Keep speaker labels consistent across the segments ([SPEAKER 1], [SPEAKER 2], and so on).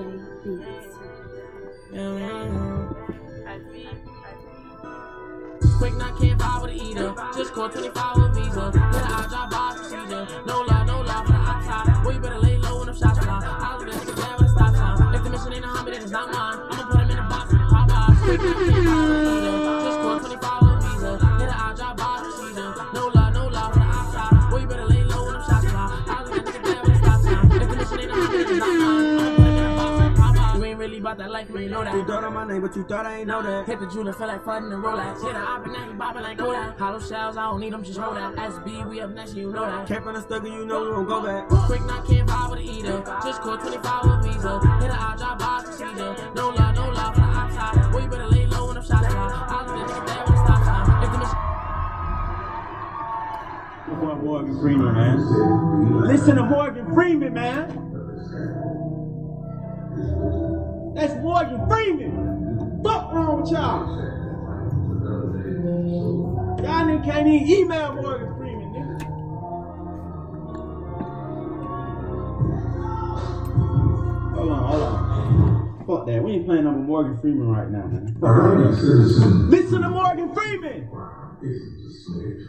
[SPEAKER 1] beats.
[SPEAKER 2] Quick not can't vibe with the eater. Just call 25 with visa. Then I drop by procedure. No lie, no lie for the outside. Well, you better lay low when I'm shot fly. I'll be niggas glad with a stop sign. If the mission ain't a hobby, then it's not mine. I'ma put him in a box and pop out. Quick not can't vibe with the eater. Just call 25 with visa. Then I drop by procedure. No lie, no lie for the outside. Well, you better lay low when I'm shot fly. I'll be niggas glad with a stop sign. If the mission ain't a hobby, then it's not mine. I'ma put him in a box and pop out. You ain't really about that life, you ain't know that.
[SPEAKER 3] You thought on my name, but you thought I ain't know that.
[SPEAKER 2] Hit the jeweler, feel like flooding and roll out. Shit, I've been out, you bopping like Kodak. Hollow shells, I don't need them, just roll out. SB, we up next, you know that.
[SPEAKER 3] Can't find a stuck and you know you won't go back.
[SPEAKER 2] Quick, not can't vibe with the eater. Just call 25 with Visa. Hit an eye drop by procedure. No lie, no lie, for the outside. Well, you better lay low when I'm shot fly. I'll get nigga bad when it stop time. If the mission.
[SPEAKER 3] Listen to Morgan Freeman, man. Listen to Morgan Freeman, man. That's Morgan Freeman. Fuck wrong with y'all. Y'all niggas can't even email Morgan Freeman, nigga. Hold on, hold on. Fuck that. We ain't playing number Morgan Freeman right now, man.
[SPEAKER 4] Burn a citizen
[SPEAKER 3] Listen to Morgan Freeman.
[SPEAKER 4] isn't a slave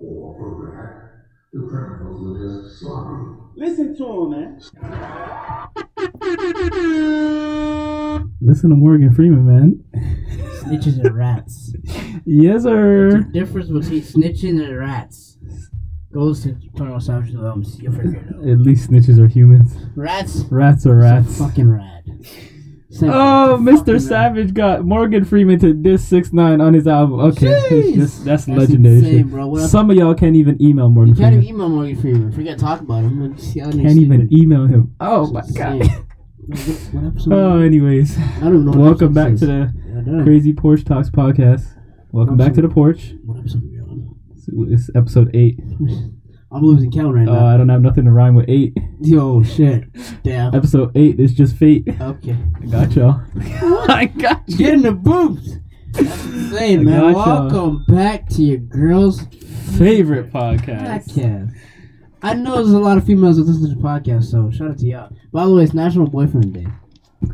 [SPEAKER 4] or a rat. The criminals were just sloppy.
[SPEAKER 3] Listen to him, man.
[SPEAKER 5] Listen to Morgan Freeman, man.
[SPEAKER 6] Snitches and rats.
[SPEAKER 5] Yes,
[SPEAKER 6] The
[SPEAKER 5] sir.
[SPEAKER 6] difference between snitching and rats goes to Colonel Savage Lums. You forget. it.
[SPEAKER 5] At least snitches are humans.
[SPEAKER 6] Rats.
[SPEAKER 5] Rats are rats.
[SPEAKER 6] Fucking rat. Same
[SPEAKER 5] Oh,
[SPEAKER 6] fucking
[SPEAKER 5] Mr.
[SPEAKER 6] rat.
[SPEAKER 5] Savage got Morgan Freeman to diss six nine on his album. Okay,
[SPEAKER 6] Jeez.
[SPEAKER 5] Just- that's,
[SPEAKER 6] That's
[SPEAKER 5] legendary.
[SPEAKER 6] insane,
[SPEAKER 5] shit.
[SPEAKER 6] bro. What else-
[SPEAKER 5] Some of y'all can't even email Morgan
[SPEAKER 6] You can't
[SPEAKER 5] Freeman.
[SPEAKER 6] even email Morgan Freeman. Forget to talk about him.
[SPEAKER 5] Can't even email him. Oh my god.
[SPEAKER 6] What episode?
[SPEAKER 5] Oh, anyways,
[SPEAKER 6] I don't even know. what
[SPEAKER 5] welcome
[SPEAKER 6] episode
[SPEAKER 5] back
[SPEAKER 6] this
[SPEAKER 5] to
[SPEAKER 6] is.
[SPEAKER 5] the
[SPEAKER 6] Yeah, I don't know.
[SPEAKER 5] Crazy Porch Talks podcast. Welcome back to the porch.
[SPEAKER 6] What episode are we on?
[SPEAKER 5] It's- It's episode eight.
[SPEAKER 6] I'm losing count right
[SPEAKER 5] Uh,
[SPEAKER 6] now.
[SPEAKER 5] I don't have nothing to rhyme with eight.
[SPEAKER 6] Yo, shit. Damn.
[SPEAKER 5] Episode eight is just fate.
[SPEAKER 6] Okay.
[SPEAKER 5] I got y'all. I got you.
[SPEAKER 6] Get in the booth. That's insane,
[SPEAKER 5] I
[SPEAKER 6] man.
[SPEAKER 5] gotcha.
[SPEAKER 6] Welcome back to your girls'
[SPEAKER 5] Favorite podcast.
[SPEAKER 6] podcast. I know there's a lot of females that listen to the podcast, so shout out to y'all. By the way, it's National Boyfriend Day.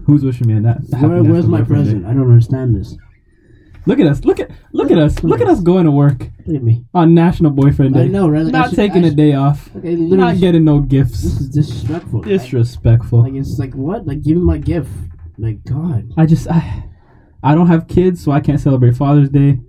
[SPEAKER 5] Who's wishing me a that?
[SPEAKER 6] Where, where's my present? I don't understand this.
[SPEAKER 5] Look at us. Look at look at us. Look at us going to work
[SPEAKER 6] Look at me.
[SPEAKER 5] on National Boyfriend Day.
[SPEAKER 6] I know, right? Like, I
[SPEAKER 5] Not
[SPEAKER 6] should-
[SPEAKER 5] taking
[SPEAKER 6] I
[SPEAKER 5] a
[SPEAKER 6] should-
[SPEAKER 5] day off.
[SPEAKER 6] Okay, literally,
[SPEAKER 5] Not getting no
[SPEAKER 6] this
[SPEAKER 5] gifts.
[SPEAKER 6] is disrespectful.
[SPEAKER 5] Disrespectful.
[SPEAKER 6] Like, like, it's like what? Like give me my gift. Like God.
[SPEAKER 5] I just I, I don't have kids, so I can't celebrate Father's Day.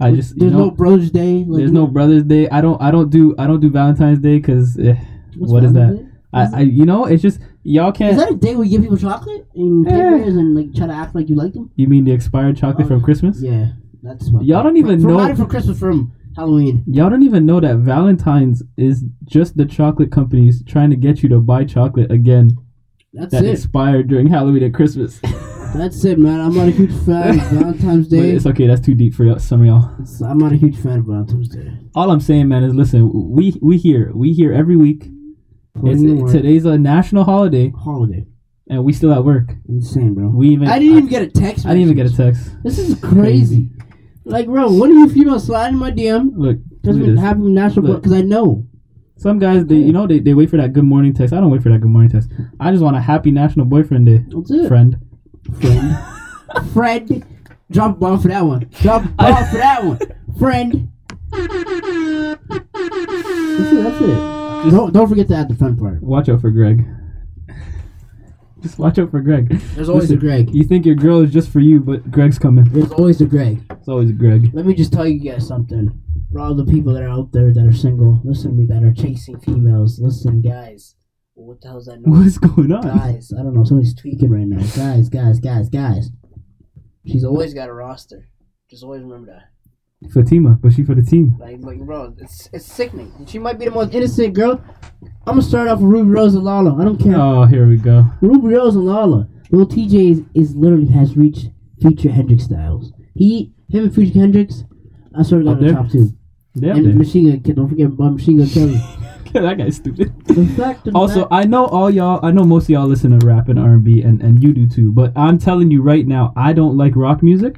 [SPEAKER 5] I just you
[SPEAKER 6] there's
[SPEAKER 5] know
[SPEAKER 6] no Bros Day. Like,
[SPEAKER 5] there's no Brothers Day. I don't I don't do I don't do Valentine's Day because eh,
[SPEAKER 6] What's
[SPEAKER 5] what is
[SPEAKER 6] Valentine's
[SPEAKER 5] that?
[SPEAKER 6] Day? Is
[SPEAKER 5] I, I you know it's just y'all can't.
[SPEAKER 6] Is that a day where you give people chocolate and
[SPEAKER 5] Eh.
[SPEAKER 6] papers and like try to act like you like them?
[SPEAKER 5] you mean the expired chocolate
[SPEAKER 6] Oh,
[SPEAKER 5] from Christmas?
[SPEAKER 6] Yeah, that's what.
[SPEAKER 5] Y'all don't even
[SPEAKER 6] from,
[SPEAKER 5] know.
[SPEAKER 6] Not from Christmas, from Halloween.
[SPEAKER 5] Y'all don't even know that Valentine's is just the chocolate companies trying to get you to buy chocolate again
[SPEAKER 6] That's
[SPEAKER 5] that
[SPEAKER 6] it.
[SPEAKER 5] expired during Halloween and Christmas.
[SPEAKER 6] That's it, man. I'm not a huge fan of Valentine's
[SPEAKER 5] But
[SPEAKER 6] Day.
[SPEAKER 5] it's okay. That's too deep for y'all, some of y'all.
[SPEAKER 6] It's- I'm not a huge fan of Valentine's Day.
[SPEAKER 5] All I'm saying, man, is listen. We we here. We here every week.
[SPEAKER 6] Put in the
[SPEAKER 5] It's,
[SPEAKER 6] work.
[SPEAKER 5] today's a national holiday,
[SPEAKER 6] holiday.
[SPEAKER 5] and we still at work.
[SPEAKER 6] Insane, bro.
[SPEAKER 5] We even
[SPEAKER 6] I didn't even get a text.
[SPEAKER 5] I, didn't even get
[SPEAKER 6] message.
[SPEAKER 5] a text.
[SPEAKER 6] This is crazy. Like, bro, what are you females sliding in my DM?
[SPEAKER 5] Look,
[SPEAKER 6] Doesn't
[SPEAKER 5] look at this.
[SPEAKER 6] happen national
[SPEAKER 5] Look.
[SPEAKER 6] because I know.
[SPEAKER 5] some guys they you know they, they wait for that good morning text. I don't wait for that good morning text. I just want a happy National Boyfriend Day,
[SPEAKER 6] That's it.
[SPEAKER 5] friend.
[SPEAKER 6] friend. friend. Drop a bomb for that one. Drop a bomb for that one. Friend. That's it. That's it. Don't, don't forget to add the fun part.
[SPEAKER 5] Watch out for Greg. Just watch out for Greg.
[SPEAKER 6] There's always a Greg.
[SPEAKER 5] You think your girl is just for you, but Greg's coming.
[SPEAKER 6] There's always a Greg.
[SPEAKER 5] It's always Greg.
[SPEAKER 6] Let me just tell you guys something. For all the people that are out there that are single, listen to me, that are chasing females, listen, guys. What the hell's that noise?
[SPEAKER 5] What's going on?
[SPEAKER 6] guys, I don't know. Somebody's tweaking right now. Guys, guys, guys, guys. She's always got a roster. Just always remember that.
[SPEAKER 5] Fatima, but she for the team.
[SPEAKER 6] Like, like, bro, it's it's sickening. And She might be the most innocent girl. I'm gonna start off with Ruby Rose and Lala. I don't care.
[SPEAKER 5] Oh, here we go.
[SPEAKER 6] Ruby Rose and Lala. Little TJ is, is literally has reached future Hendrix styles. He, him, and future Hendrix. I started
[SPEAKER 5] Up
[SPEAKER 6] on the
[SPEAKER 5] there?
[SPEAKER 6] top two.
[SPEAKER 5] They up
[SPEAKER 6] And
[SPEAKER 5] there.
[SPEAKER 6] Machine Gun Kid. Don't forget about Machine Gun Kelly.
[SPEAKER 5] that guy's stupid.
[SPEAKER 6] The fact of the
[SPEAKER 5] Also,
[SPEAKER 6] matter-
[SPEAKER 5] I know all y'all. I know most of y'all listen to rap and R and B, and and you do too. But I'm telling you right now, I don't like rock music.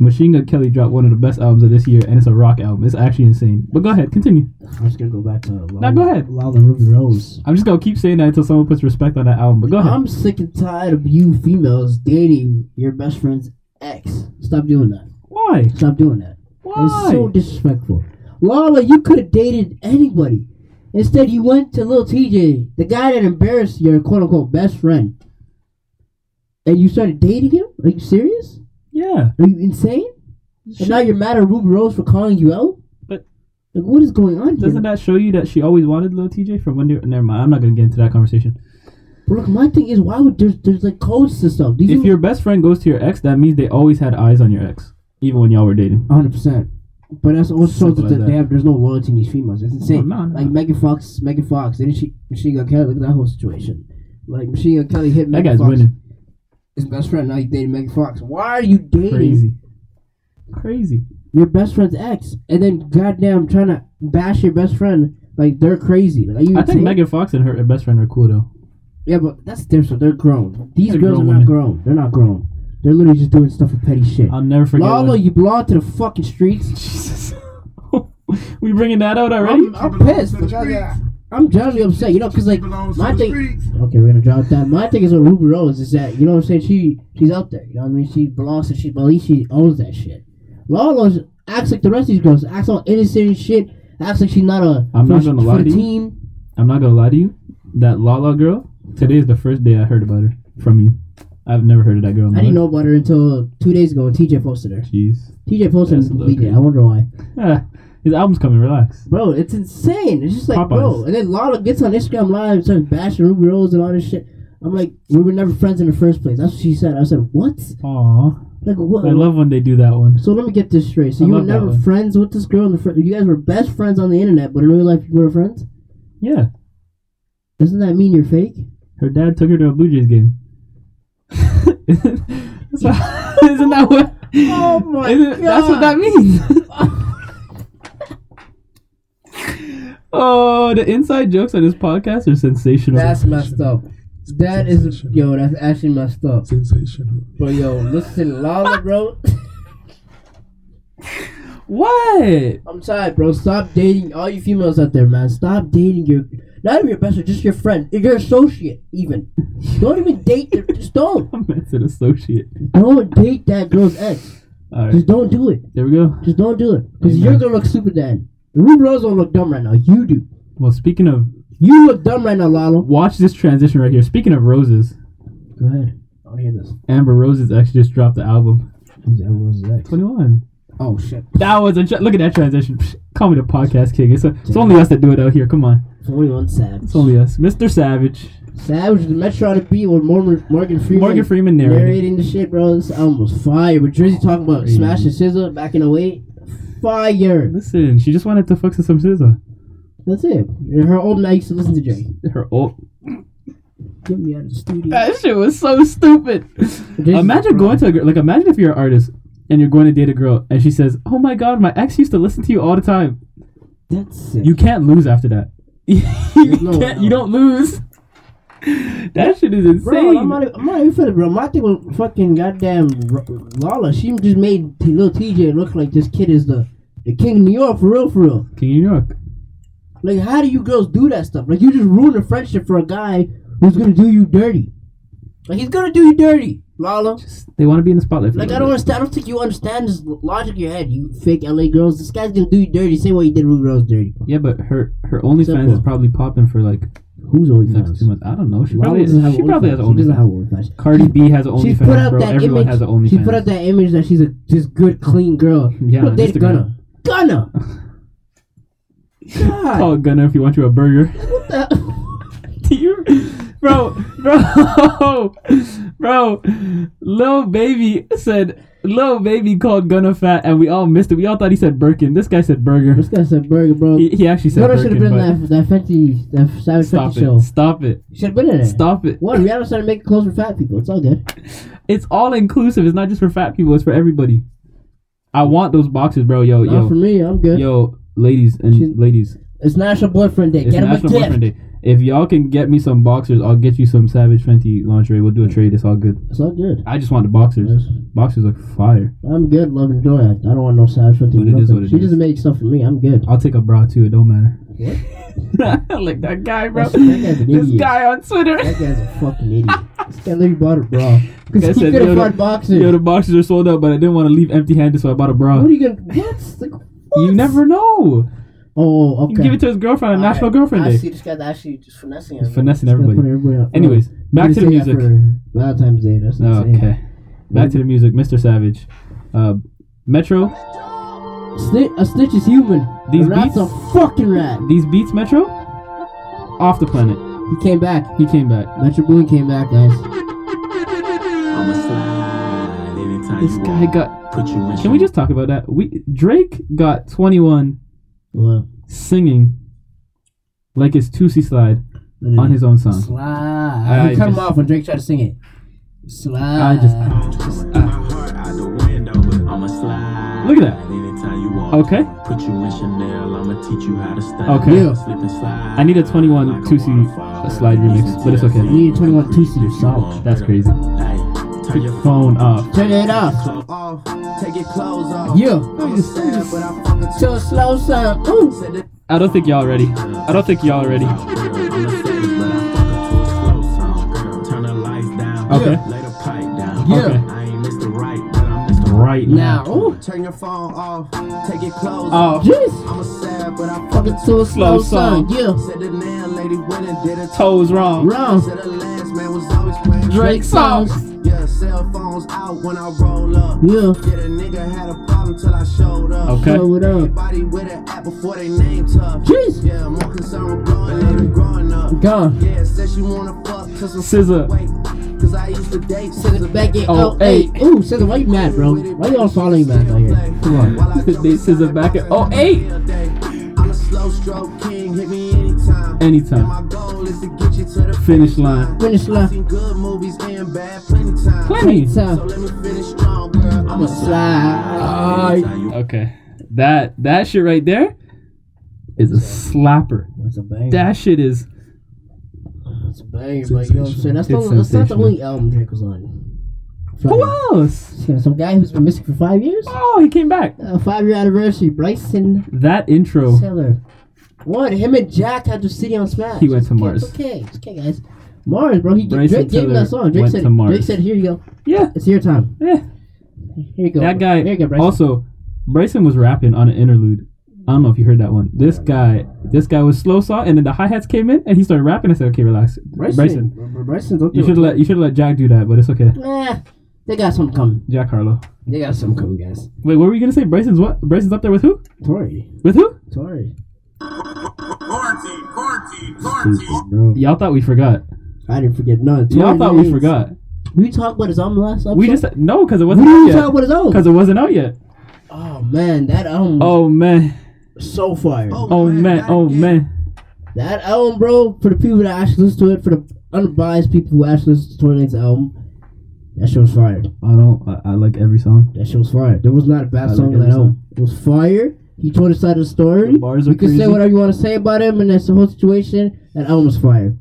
[SPEAKER 5] Machine Gun Kelly dropped one of the best albums of this year, and it's a rock album. It's actually insane. But go ahead, continue.
[SPEAKER 6] I'm just gonna go back to Lala,
[SPEAKER 5] Nah, go ahead.
[SPEAKER 6] Lala Ruby Rose.
[SPEAKER 5] I'm just gonna keep saying that until someone puts respect on that album. But go ahead.
[SPEAKER 6] I'm sick and tired of you females dating your best friend's ex. Stop doing that.
[SPEAKER 5] Why?
[SPEAKER 6] Stop doing that. It's
[SPEAKER 5] Why?
[SPEAKER 6] so disrespectful. Lala, you could have dated anybody. Instead, you went to little TJ, the guy that embarrassed your quote unquote best friend. And you started dating him? Are you serious?
[SPEAKER 5] yeah.
[SPEAKER 6] Are you insane? And now you're mad at Ruby Rose for calling you out?
[SPEAKER 5] But-
[SPEAKER 6] like, what is going on here?
[SPEAKER 5] Doesn't that show you that she always wanted Lil TJ from when they? Never mind. I'm not gonna get into that conversation.
[SPEAKER 6] Look, my thing is, why would there's there's like codes to stuff? These
[SPEAKER 5] If your best friend goes to your ex, that means they always had eyes on your ex, even when y'all were dating.
[SPEAKER 6] hundred percent, but that's also
[SPEAKER 5] Something
[SPEAKER 6] that,
[SPEAKER 5] like
[SPEAKER 6] that they
[SPEAKER 5] that.
[SPEAKER 6] have there's no loyalty in these females. It's insane.
[SPEAKER 5] no, no.
[SPEAKER 6] Like Megan Fox, Megan Fox, and she Machine Gun Kelly. Look at that whole situation. Like Machine Gun Kelly hit
[SPEAKER 5] That
[SPEAKER 6] Megan
[SPEAKER 5] guy's
[SPEAKER 6] Fox,
[SPEAKER 5] winning.
[SPEAKER 6] his best friend. Now he dated Megan Fox. Why are you dating
[SPEAKER 5] Crazy. Crazy.
[SPEAKER 6] your best friend's ex and then goddamn trying to bash your best friend? Like they're crazy. Like, are you
[SPEAKER 5] I think
[SPEAKER 6] insane?
[SPEAKER 5] Megan Fox and her best friend are cool though.
[SPEAKER 6] Yeah, but that's different. They're grown. These
[SPEAKER 5] They're
[SPEAKER 6] girls
[SPEAKER 5] grown
[SPEAKER 6] are not
[SPEAKER 5] women.
[SPEAKER 6] grown. They're not grown. They're literally just doing stuff for petty shit.
[SPEAKER 5] I'll never forget.
[SPEAKER 6] Lala,
[SPEAKER 5] when-
[SPEAKER 6] you belong to the fucking streets.
[SPEAKER 5] Jesus. we bringing that out already?
[SPEAKER 6] I'm, I'm pissed. because, uh, I'm generally upset, you know, because like my thing. Okay, we're gonna drop that. My thing is with Ruby Rose is that you know what I'm saying. She she's up there. You know what I mean. She belongs to she. At least she owns that shit. Lala acts like the rest of these girls. Acts all innocent and shit. Acts like she's not a.
[SPEAKER 5] I'm not
[SPEAKER 6] for-
[SPEAKER 5] gonna
[SPEAKER 6] for
[SPEAKER 5] lie
[SPEAKER 6] the
[SPEAKER 5] to you.
[SPEAKER 6] team.
[SPEAKER 5] I'm not gonna lie to you. That Lala girl. Today is the first day I heard about her from you. I've never heard of that girl. in my
[SPEAKER 6] I didn't
[SPEAKER 5] life.
[SPEAKER 6] know about her until two days ago when TJ posted her.
[SPEAKER 5] Jeez.
[SPEAKER 6] TJ posted
[SPEAKER 5] That's
[SPEAKER 6] and deleted it.
[SPEAKER 5] lovely.
[SPEAKER 6] I wonder why.
[SPEAKER 5] Ah, his album's coming. Relax.
[SPEAKER 6] Bro, it's insane. It's just like, bro.
[SPEAKER 5] Popeyes.
[SPEAKER 6] And then Lala gets on Instagram Live and starts bashing Ruby Rose and all this shit. I'm like, we were never friends in the first place. That's what she said. I said, what?
[SPEAKER 5] Aw.
[SPEAKER 6] Like, what?
[SPEAKER 5] I love when they do that one.
[SPEAKER 6] so let me get this straight. So
[SPEAKER 5] I
[SPEAKER 6] you were
[SPEAKER 5] love that
[SPEAKER 6] never
[SPEAKER 5] one.
[SPEAKER 6] friends with this girl. In the fir- you guys were best friends on the internet, but in real life you were friends.
[SPEAKER 5] Yeah.
[SPEAKER 6] Doesn't that mean you're fake?
[SPEAKER 5] Her dad took her to a Blue Jays game. isn't, isn't that what?
[SPEAKER 6] Oh my
[SPEAKER 5] isn't- That's what
[SPEAKER 6] God.
[SPEAKER 5] that means. oh, the inside jokes on this podcast are sensational.
[SPEAKER 6] That's messed up. That is yo. That's actually messed up.
[SPEAKER 7] Sensational.
[SPEAKER 6] But yo, listen, Lala, bro.
[SPEAKER 5] what?
[SPEAKER 6] I'm sorry, bro. Stop dating all you females out there, man. Stop dating your not even your best friend, just your friend, your associate, even. don't even date. Their, just don't.
[SPEAKER 5] I'm as an associate.
[SPEAKER 6] Don't date that girl's ex.
[SPEAKER 5] All right,
[SPEAKER 6] Just don't do it.
[SPEAKER 5] there we go.
[SPEAKER 6] Just don't do it. Because
[SPEAKER 5] Amen.
[SPEAKER 6] you're gonna look stupid then. Ruby Rose don't look dumb right now. You do.
[SPEAKER 5] Well, speaking of,
[SPEAKER 6] You look dumb right now, Lalo.
[SPEAKER 5] watch this transition right here. Speaking of roses,
[SPEAKER 6] Go ahead. Oh, I want to hear this.
[SPEAKER 5] Amber Roses actually just dropped the album.
[SPEAKER 6] Who's Amber Rose's ex?
[SPEAKER 5] 21.
[SPEAKER 6] Oh shit.
[SPEAKER 5] That was a tra- look at that transition. Psh, Call me the podcast king. It's, it's only us that do it out here. Come on,
[SPEAKER 6] Forty-one Savage.
[SPEAKER 5] it's only us, Mr. Savage.
[SPEAKER 6] Savage the Metro to beat with Morgan Morgan Freeman.
[SPEAKER 5] Morgan Freeman narrated.
[SPEAKER 6] narrating the shit, bro. This album was fire. But Drizzy talking about
[SPEAKER 5] Crazy.
[SPEAKER 6] Smash and Scissor back in 08. Fire.
[SPEAKER 5] Listen, she just wanted to fuck with some scissor.
[SPEAKER 6] That's it. And her old man used to listen to Drake.
[SPEAKER 5] Her old
[SPEAKER 6] Get me out of the studio.
[SPEAKER 5] that shit was so stupid.
[SPEAKER 6] Drizzy's
[SPEAKER 5] imagine
[SPEAKER 6] bro.
[SPEAKER 5] going to a girl like imagine if you're an artist and you're going to date a girl and she says, "Oh my god, my ex used to listen to you all the time."
[SPEAKER 6] That's it.
[SPEAKER 5] You can't lose after that. you
[SPEAKER 6] no
[SPEAKER 5] can't.
[SPEAKER 6] way
[SPEAKER 5] You
[SPEAKER 6] out.
[SPEAKER 5] don't lose. That shit is
[SPEAKER 6] Bro, I'm
[SPEAKER 5] insane.
[SPEAKER 6] not, I'm not even for bro. My thing was fucking goddamn R- Lala. She just made T- little TJ look like this kid is the, the king of New York for real, for real.
[SPEAKER 5] King of New York.
[SPEAKER 6] Like, how do you girls do that stuff? Like, you just ruin a friendship for a guy who's gonna do you dirty. Like, he's gonna do you dirty, Lala.
[SPEAKER 5] They want to be in the spotlight. For
[SPEAKER 6] Like,
[SPEAKER 5] a
[SPEAKER 6] I
[SPEAKER 5] little
[SPEAKER 6] don't understand. I don't think you understand this logic in your head, you fake LA girls. This guy's gonna do you dirty. Same way he did Ruby Rose dirty.
[SPEAKER 5] bit. Yeah, but her her OnlyFans is
[SPEAKER 6] Simple.
[SPEAKER 5] probably popping for like
[SPEAKER 6] Who's only
[SPEAKER 5] next two months. I don't know. She
[SPEAKER 6] Lala
[SPEAKER 5] probably
[SPEAKER 6] doesn't have
[SPEAKER 5] she probably has
[SPEAKER 6] OnlyFans. She doesn't have
[SPEAKER 5] OnlyFans.
[SPEAKER 6] OnlyFans.
[SPEAKER 5] Cardi B has an
[SPEAKER 6] She put
[SPEAKER 5] OnlyFans,
[SPEAKER 6] out
[SPEAKER 5] bro.
[SPEAKER 6] that
[SPEAKER 5] Everyone
[SPEAKER 6] image.
[SPEAKER 5] has an
[SPEAKER 6] she put
[SPEAKER 5] OnlyFans.
[SPEAKER 6] out that image that she's a just good, clean girl.
[SPEAKER 5] Yeah,
[SPEAKER 6] Look,
[SPEAKER 5] on
[SPEAKER 6] they
[SPEAKER 5] Instagram.
[SPEAKER 6] gonna, gonna. God,
[SPEAKER 5] Call Oh, Gunner if you want you a burger.
[SPEAKER 6] what the?
[SPEAKER 5] Do you, bro, bro, bro. Lil baby said, Lil baby called Gunna fat, and we all missed it. We all thought he said Birkin. This guy said burger.
[SPEAKER 6] This guy said burger, bro.
[SPEAKER 5] He, he actually said
[SPEAKER 6] Gunner should have
[SPEAKER 5] Birkin.
[SPEAKER 6] been
[SPEAKER 5] but
[SPEAKER 6] that that Fenty, that Savage
[SPEAKER 5] stop
[SPEAKER 6] Fenty
[SPEAKER 5] it!
[SPEAKER 6] show.
[SPEAKER 5] Stop it!
[SPEAKER 6] Should have been in it.
[SPEAKER 5] Stop it!
[SPEAKER 6] What? Rihanna's trying to make it clothes for fat people. It's all good.
[SPEAKER 5] It's all inclusive. It's not just for fat people. It's for everybody. I want those boxes, bro. Yo,
[SPEAKER 6] Not for
[SPEAKER 5] yo,
[SPEAKER 6] me. I'm good.
[SPEAKER 5] yo, ladies and
[SPEAKER 6] She's-
[SPEAKER 5] ladies.
[SPEAKER 6] It's National Boyfriend Day.
[SPEAKER 5] It's
[SPEAKER 6] Get him a
[SPEAKER 5] National
[SPEAKER 6] gift.
[SPEAKER 5] Boyfriend Day. If y'all can get me some boxers, I'll get you some Savage Fenty lingerie. We'll do a trade. It's all good.
[SPEAKER 6] It's all good.
[SPEAKER 5] I just want the boxers. Boxers look fire.
[SPEAKER 6] I'm good, love and joy. I, I don't want no savage fifty.
[SPEAKER 5] But it is what it
[SPEAKER 6] she
[SPEAKER 5] is.
[SPEAKER 6] doesn't make stuff for me. I'm good.
[SPEAKER 5] I'll take a bra too. It don't matter. What? like that guy, bro.
[SPEAKER 6] That's- that guy's an
[SPEAKER 5] this
[SPEAKER 6] idiot.
[SPEAKER 5] guy on Twitter.
[SPEAKER 6] That guy's a fucking idiot. This guy literally bought a bra
[SPEAKER 5] Guy
[SPEAKER 6] because he
[SPEAKER 5] said,
[SPEAKER 6] could
[SPEAKER 5] "Yo,
[SPEAKER 6] have
[SPEAKER 5] the-
[SPEAKER 6] bought boxes.
[SPEAKER 5] Yo, the boxers are sold out, but I didn't want to leave empty-handed, so I bought a bra.
[SPEAKER 6] what are you gonna? What? Like, what?
[SPEAKER 5] You never know.
[SPEAKER 6] Oh, okay.
[SPEAKER 5] You can give it to his girlfriend on National Girlfriend
[SPEAKER 1] I
[SPEAKER 5] Day.
[SPEAKER 1] see this guy's actually just finessing
[SPEAKER 5] He's
[SPEAKER 1] him.
[SPEAKER 5] finessing
[SPEAKER 6] Gotta put
[SPEAKER 5] everybody.
[SPEAKER 6] everybody on-
[SPEAKER 5] Anyways, back
[SPEAKER 6] You say
[SPEAKER 5] to the
[SPEAKER 6] that
[SPEAKER 5] music. Oh,
[SPEAKER 6] for Valentine's Day. That's what I'm saying.
[SPEAKER 5] Okay. Back to the music, Mr. Savage. Uh, Metro.
[SPEAKER 6] Sni- a snitch is human.
[SPEAKER 5] These
[SPEAKER 6] a rat's
[SPEAKER 5] beats-
[SPEAKER 6] a fucking rat.
[SPEAKER 5] These beats, Metro. Off the planet.
[SPEAKER 6] He came back.
[SPEAKER 5] He came back.
[SPEAKER 6] Metro Boomin came back, guys.
[SPEAKER 3] I'ma slide anytime
[SPEAKER 5] This
[SPEAKER 3] you
[SPEAKER 5] guy
[SPEAKER 3] want.
[SPEAKER 5] got.
[SPEAKER 3] Put you in
[SPEAKER 5] Can we just talk about that? We Drake got 21
[SPEAKER 6] Well,
[SPEAKER 5] singing like his Tootsie slide on his own song.
[SPEAKER 6] slide.
[SPEAKER 5] I
[SPEAKER 6] He cut him
[SPEAKER 5] just-
[SPEAKER 6] off when Drake tried to sing it. Slide.
[SPEAKER 5] I just
[SPEAKER 3] I'ma slide.
[SPEAKER 5] Ah. Look at that.
[SPEAKER 3] Anytime you want.
[SPEAKER 5] okay.
[SPEAKER 3] Put you in Chanel, I'ma teach you how to style.
[SPEAKER 5] Okay.
[SPEAKER 6] Yeah.
[SPEAKER 3] Slip and slide.
[SPEAKER 5] I need a 21 Tootsie slide remix, but it's
[SPEAKER 6] you
[SPEAKER 5] okay.
[SPEAKER 6] need 21 TC songs.
[SPEAKER 5] That's crazy. Took your phone off.
[SPEAKER 6] Turn it off.
[SPEAKER 1] Off, take your clothes off.
[SPEAKER 6] Yeah.
[SPEAKER 1] I'm a sad, but I'm fucking
[SPEAKER 6] So a slow song. Ooh.
[SPEAKER 1] said that
[SPEAKER 5] I don't think y'all ready. I don't think y'all ready.
[SPEAKER 3] Turn the lights down.
[SPEAKER 5] Okay.
[SPEAKER 3] Lay the pipe down.
[SPEAKER 6] Yeah.
[SPEAKER 5] Okay.
[SPEAKER 3] I ain't Mr. Right, but I'm Mr.
[SPEAKER 5] Right
[SPEAKER 6] Now. Ooh.
[SPEAKER 1] Turn your phone off, take your clothes off.
[SPEAKER 5] Oh,
[SPEAKER 6] Jeez.
[SPEAKER 1] I'm a sad, but I'm
[SPEAKER 6] Fucking
[SPEAKER 1] fucking
[SPEAKER 6] to a slow
[SPEAKER 5] Slow song.
[SPEAKER 6] song. Yeah.
[SPEAKER 1] said the nail lady went and did a
[SPEAKER 5] toes wrong.
[SPEAKER 6] Wrong.
[SPEAKER 1] Said the last man was always playing
[SPEAKER 5] Drake songs.
[SPEAKER 1] Yeah, cell phones out when I roll up.
[SPEAKER 6] Yeah.
[SPEAKER 1] Yeah, the nigga had a problem till I showed up.
[SPEAKER 5] Okay.
[SPEAKER 6] Show it up.
[SPEAKER 1] Everybody with an app before they name tough.
[SPEAKER 6] Jeez.
[SPEAKER 1] Yeah, more concerned with blowing up than growing up.
[SPEAKER 6] Gone.
[SPEAKER 1] Yeah, said she wanna fuck cause I'm
[SPEAKER 5] Scissor.
[SPEAKER 1] Wait, cause I used to date
[SPEAKER 6] Send
[SPEAKER 1] scissor
[SPEAKER 6] it back in
[SPEAKER 5] Oh,
[SPEAKER 6] 08. Ooh, Scissor, why you mad, bro? Why y'all following me out here?
[SPEAKER 1] Come on.
[SPEAKER 5] This is a back at- oh, eight.
[SPEAKER 1] I'm a slow stroke king, hit me anytime.
[SPEAKER 5] Anytime.
[SPEAKER 1] And my goal is to get you to the
[SPEAKER 5] Finish line.
[SPEAKER 6] Finish
[SPEAKER 1] I've
[SPEAKER 6] line.
[SPEAKER 1] seen good movies and bad plenty time.
[SPEAKER 5] Plenty.
[SPEAKER 1] So
[SPEAKER 6] So,
[SPEAKER 1] let me finish strong, girl.
[SPEAKER 6] I'm a slide.
[SPEAKER 5] Okay. That that shit right there is a slapper.
[SPEAKER 6] That's a banger.
[SPEAKER 5] That shit is
[SPEAKER 6] That's a banger, but you know what I'm saying? That's,
[SPEAKER 5] It's
[SPEAKER 6] not, that's not the
[SPEAKER 5] sensational.
[SPEAKER 6] only album Drake was on.
[SPEAKER 5] who
[SPEAKER 6] Fucking-
[SPEAKER 5] else?
[SPEAKER 6] Yeah, some guy who's been missing for five years?
[SPEAKER 5] Oh, he came back.
[SPEAKER 6] Uh, five year anniversary, Bryson
[SPEAKER 5] That intro.
[SPEAKER 6] Seller. What? Him and Jack had to city on Smash.
[SPEAKER 5] He went
[SPEAKER 6] It's
[SPEAKER 5] to
[SPEAKER 6] okay,
[SPEAKER 5] Mars.
[SPEAKER 6] It's okay, it's okay, guys. Mars, bro. He
[SPEAKER 5] Bryson
[SPEAKER 6] Drake gave him
[SPEAKER 5] Tiller
[SPEAKER 6] that song. Drake
[SPEAKER 5] went
[SPEAKER 6] said,
[SPEAKER 5] to Mars.
[SPEAKER 6] Drake said, "Here you go.
[SPEAKER 5] Yeah.
[SPEAKER 6] It's your time.
[SPEAKER 5] yeah.
[SPEAKER 6] Here you go.
[SPEAKER 5] That
[SPEAKER 6] Here
[SPEAKER 5] guy
[SPEAKER 6] you go, Bryson.
[SPEAKER 5] also Bryson was rapping on an interlude. I don't know if you heard that one. This guy this guy was slow saw and then the hi hats came in and he started rapping. I said, Okay, relax. Bryson.
[SPEAKER 6] Br- Bryson's up
[SPEAKER 5] You
[SPEAKER 6] there.
[SPEAKER 5] should let you should let Jack do that, but it's okay.
[SPEAKER 6] Nah, they got something coming.
[SPEAKER 5] Jack Harlow.
[SPEAKER 6] They got something coming, guys.
[SPEAKER 5] Wait, what were you gonna say? Bryson's what? Bryson's up there with who?
[SPEAKER 6] Tori,
[SPEAKER 5] With who?
[SPEAKER 6] Tori,
[SPEAKER 7] Quarantine, quarantine,
[SPEAKER 6] Stupid, bro.
[SPEAKER 5] Y'all thought we forgot.
[SPEAKER 6] I didn't forget none.
[SPEAKER 5] Y'all
[SPEAKER 6] Tory
[SPEAKER 5] thought we
[SPEAKER 6] Lanez.
[SPEAKER 5] forgot.
[SPEAKER 6] We talked about his album last episode.
[SPEAKER 5] We just no, because it
[SPEAKER 6] we
[SPEAKER 5] wasn't
[SPEAKER 6] didn't
[SPEAKER 5] out
[SPEAKER 6] even talk
[SPEAKER 5] yet.
[SPEAKER 6] about his album.
[SPEAKER 5] Because it wasn't out yet.
[SPEAKER 6] Oh man, that album was
[SPEAKER 5] Oh man.
[SPEAKER 6] so fire.
[SPEAKER 5] Oh man. Oh man.
[SPEAKER 6] That album, bro, for the people that actually listen to it, for the unbiased people who actually listen to Tory Lane's album, that shit was fire.
[SPEAKER 5] I don't. I, I like every song.
[SPEAKER 6] That shit was fire. There was not a bad
[SPEAKER 5] I
[SPEAKER 6] song
[SPEAKER 5] like
[SPEAKER 6] in that
[SPEAKER 5] every song.
[SPEAKER 6] album. It was fire. He told his side of the story.
[SPEAKER 5] The bars are
[SPEAKER 6] you can say
[SPEAKER 5] crazy.
[SPEAKER 6] whatever you want to say about him and that's the whole situation. That album was fire.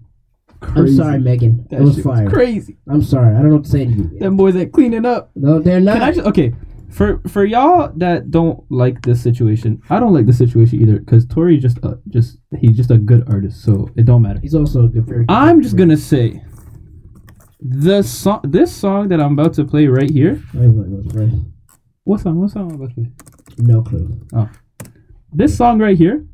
[SPEAKER 6] I'm sorry, Megan.
[SPEAKER 5] That
[SPEAKER 6] it was
[SPEAKER 5] shit was
[SPEAKER 6] fire.
[SPEAKER 5] crazy.
[SPEAKER 6] I'm sorry. I don't know what to say to you.
[SPEAKER 5] Them boys ain't cleaning up.
[SPEAKER 6] No, they're not.
[SPEAKER 5] Can I just okay? For for y'all that don't like this situation, I don't like this situation either. Cause Tori just uh, just he's just a good artist, so it don't matter.
[SPEAKER 6] He's also a good very good
[SPEAKER 5] I'm just
[SPEAKER 6] rapper.
[SPEAKER 5] gonna say the song. This song that I'm about to play right here.
[SPEAKER 6] Wait, wait, wait, wait.
[SPEAKER 5] What song? What song am I about to play?
[SPEAKER 6] No clue.
[SPEAKER 5] This song right here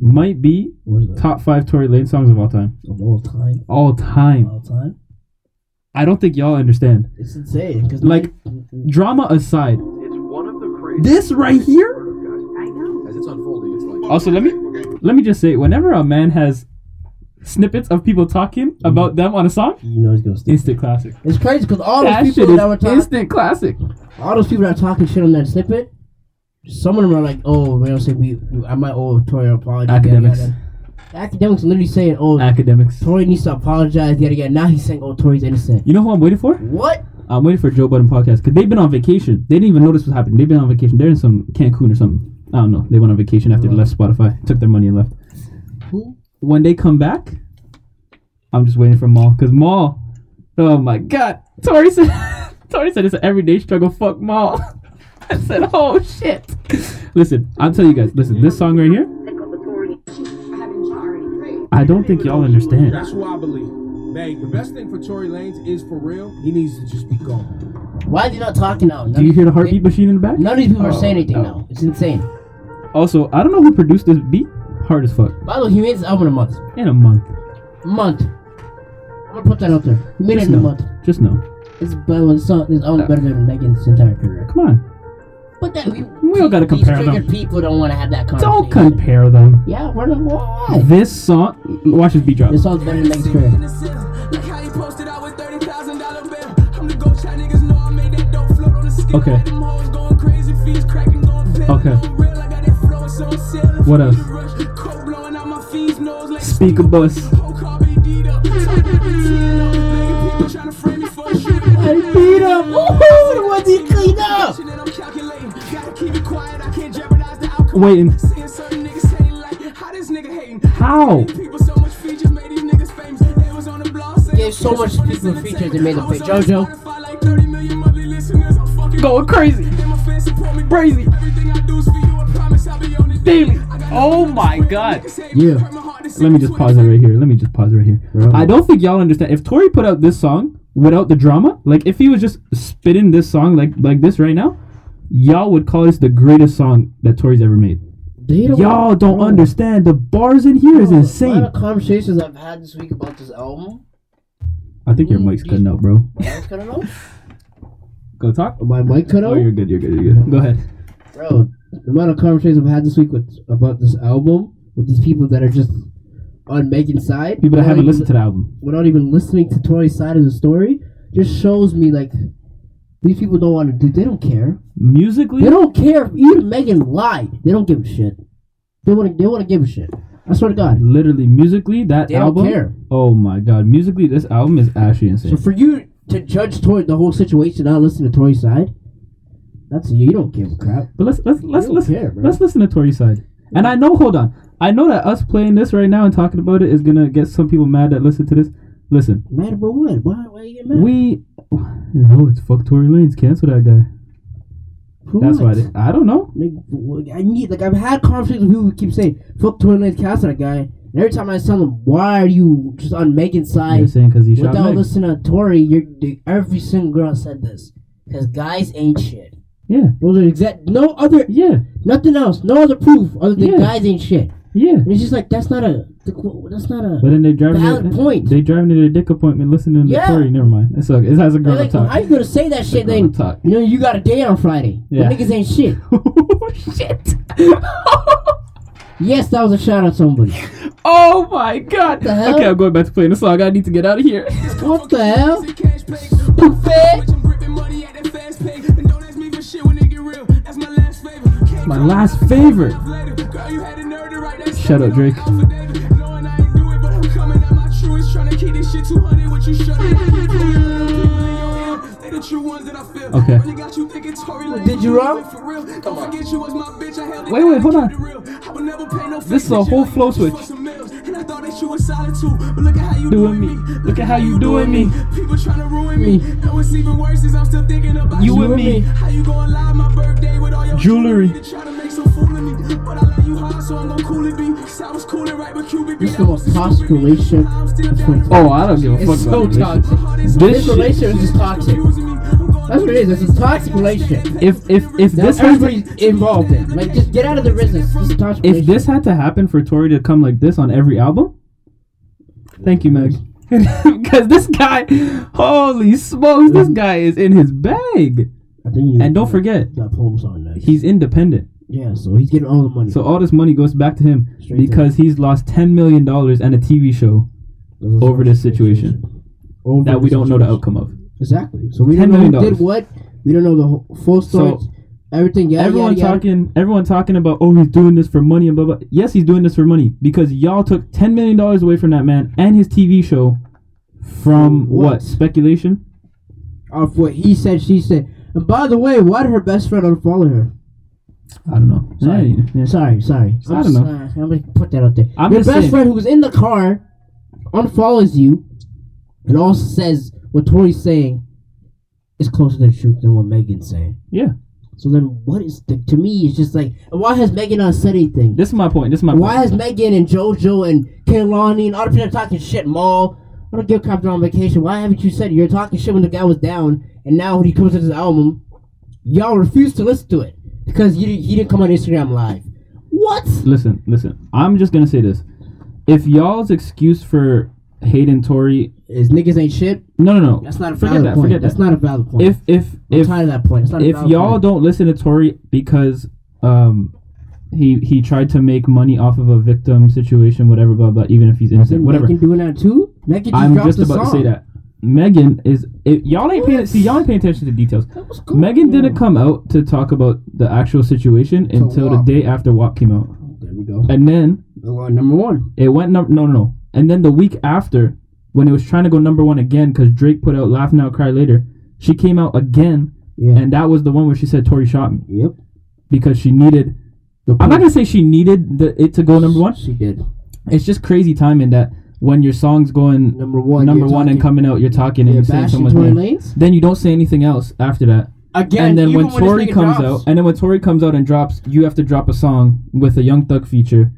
[SPEAKER 5] might be
[SPEAKER 6] What is that?
[SPEAKER 5] top five Tory Lane songs of all time.
[SPEAKER 6] Of all time.
[SPEAKER 5] All time.
[SPEAKER 6] All time.
[SPEAKER 5] I don't think y'all understand.
[SPEAKER 6] It's insane. Cause
[SPEAKER 5] Like- Drama aside, this right here.
[SPEAKER 8] As it's unfolding, it's like
[SPEAKER 5] Also, let me let me just say, whenever a man has snippets of people talking about them on a song,
[SPEAKER 6] you know he's gonna stick.
[SPEAKER 5] instant classic.
[SPEAKER 6] It's crazy because all
[SPEAKER 5] That
[SPEAKER 6] those
[SPEAKER 5] shit
[SPEAKER 6] people that were
[SPEAKER 5] is
[SPEAKER 6] talking,
[SPEAKER 5] instant classic.
[SPEAKER 6] all those people that are talking shit on that snippet, some of them are like, "Oh, man, say we, we, I might owe Tory an apology." yada,
[SPEAKER 5] Academics.
[SPEAKER 6] yada. The academics literally saying, "Oh,
[SPEAKER 5] Academics.
[SPEAKER 6] Tory needs to apologize." Yada yada. Now he's saying, "Oh, Tory's innocent."
[SPEAKER 5] You know who I'm waiting for?
[SPEAKER 6] What?
[SPEAKER 5] I'm waiting for Joe Budden podcast because they've been on vacation. They didn't even notice what happened. They've been on vacation. They're in some Cancun or something. I don't know. They went on vacation after they left Spotify, took their money and left.
[SPEAKER 6] Who?
[SPEAKER 5] when they come back, I'm just waiting for Maul because Maul. Oh my God, Tori said. Tori said it's an everyday struggle. Fuck Maul. I said, oh shit. Listen, I'll tell you guys. Listen, this song right here. I don't think y'all understand.
[SPEAKER 9] That's who I believe. Man, the best thing for Tory Lanez is for real. He needs to just be gone.
[SPEAKER 6] Why are they not talking now? None,
[SPEAKER 5] Do you hear the heartbeat machine in the back?
[SPEAKER 6] None of these people are
[SPEAKER 5] Oh,
[SPEAKER 6] saying anything
[SPEAKER 5] oh.
[SPEAKER 6] now. It's insane.
[SPEAKER 5] Also, I don't know who produced this beat. Hard as fuck.
[SPEAKER 6] By the way, he made this album in a month.
[SPEAKER 5] In a month.
[SPEAKER 6] Month. I'm gonna put that out there. He made it
[SPEAKER 5] Just
[SPEAKER 6] in a
[SPEAKER 5] know.
[SPEAKER 6] month.
[SPEAKER 5] Just know.
[SPEAKER 6] It's better. This song is
[SPEAKER 5] Uh,
[SPEAKER 6] always better than Megan's entire career.
[SPEAKER 5] Come on.
[SPEAKER 6] But that we,
[SPEAKER 5] We don't gotta
[SPEAKER 6] these
[SPEAKER 5] compare them.
[SPEAKER 6] triggered people don't want to have that conversation.
[SPEAKER 5] Don't compare them.
[SPEAKER 6] Yeah, we're not. Why?
[SPEAKER 5] This song. Watch this beat drop.
[SPEAKER 6] This song's better than Megan's career.
[SPEAKER 3] Like how you posted out with thirty thousand dollar bill. I'm the ghost chat niggas know I made that dope float on the skin.
[SPEAKER 5] Okay.
[SPEAKER 3] Had them hoes going crazy, fees cracking, going pale.
[SPEAKER 5] Okay.
[SPEAKER 3] Going real, I got that flow, it's on sale.
[SPEAKER 5] What else?
[SPEAKER 3] Rush, coke blowing out my fiends, nose like
[SPEAKER 5] Speaker bus.
[SPEAKER 3] coke, car, BD up. Talking to the team, though. Nigga, people trying to frame me for a shooter.
[SPEAKER 5] beat up.
[SPEAKER 6] Woohoo! What's he clean up?
[SPEAKER 3] Shit that I'm calculating. Gotta keep it quiet, I can't jeopardize the outcome.
[SPEAKER 5] Waiting.
[SPEAKER 3] Seeing certain niggas hating, like, how this nigga hating?
[SPEAKER 5] How?
[SPEAKER 3] People so much features made these niggas famous. They was on the blog saying-
[SPEAKER 6] Gave so much people features that made them famous. JoJo.
[SPEAKER 3] Like 30 million monthly listeners, I'm fucking
[SPEAKER 5] Going crazy.
[SPEAKER 3] Then my fans support me.
[SPEAKER 5] Crazy.
[SPEAKER 3] Everything I do is for you, I promise I'll be on it
[SPEAKER 5] Daily. Oh my God.
[SPEAKER 6] Yeah.
[SPEAKER 5] Let me just pause it right here. Let me just pause it right here. I don't think y'all understand. If Tori put out this song without the drama, like if he was just spitting this song like like this right now, y'all would call this the greatest song that Tori's ever made.
[SPEAKER 6] They don't
[SPEAKER 5] Y'all don't understand. The bars in here is
[SPEAKER 6] A lot
[SPEAKER 5] insane.
[SPEAKER 6] of conversations I've had this week about this album.
[SPEAKER 5] I think your mic's cutting out, bro.
[SPEAKER 6] I was kinda know.
[SPEAKER 5] Go talk.
[SPEAKER 6] My mic cut
[SPEAKER 5] Oh,
[SPEAKER 6] out?
[SPEAKER 5] you're good. You're good. You're good. Go ahead.
[SPEAKER 6] Bro, the amount of conversations I've had this week with about this album with these people that are just on Megan's side.
[SPEAKER 5] People that
[SPEAKER 6] without
[SPEAKER 5] haven't
[SPEAKER 6] even-
[SPEAKER 5] listened to the album.
[SPEAKER 6] Without even listening to Tori's side of the story, just shows me like these people don't want to do. They don't care.
[SPEAKER 5] Musically,
[SPEAKER 6] They don't care. Even Megan lied. They don't give a shit. They want to. They want to give a shit. I swear to God.
[SPEAKER 5] literally musically, that
[SPEAKER 6] They don't
[SPEAKER 5] album.
[SPEAKER 6] care.
[SPEAKER 5] Oh my god, musically, this album is actually
[SPEAKER 6] So
[SPEAKER 5] insane.
[SPEAKER 6] for you to judge Tori the whole situation, not listen to Tori's side, that's you don't give a crap.
[SPEAKER 5] But let's let's let's
[SPEAKER 6] don't
[SPEAKER 5] listen.
[SPEAKER 6] care, bro.
[SPEAKER 5] let's listen to Tori's side. And I know, hold on, I know that us playing this right now and talking about it is gonna get some people mad that listen to this. Listen,
[SPEAKER 6] Mad about what? Why? Why you get mad?
[SPEAKER 5] we no, it's fuck Tory Lanez. Cancel that guy.
[SPEAKER 6] For
[SPEAKER 5] That's why
[SPEAKER 6] what?
[SPEAKER 5] they, I don't know.
[SPEAKER 6] Like, w- I need like I've had conversations with people who keep saying fuck Tory Lanez cast that guy, and every time I tell them why are you just on Megan's
[SPEAKER 5] You're
[SPEAKER 6] side
[SPEAKER 5] saying because he shot
[SPEAKER 6] without
[SPEAKER 5] Meg.
[SPEAKER 6] listening to Tory, you're the, every single girl said this because guys ain't shit.
[SPEAKER 5] Yeah,
[SPEAKER 6] Those are exact no other
[SPEAKER 5] yeah,
[SPEAKER 6] nothing else, no other proof other than
[SPEAKER 5] Yeah.
[SPEAKER 6] guys ain't shit.
[SPEAKER 5] yeah.
[SPEAKER 6] And it's just like that's not a the qu- that's not a
[SPEAKER 5] But then they driving.
[SPEAKER 6] Valid
[SPEAKER 5] to-
[SPEAKER 6] point.
[SPEAKER 5] They driving to their dick appointment, listening to
[SPEAKER 6] Yeah.
[SPEAKER 5] Tory. Never mind. It's okay. It has a
[SPEAKER 6] They're
[SPEAKER 5] girl
[SPEAKER 6] like,
[SPEAKER 5] to
[SPEAKER 6] how you gonna say that shit
[SPEAKER 5] girl
[SPEAKER 6] then?
[SPEAKER 5] talk.
[SPEAKER 6] You know you got a date on Friday.
[SPEAKER 5] Yeah.
[SPEAKER 6] Yeah. Niggas ain't shit.
[SPEAKER 5] talk. shit.
[SPEAKER 6] Oh, yes, that was a shot at somebody.
[SPEAKER 5] Oh my god!
[SPEAKER 6] the hell?
[SPEAKER 5] Okay, I'm going back to playing the song. I need to get out of here.
[SPEAKER 6] what the hell?
[SPEAKER 5] Stupid! My
[SPEAKER 3] My
[SPEAKER 5] last favorite. Shout out Drake. Okay.
[SPEAKER 3] Okay.
[SPEAKER 6] Did you wrong?
[SPEAKER 5] Wait, wait, hold on. This
[SPEAKER 3] This
[SPEAKER 5] is a whole flow switch.
[SPEAKER 3] Doing me. Look at how you
[SPEAKER 5] doing
[SPEAKER 3] doing
[SPEAKER 5] me.
[SPEAKER 3] me. People trying to ruin me. And what's even worse is I'm still thinking about
[SPEAKER 5] You
[SPEAKER 3] you,
[SPEAKER 5] and
[SPEAKER 3] and
[SPEAKER 5] me.
[SPEAKER 3] me. How you gonna lie my birthday with all your
[SPEAKER 5] Jewelry.
[SPEAKER 3] To try to make some fool of me. But I love you hard, so I'm gonna cool it be. So I was cool it right with Cupid.
[SPEAKER 6] This is the most toxic relationship between
[SPEAKER 5] Oh, I don't give a fuck
[SPEAKER 6] It's so
[SPEAKER 5] about relationship.
[SPEAKER 6] toxic.
[SPEAKER 5] This
[SPEAKER 6] This
[SPEAKER 5] shit-
[SPEAKER 6] relationship is just toxic. That's what it is. It's a toxic relationship.
[SPEAKER 5] If if if
[SPEAKER 6] That's
[SPEAKER 5] this
[SPEAKER 6] everybody's
[SPEAKER 5] had,
[SPEAKER 6] involved in. Like, just get out of the business. It's a toxic
[SPEAKER 5] if
[SPEAKER 6] relationship.
[SPEAKER 5] this had to happen for Tori to come like this on every album, thank you, Meg. Because this guy, holy smokes, this guy is in his bag.
[SPEAKER 6] I think
[SPEAKER 5] And don't forget,
[SPEAKER 6] that poem song next.
[SPEAKER 5] he's independent,
[SPEAKER 6] yeah, so he's getting all the money.
[SPEAKER 5] so all this money goes back to him
[SPEAKER 6] Straight to
[SPEAKER 5] because he's lost ten million dollars and a TV show over this situation
[SPEAKER 6] Over
[SPEAKER 5] that we
[SPEAKER 6] this
[SPEAKER 5] don't know the
[SPEAKER 6] situation.
[SPEAKER 5] outcome of.
[SPEAKER 6] Exactly. So we
[SPEAKER 5] $10
[SPEAKER 6] don't know who
[SPEAKER 5] million.
[SPEAKER 6] did what. We don't know the whole, full story.
[SPEAKER 5] So,
[SPEAKER 6] everything. Oh, Yeah,
[SPEAKER 5] everyone
[SPEAKER 6] yeah, yeah.
[SPEAKER 5] talking everyone talking about oh he's doing this for money and blah blah yes he's doing this for money because y'all took 10 million dollars away from that man and his tv show from what,
[SPEAKER 6] What?
[SPEAKER 5] speculation
[SPEAKER 6] Of what he said, she said. And by the way, why did her best friend unfollow her?
[SPEAKER 5] I don't know.
[SPEAKER 6] Sorry.
[SPEAKER 5] Yeah, yeah.
[SPEAKER 6] Sorry, sorry.
[SPEAKER 5] I
[SPEAKER 6] I'm
[SPEAKER 5] don't know.
[SPEAKER 6] sorry. I'm gonna put that out there.
[SPEAKER 5] I'm
[SPEAKER 6] Your
[SPEAKER 5] just
[SPEAKER 6] best
[SPEAKER 5] saying-
[SPEAKER 6] friend who was in the car unfollows you and also says what Tori's saying is closer to the truth than what Megan's saying.
[SPEAKER 5] Yeah.
[SPEAKER 6] So then, what is the, to me? It's just like, why has Megan not said anything?
[SPEAKER 5] This is my point. This is my
[SPEAKER 6] Why
[SPEAKER 5] point.
[SPEAKER 6] has Megan and JoJo and Kehlani and all the people that are talking shit, Maul? I don't give cops on vacation. Why haven't you said you're talking shit when the guy was down, and now when he comes with his album, y'all refuse to listen to it because you, he didn't come on Instagram live. What?
[SPEAKER 5] Listen, listen. I'm just gonna say this. If y'all's excuse for hating Tory,
[SPEAKER 6] Is niggas ain't shit?
[SPEAKER 5] no, no, no.
[SPEAKER 6] That's not a
[SPEAKER 5] Forget
[SPEAKER 6] valid
[SPEAKER 5] that,
[SPEAKER 6] point.
[SPEAKER 5] forget
[SPEAKER 6] That's
[SPEAKER 5] that.
[SPEAKER 6] not a valid point.
[SPEAKER 5] If if
[SPEAKER 6] I'm
[SPEAKER 5] if
[SPEAKER 6] tired of that point. It's not a
[SPEAKER 5] if
[SPEAKER 6] valid
[SPEAKER 5] y'all
[SPEAKER 6] point.
[SPEAKER 5] don't listen to Tory because um he he tried to make money off of a victim situation, whatever, blah blah. Even if he's innocent,
[SPEAKER 6] Isn't
[SPEAKER 5] whatever.
[SPEAKER 6] Megan doing that too. Megan just
[SPEAKER 5] I'm
[SPEAKER 6] dropped
[SPEAKER 5] just
[SPEAKER 6] the
[SPEAKER 5] about to
[SPEAKER 6] song.
[SPEAKER 5] say that. Megan is if, y'all ain't paying see y'all ain't paying attention to details.
[SPEAKER 6] That was cool.
[SPEAKER 5] Megan didn't come out to talk about the actual situation until the
[SPEAKER 6] WAP.
[SPEAKER 5] day after WAP came out,
[SPEAKER 6] There we go.
[SPEAKER 5] and then
[SPEAKER 6] Well, number one.
[SPEAKER 5] it went num- no no no, and then the week after when it was trying to go number one again because Drake put out "Laugh Now Cry Later," she came out again,
[SPEAKER 6] Yeah.
[SPEAKER 5] and that was the one where she said Tori shot me
[SPEAKER 6] yep.
[SPEAKER 5] because she needed.
[SPEAKER 6] The
[SPEAKER 5] I'm not
[SPEAKER 6] point-
[SPEAKER 5] gonna say she needed the, it to go number one.
[SPEAKER 6] She did.
[SPEAKER 5] It's just crazy timing that when your song's going
[SPEAKER 6] Number one.
[SPEAKER 5] number
[SPEAKER 6] you're
[SPEAKER 5] one and
[SPEAKER 6] talking-
[SPEAKER 5] coming out, you're talking and
[SPEAKER 6] Yeah,
[SPEAKER 5] you're saying
[SPEAKER 6] bashing
[SPEAKER 5] someone's
[SPEAKER 6] Tory
[SPEAKER 5] name.
[SPEAKER 6] Lanez?
[SPEAKER 5] Then you don't say anything else after that.
[SPEAKER 6] Again,
[SPEAKER 5] and then
[SPEAKER 6] even
[SPEAKER 5] when
[SPEAKER 6] this
[SPEAKER 5] Tory
[SPEAKER 6] nigga
[SPEAKER 5] comes
[SPEAKER 6] drops-
[SPEAKER 5] out, and then when Tory comes out and drops, you have to drop a song with a Young Thug feature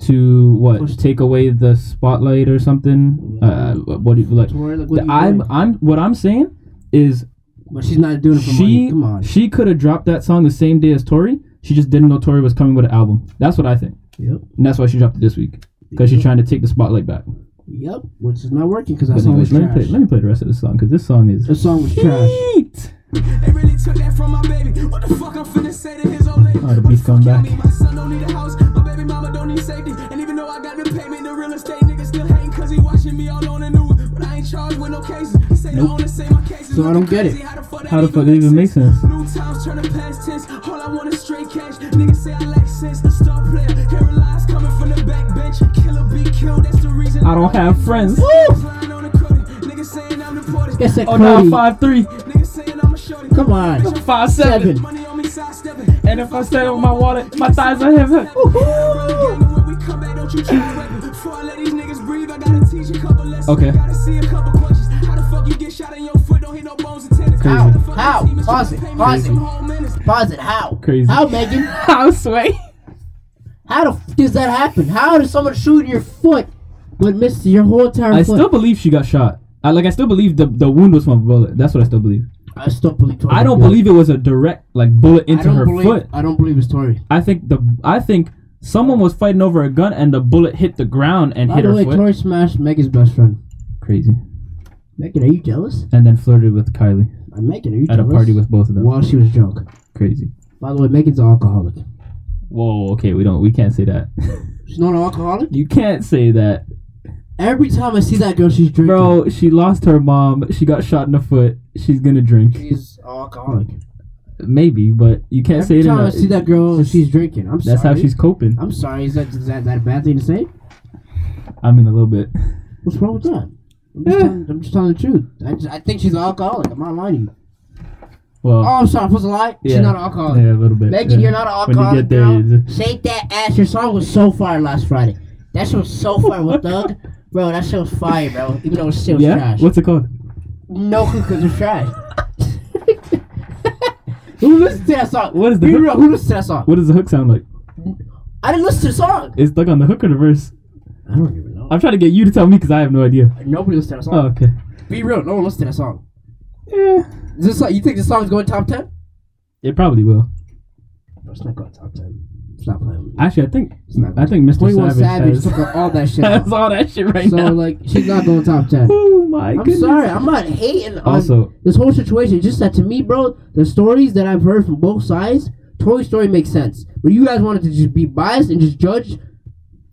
[SPEAKER 5] to what
[SPEAKER 6] Push-
[SPEAKER 5] take away the spotlight or something. Uh, what do you like?
[SPEAKER 6] Tory, like, what
[SPEAKER 5] The-
[SPEAKER 6] are you
[SPEAKER 5] I'm
[SPEAKER 6] doing?
[SPEAKER 5] I'm what I'm saying is
[SPEAKER 6] But she's not doing it for money.
[SPEAKER 5] she
[SPEAKER 6] Come on.
[SPEAKER 5] she could have dropped that song the same day as Tory. She just didn't know Tory was coming with an album. That's what I think,
[SPEAKER 6] Yep.
[SPEAKER 5] and that's why she dropped it this week because she's trying to take the spotlight back.
[SPEAKER 6] Yep. Which is not working because that
[SPEAKER 5] But
[SPEAKER 6] song was
[SPEAKER 5] anyways, let me
[SPEAKER 6] trash.
[SPEAKER 5] play let me play the rest of this song because this song is
[SPEAKER 6] That song was trash.
[SPEAKER 5] heat.
[SPEAKER 3] They really took that from my baby. What the fuck I'm finna say to his old lady?
[SPEAKER 5] Oh, the
[SPEAKER 3] What
[SPEAKER 5] beat's
[SPEAKER 3] fuck
[SPEAKER 5] coming
[SPEAKER 3] y'all
[SPEAKER 5] back.
[SPEAKER 3] mean? My son don't need a house. My baby mama don't need safety. And even though I got the payment, the real estate nigga still hating cause he watching me all on the news. But I ain't charged with no cases. He say the owner say my cases.
[SPEAKER 6] So I don't get it.
[SPEAKER 3] How the fuck that
[SPEAKER 5] How the fuck it even make sense?
[SPEAKER 3] New times turn to past tense. All I want is straight cash. Niggas say I lack sense. The star player. Here lies coming from the back bench. Killer be killed. That's the reason
[SPEAKER 5] I don't have friends.
[SPEAKER 3] Flying on the credit. Niggas saying I'm deported.
[SPEAKER 6] Guess that
[SPEAKER 5] Oh,
[SPEAKER 6] Cody.
[SPEAKER 5] now five three,
[SPEAKER 3] Niggas saying I'm a shorty.
[SPEAKER 6] Come on.
[SPEAKER 5] five seven.
[SPEAKER 6] Seven.
[SPEAKER 3] Money on me sidestepping.
[SPEAKER 5] And if I stand on my water, my thighs are heavy.
[SPEAKER 3] When we come back, don't you try to rap. Before I let these niggas breathe, I gotta teach a couple lessons.
[SPEAKER 5] Okay.
[SPEAKER 3] Gotta see a couple questions. How the fuck you get shot in your foot? Don't hit no bones and tennis.
[SPEAKER 5] Crazy.
[SPEAKER 3] How the fuck
[SPEAKER 6] How?
[SPEAKER 3] your team is
[SPEAKER 6] Pause
[SPEAKER 3] trying to
[SPEAKER 6] it.
[SPEAKER 3] pay me
[SPEAKER 6] Pause
[SPEAKER 3] some
[SPEAKER 6] it.
[SPEAKER 3] whole minutes?
[SPEAKER 6] Pause it. How?
[SPEAKER 5] Crazy.
[SPEAKER 6] How, Megan?
[SPEAKER 5] How sway?
[SPEAKER 6] How the f- does that happen? How does someone shoot in your foot but miss your whole entire
[SPEAKER 5] I
[SPEAKER 6] foot?
[SPEAKER 5] still believe she got shot. I, like I still believe the, the wound was from a bullet. That's what I still believe.
[SPEAKER 6] I still believe Tory.
[SPEAKER 5] I don't
[SPEAKER 6] did it.
[SPEAKER 5] believe it was a direct like bullet
[SPEAKER 6] I
[SPEAKER 5] into
[SPEAKER 6] don't
[SPEAKER 5] her
[SPEAKER 6] believe,
[SPEAKER 5] foot.
[SPEAKER 6] I don't believe it's Tory.
[SPEAKER 5] I think the I think someone was fighting over a gun and the bullet hit the ground and
[SPEAKER 6] By
[SPEAKER 5] hit
[SPEAKER 6] the
[SPEAKER 5] her
[SPEAKER 6] way,
[SPEAKER 5] foot.
[SPEAKER 6] Tory smashed Megan's best friend.
[SPEAKER 5] Crazy.
[SPEAKER 6] Megan, are you jealous?
[SPEAKER 5] And then flirted with Kylie
[SPEAKER 6] Uh, Megan, are you
[SPEAKER 5] at a
[SPEAKER 6] jealous?
[SPEAKER 5] party with both of them.
[SPEAKER 6] While she was drunk.
[SPEAKER 5] Crazy.
[SPEAKER 6] By the way, Megan's an alcoholic.
[SPEAKER 5] Whoa. Okay, we don't. We can't say that.
[SPEAKER 6] She's not an alcoholic?
[SPEAKER 5] you can't say that,
[SPEAKER 6] Every time I see that girl, she's drinking.
[SPEAKER 5] bro. She lost her mom. She got shot in the foot. She's gonna drink.
[SPEAKER 6] She's an alcoholic.
[SPEAKER 5] Maybe, but you can't
[SPEAKER 6] Every
[SPEAKER 5] say it. in
[SPEAKER 6] time
[SPEAKER 5] a-
[SPEAKER 6] I see that girl, she's drinking. I'm
[SPEAKER 5] That's
[SPEAKER 6] sorry.
[SPEAKER 5] how she's coping.
[SPEAKER 6] I'm sorry. Is that, is that that a bad thing to say?
[SPEAKER 5] I mean, a little bit.
[SPEAKER 6] What's wrong with that? I'm just,
[SPEAKER 5] Eh.
[SPEAKER 6] telling, I'm just telling the truth. I, just, I think she's an alcoholic. I'm not lying to you.
[SPEAKER 5] Well,
[SPEAKER 6] Oh, I'm sorry. I was a lie.
[SPEAKER 5] yeah.
[SPEAKER 6] She's not an alcoholic.
[SPEAKER 5] Yeah, a little bit.
[SPEAKER 6] Megan,
[SPEAKER 5] yeah.
[SPEAKER 6] you're not an
[SPEAKER 5] When you
[SPEAKER 6] alcoholic,
[SPEAKER 5] get there,
[SPEAKER 6] girl.
[SPEAKER 5] it's-
[SPEAKER 6] Shake that ass. Your song was so fire last Friday. That shit was so fire with Thug. Bro, that shit was fire, bro. Even though it still was
[SPEAKER 5] yeah.
[SPEAKER 6] trash.
[SPEAKER 5] What's it called?
[SPEAKER 6] No, because it's trash. who listened to that song?
[SPEAKER 5] What is the
[SPEAKER 6] Be
[SPEAKER 5] hook?
[SPEAKER 6] real, Who listened to that song?
[SPEAKER 5] What does the hook sound like?
[SPEAKER 6] I didn't listen to the song.
[SPEAKER 5] It's stuck on the hook or the verse?
[SPEAKER 6] I don't even know.
[SPEAKER 5] I'm trying to get you to tell me because I have no idea.
[SPEAKER 6] Uh, Nobody listened to that song.
[SPEAKER 5] Oh, okay.
[SPEAKER 6] Be real. No one listened to that song.
[SPEAKER 5] Yeah.
[SPEAKER 6] Is this song, you think the song's going top ten?
[SPEAKER 5] It probably will.
[SPEAKER 6] No, it's not going top ten. Stop playing. with me.
[SPEAKER 5] Actually, I think
[SPEAKER 6] It's not
[SPEAKER 5] I think Mr.
[SPEAKER 6] 21
[SPEAKER 5] Savage,
[SPEAKER 6] Savage
[SPEAKER 5] has,
[SPEAKER 6] took out all that shit.
[SPEAKER 5] has
[SPEAKER 6] out.
[SPEAKER 5] all that shit right
[SPEAKER 6] so
[SPEAKER 5] now.
[SPEAKER 6] like, she's not going top ten.
[SPEAKER 5] oh my
[SPEAKER 6] I'm
[SPEAKER 5] goodness.
[SPEAKER 6] sorry. I'm not hating on
[SPEAKER 5] Also-
[SPEAKER 6] this whole situation. It's just that to me, bro, the stories that I've heard from both sides, Toy Story makes sense. But you guys wanted to just be biased and just judge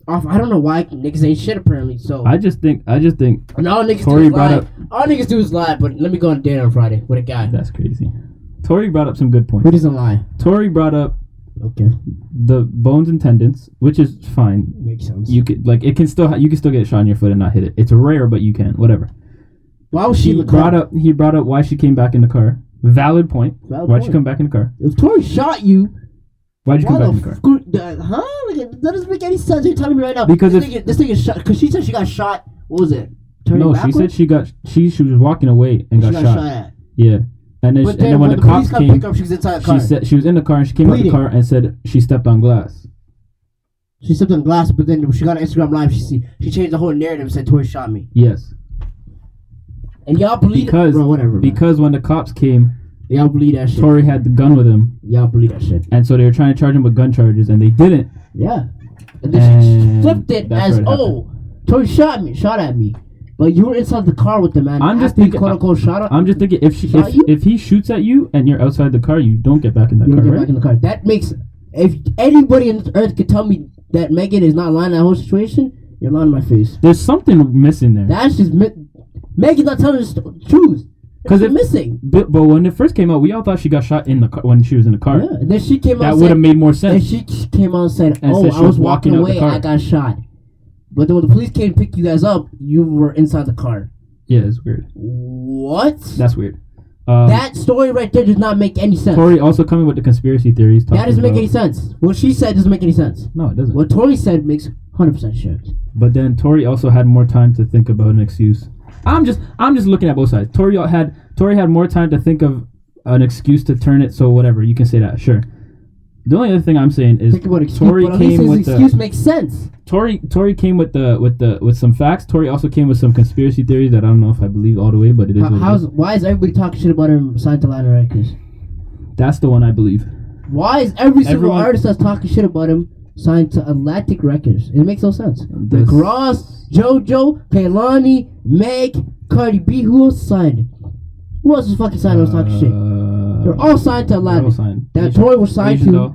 [SPEAKER 6] off. I don't know why niggas ain't shit apparently. So
[SPEAKER 5] I just think I just think
[SPEAKER 6] and all niggas
[SPEAKER 5] Tory
[SPEAKER 6] do is
[SPEAKER 5] brought
[SPEAKER 6] lie.
[SPEAKER 5] up-
[SPEAKER 6] All niggas do is lie. But let me go on a date on Friday with a guy
[SPEAKER 5] that's crazy. Tori brought up some good
[SPEAKER 6] who
[SPEAKER 5] points.
[SPEAKER 6] doesn't lie.
[SPEAKER 5] Tori brought up
[SPEAKER 6] Okay,
[SPEAKER 5] the bones and tendons, which is fine.
[SPEAKER 6] makes sense.
[SPEAKER 5] You could like it can still ha- you can still get shot in your foot and not hit it. It's rare, but you can. Whatever.
[SPEAKER 6] why was she in
[SPEAKER 5] He
[SPEAKER 6] the car?
[SPEAKER 5] brought up he brought up why she came back in the car. Valid point.
[SPEAKER 6] Valid
[SPEAKER 5] Why'd she
[SPEAKER 6] point.
[SPEAKER 5] come back in the car?
[SPEAKER 6] if Tory shot you,
[SPEAKER 5] Why'd you
[SPEAKER 6] Why
[SPEAKER 5] come back
[SPEAKER 6] the
[SPEAKER 5] in the car?
[SPEAKER 6] fuck- the- huh? Like, it doesn't make any sense. You're telling me right now.
[SPEAKER 5] Because
[SPEAKER 6] this
[SPEAKER 5] if-
[SPEAKER 6] nigga, this thing is shot. Because she said she got shot. What was it? Turning
[SPEAKER 5] No, she
[SPEAKER 6] backwards?
[SPEAKER 5] said she got she she was walking away and got, shot.
[SPEAKER 6] at.
[SPEAKER 5] Yeah, and then,
[SPEAKER 6] But
[SPEAKER 5] she-
[SPEAKER 6] then,
[SPEAKER 5] and then when, the cops
[SPEAKER 6] police come
[SPEAKER 5] came,
[SPEAKER 6] pick her up, she was inside the
[SPEAKER 5] she
[SPEAKER 6] car.
[SPEAKER 5] said she was in the car and she came
[SPEAKER 6] Bleeding.
[SPEAKER 5] out the car and said she stepped on glass.
[SPEAKER 6] she stepped on glass, but then when she got on Instagram Live. She see, she changed the whole narrative. and Said Tori shot me,
[SPEAKER 5] Yes,
[SPEAKER 6] and y'all believe
[SPEAKER 5] because
[SPEAKER 6] bro, whatever. man.
[SPEAKER 5] because when the cops came,
[SPEAKER 6] y'all believe that shit.
[SPEAKER 5] Tori had the gun with him,
[SPEAKER 6] Y'all believe that shit.
[SPEAKER 5] and so they were trying to charge him with gun charges, and they didn't.
[SPEAKER 6] Yeah. And then she
[SPEAKER 5] And
[SPEAKER 6] flipped it
[SPEAKER 5] that's
[SPEAKER 6] as
[SPEAKER 5] where it
[SPEAKER 6] oh, Tori shot me, shot at me, but you were inside the car with the man.
[SPEAKER 5] I'm just
[SPEAKER 6] after he
[SPEAKER 5] thinking-
[SPEAKER 6] quote unquote shot. at-
[SPEAKER 5] I'm just thinking if she
[SPEAKER 6] Shot
[SPEAKER 5] if,
[SPEAKER 6] you?
[SPEAKER 5] if he shoots at you and you're outside the car, you don't get back in that
[SPEAKER 6] You
[SPEAKER 5] car,
[SPEAKER 6] don't get
[SPEAKER 5] right?
[SPEAKER 6] back in the car. That makes if anybody on this earth could tell me that Megan is not lying in that whole situation, you're lying in my face.
[SPEAKER 5] There's something missing there.
[SPEAKER 6] That's just mi- Megan's not telling the st- truth.
[SPEAKER 5] Because
[SPEAKER 6] It's
[SPEAKER 5] if
[SPEAKER 6] missing.
[SPEAKER 5] but, but when it first came out, we all thought she got shot in the car when she was in the car.
[SPEAKER 6] Yeah. And then she came out.
[SPEAKER 5] That
[SPEAKER 6] and
[SPEAKER 5] would have
[SPEAKER 6] said-
[SPEAKER 5] made more
[SPEAKER 6] And
[SPEAKER 5] sense.
[SPEAKER 6] she just came out and said,
[SPEAKER 5] And
[SPEAKER 6] "Oh,
[SPEAKER 5] said she
[SPEAKER 6] I was
[SPEAKER 5] was
[SPEAKER 6] walking
[SPEAKER 5] walking out the
[SPEAKER 6] away. I
[SPEAKER 5] car.
[SPEAKER 6] got shot." But then when the police came to pick you guys up, you were inside the car.
[SPEAKER 5] yeah, it's weird.
[SPEAKER 6] What?
[SPEAKER 5] That's weird. Um,
[SPEAKER 6] that story right there does not make any sense.
[SPEAKER 5] Tori also coming with the conspiracy theories.
[SPEAKER 6] that
[SPEAKER 5] talking
[SPEAKER 6] doesn't make
[SPEAKER 5] about-
[SPEAKER 6] any sense. What she said doesn't make any sense.
[SPEAKER 5] No, it doesn't.
[SPEAKER 6] What Tori said makes 100% sense.
[SPEAKER 5] But then Tori also had more time to think about an excuse. I'm just I'm just looking at both sides. Tori had Tori had more time to think of an excuse to turn it. So whatever you can say that sure. The only other thing I'm saying is
[SPEAKER 6] Think about excuse,
[SPEAKER 5] Tori
[SPEAKER 6] but at least
[SPEAKER 5] came
[SPEAKER 6] his
[SPEAKER 5] with
[SPEAKER 6] excuse
[SPEAKER 5] the
[SPEAKER 6] makes sense.
[SPEAKER 5] Tori Tori came with the with the with some facts. Tori also came with some conspiracy theories that I don't know if I believe all the way, but it is.
[SPEAKER 6] How,
[SPEAKER 5] what it
[SPEAKER 6] how's,
[SPEAKER 5] is.
[SPEAKER 6] why is everybody talking shit about him signed to Line Records?
[SPEAKER 5] That's the one I believe.
[SPEAKER 6] Why is every single
[SPEAKER 5] Everyone-
[SPEAKER 6] artist that's talking shit about him signed to Atlantic Records? It makes no sense.
[SPEAKER 5] This-
[SPEAKER 6] DeGrasse, JoJo, Kaylani, Meg, Cardi B, who else signed? Who else is fucking signed that was talking shit? They're all signed to
[SPEAKER 5] They're all
[SPEAKER 6] Atlantic.
[SPEAKER 5] signed.
[SPEAKER 6] That
[SPEAKER 5] Uh, Asian-
[SPEAKER 6] Tory was signed
[SPEAKER 5] Asian
[SPEAKER 6] to
[SPEAKER 5] doll.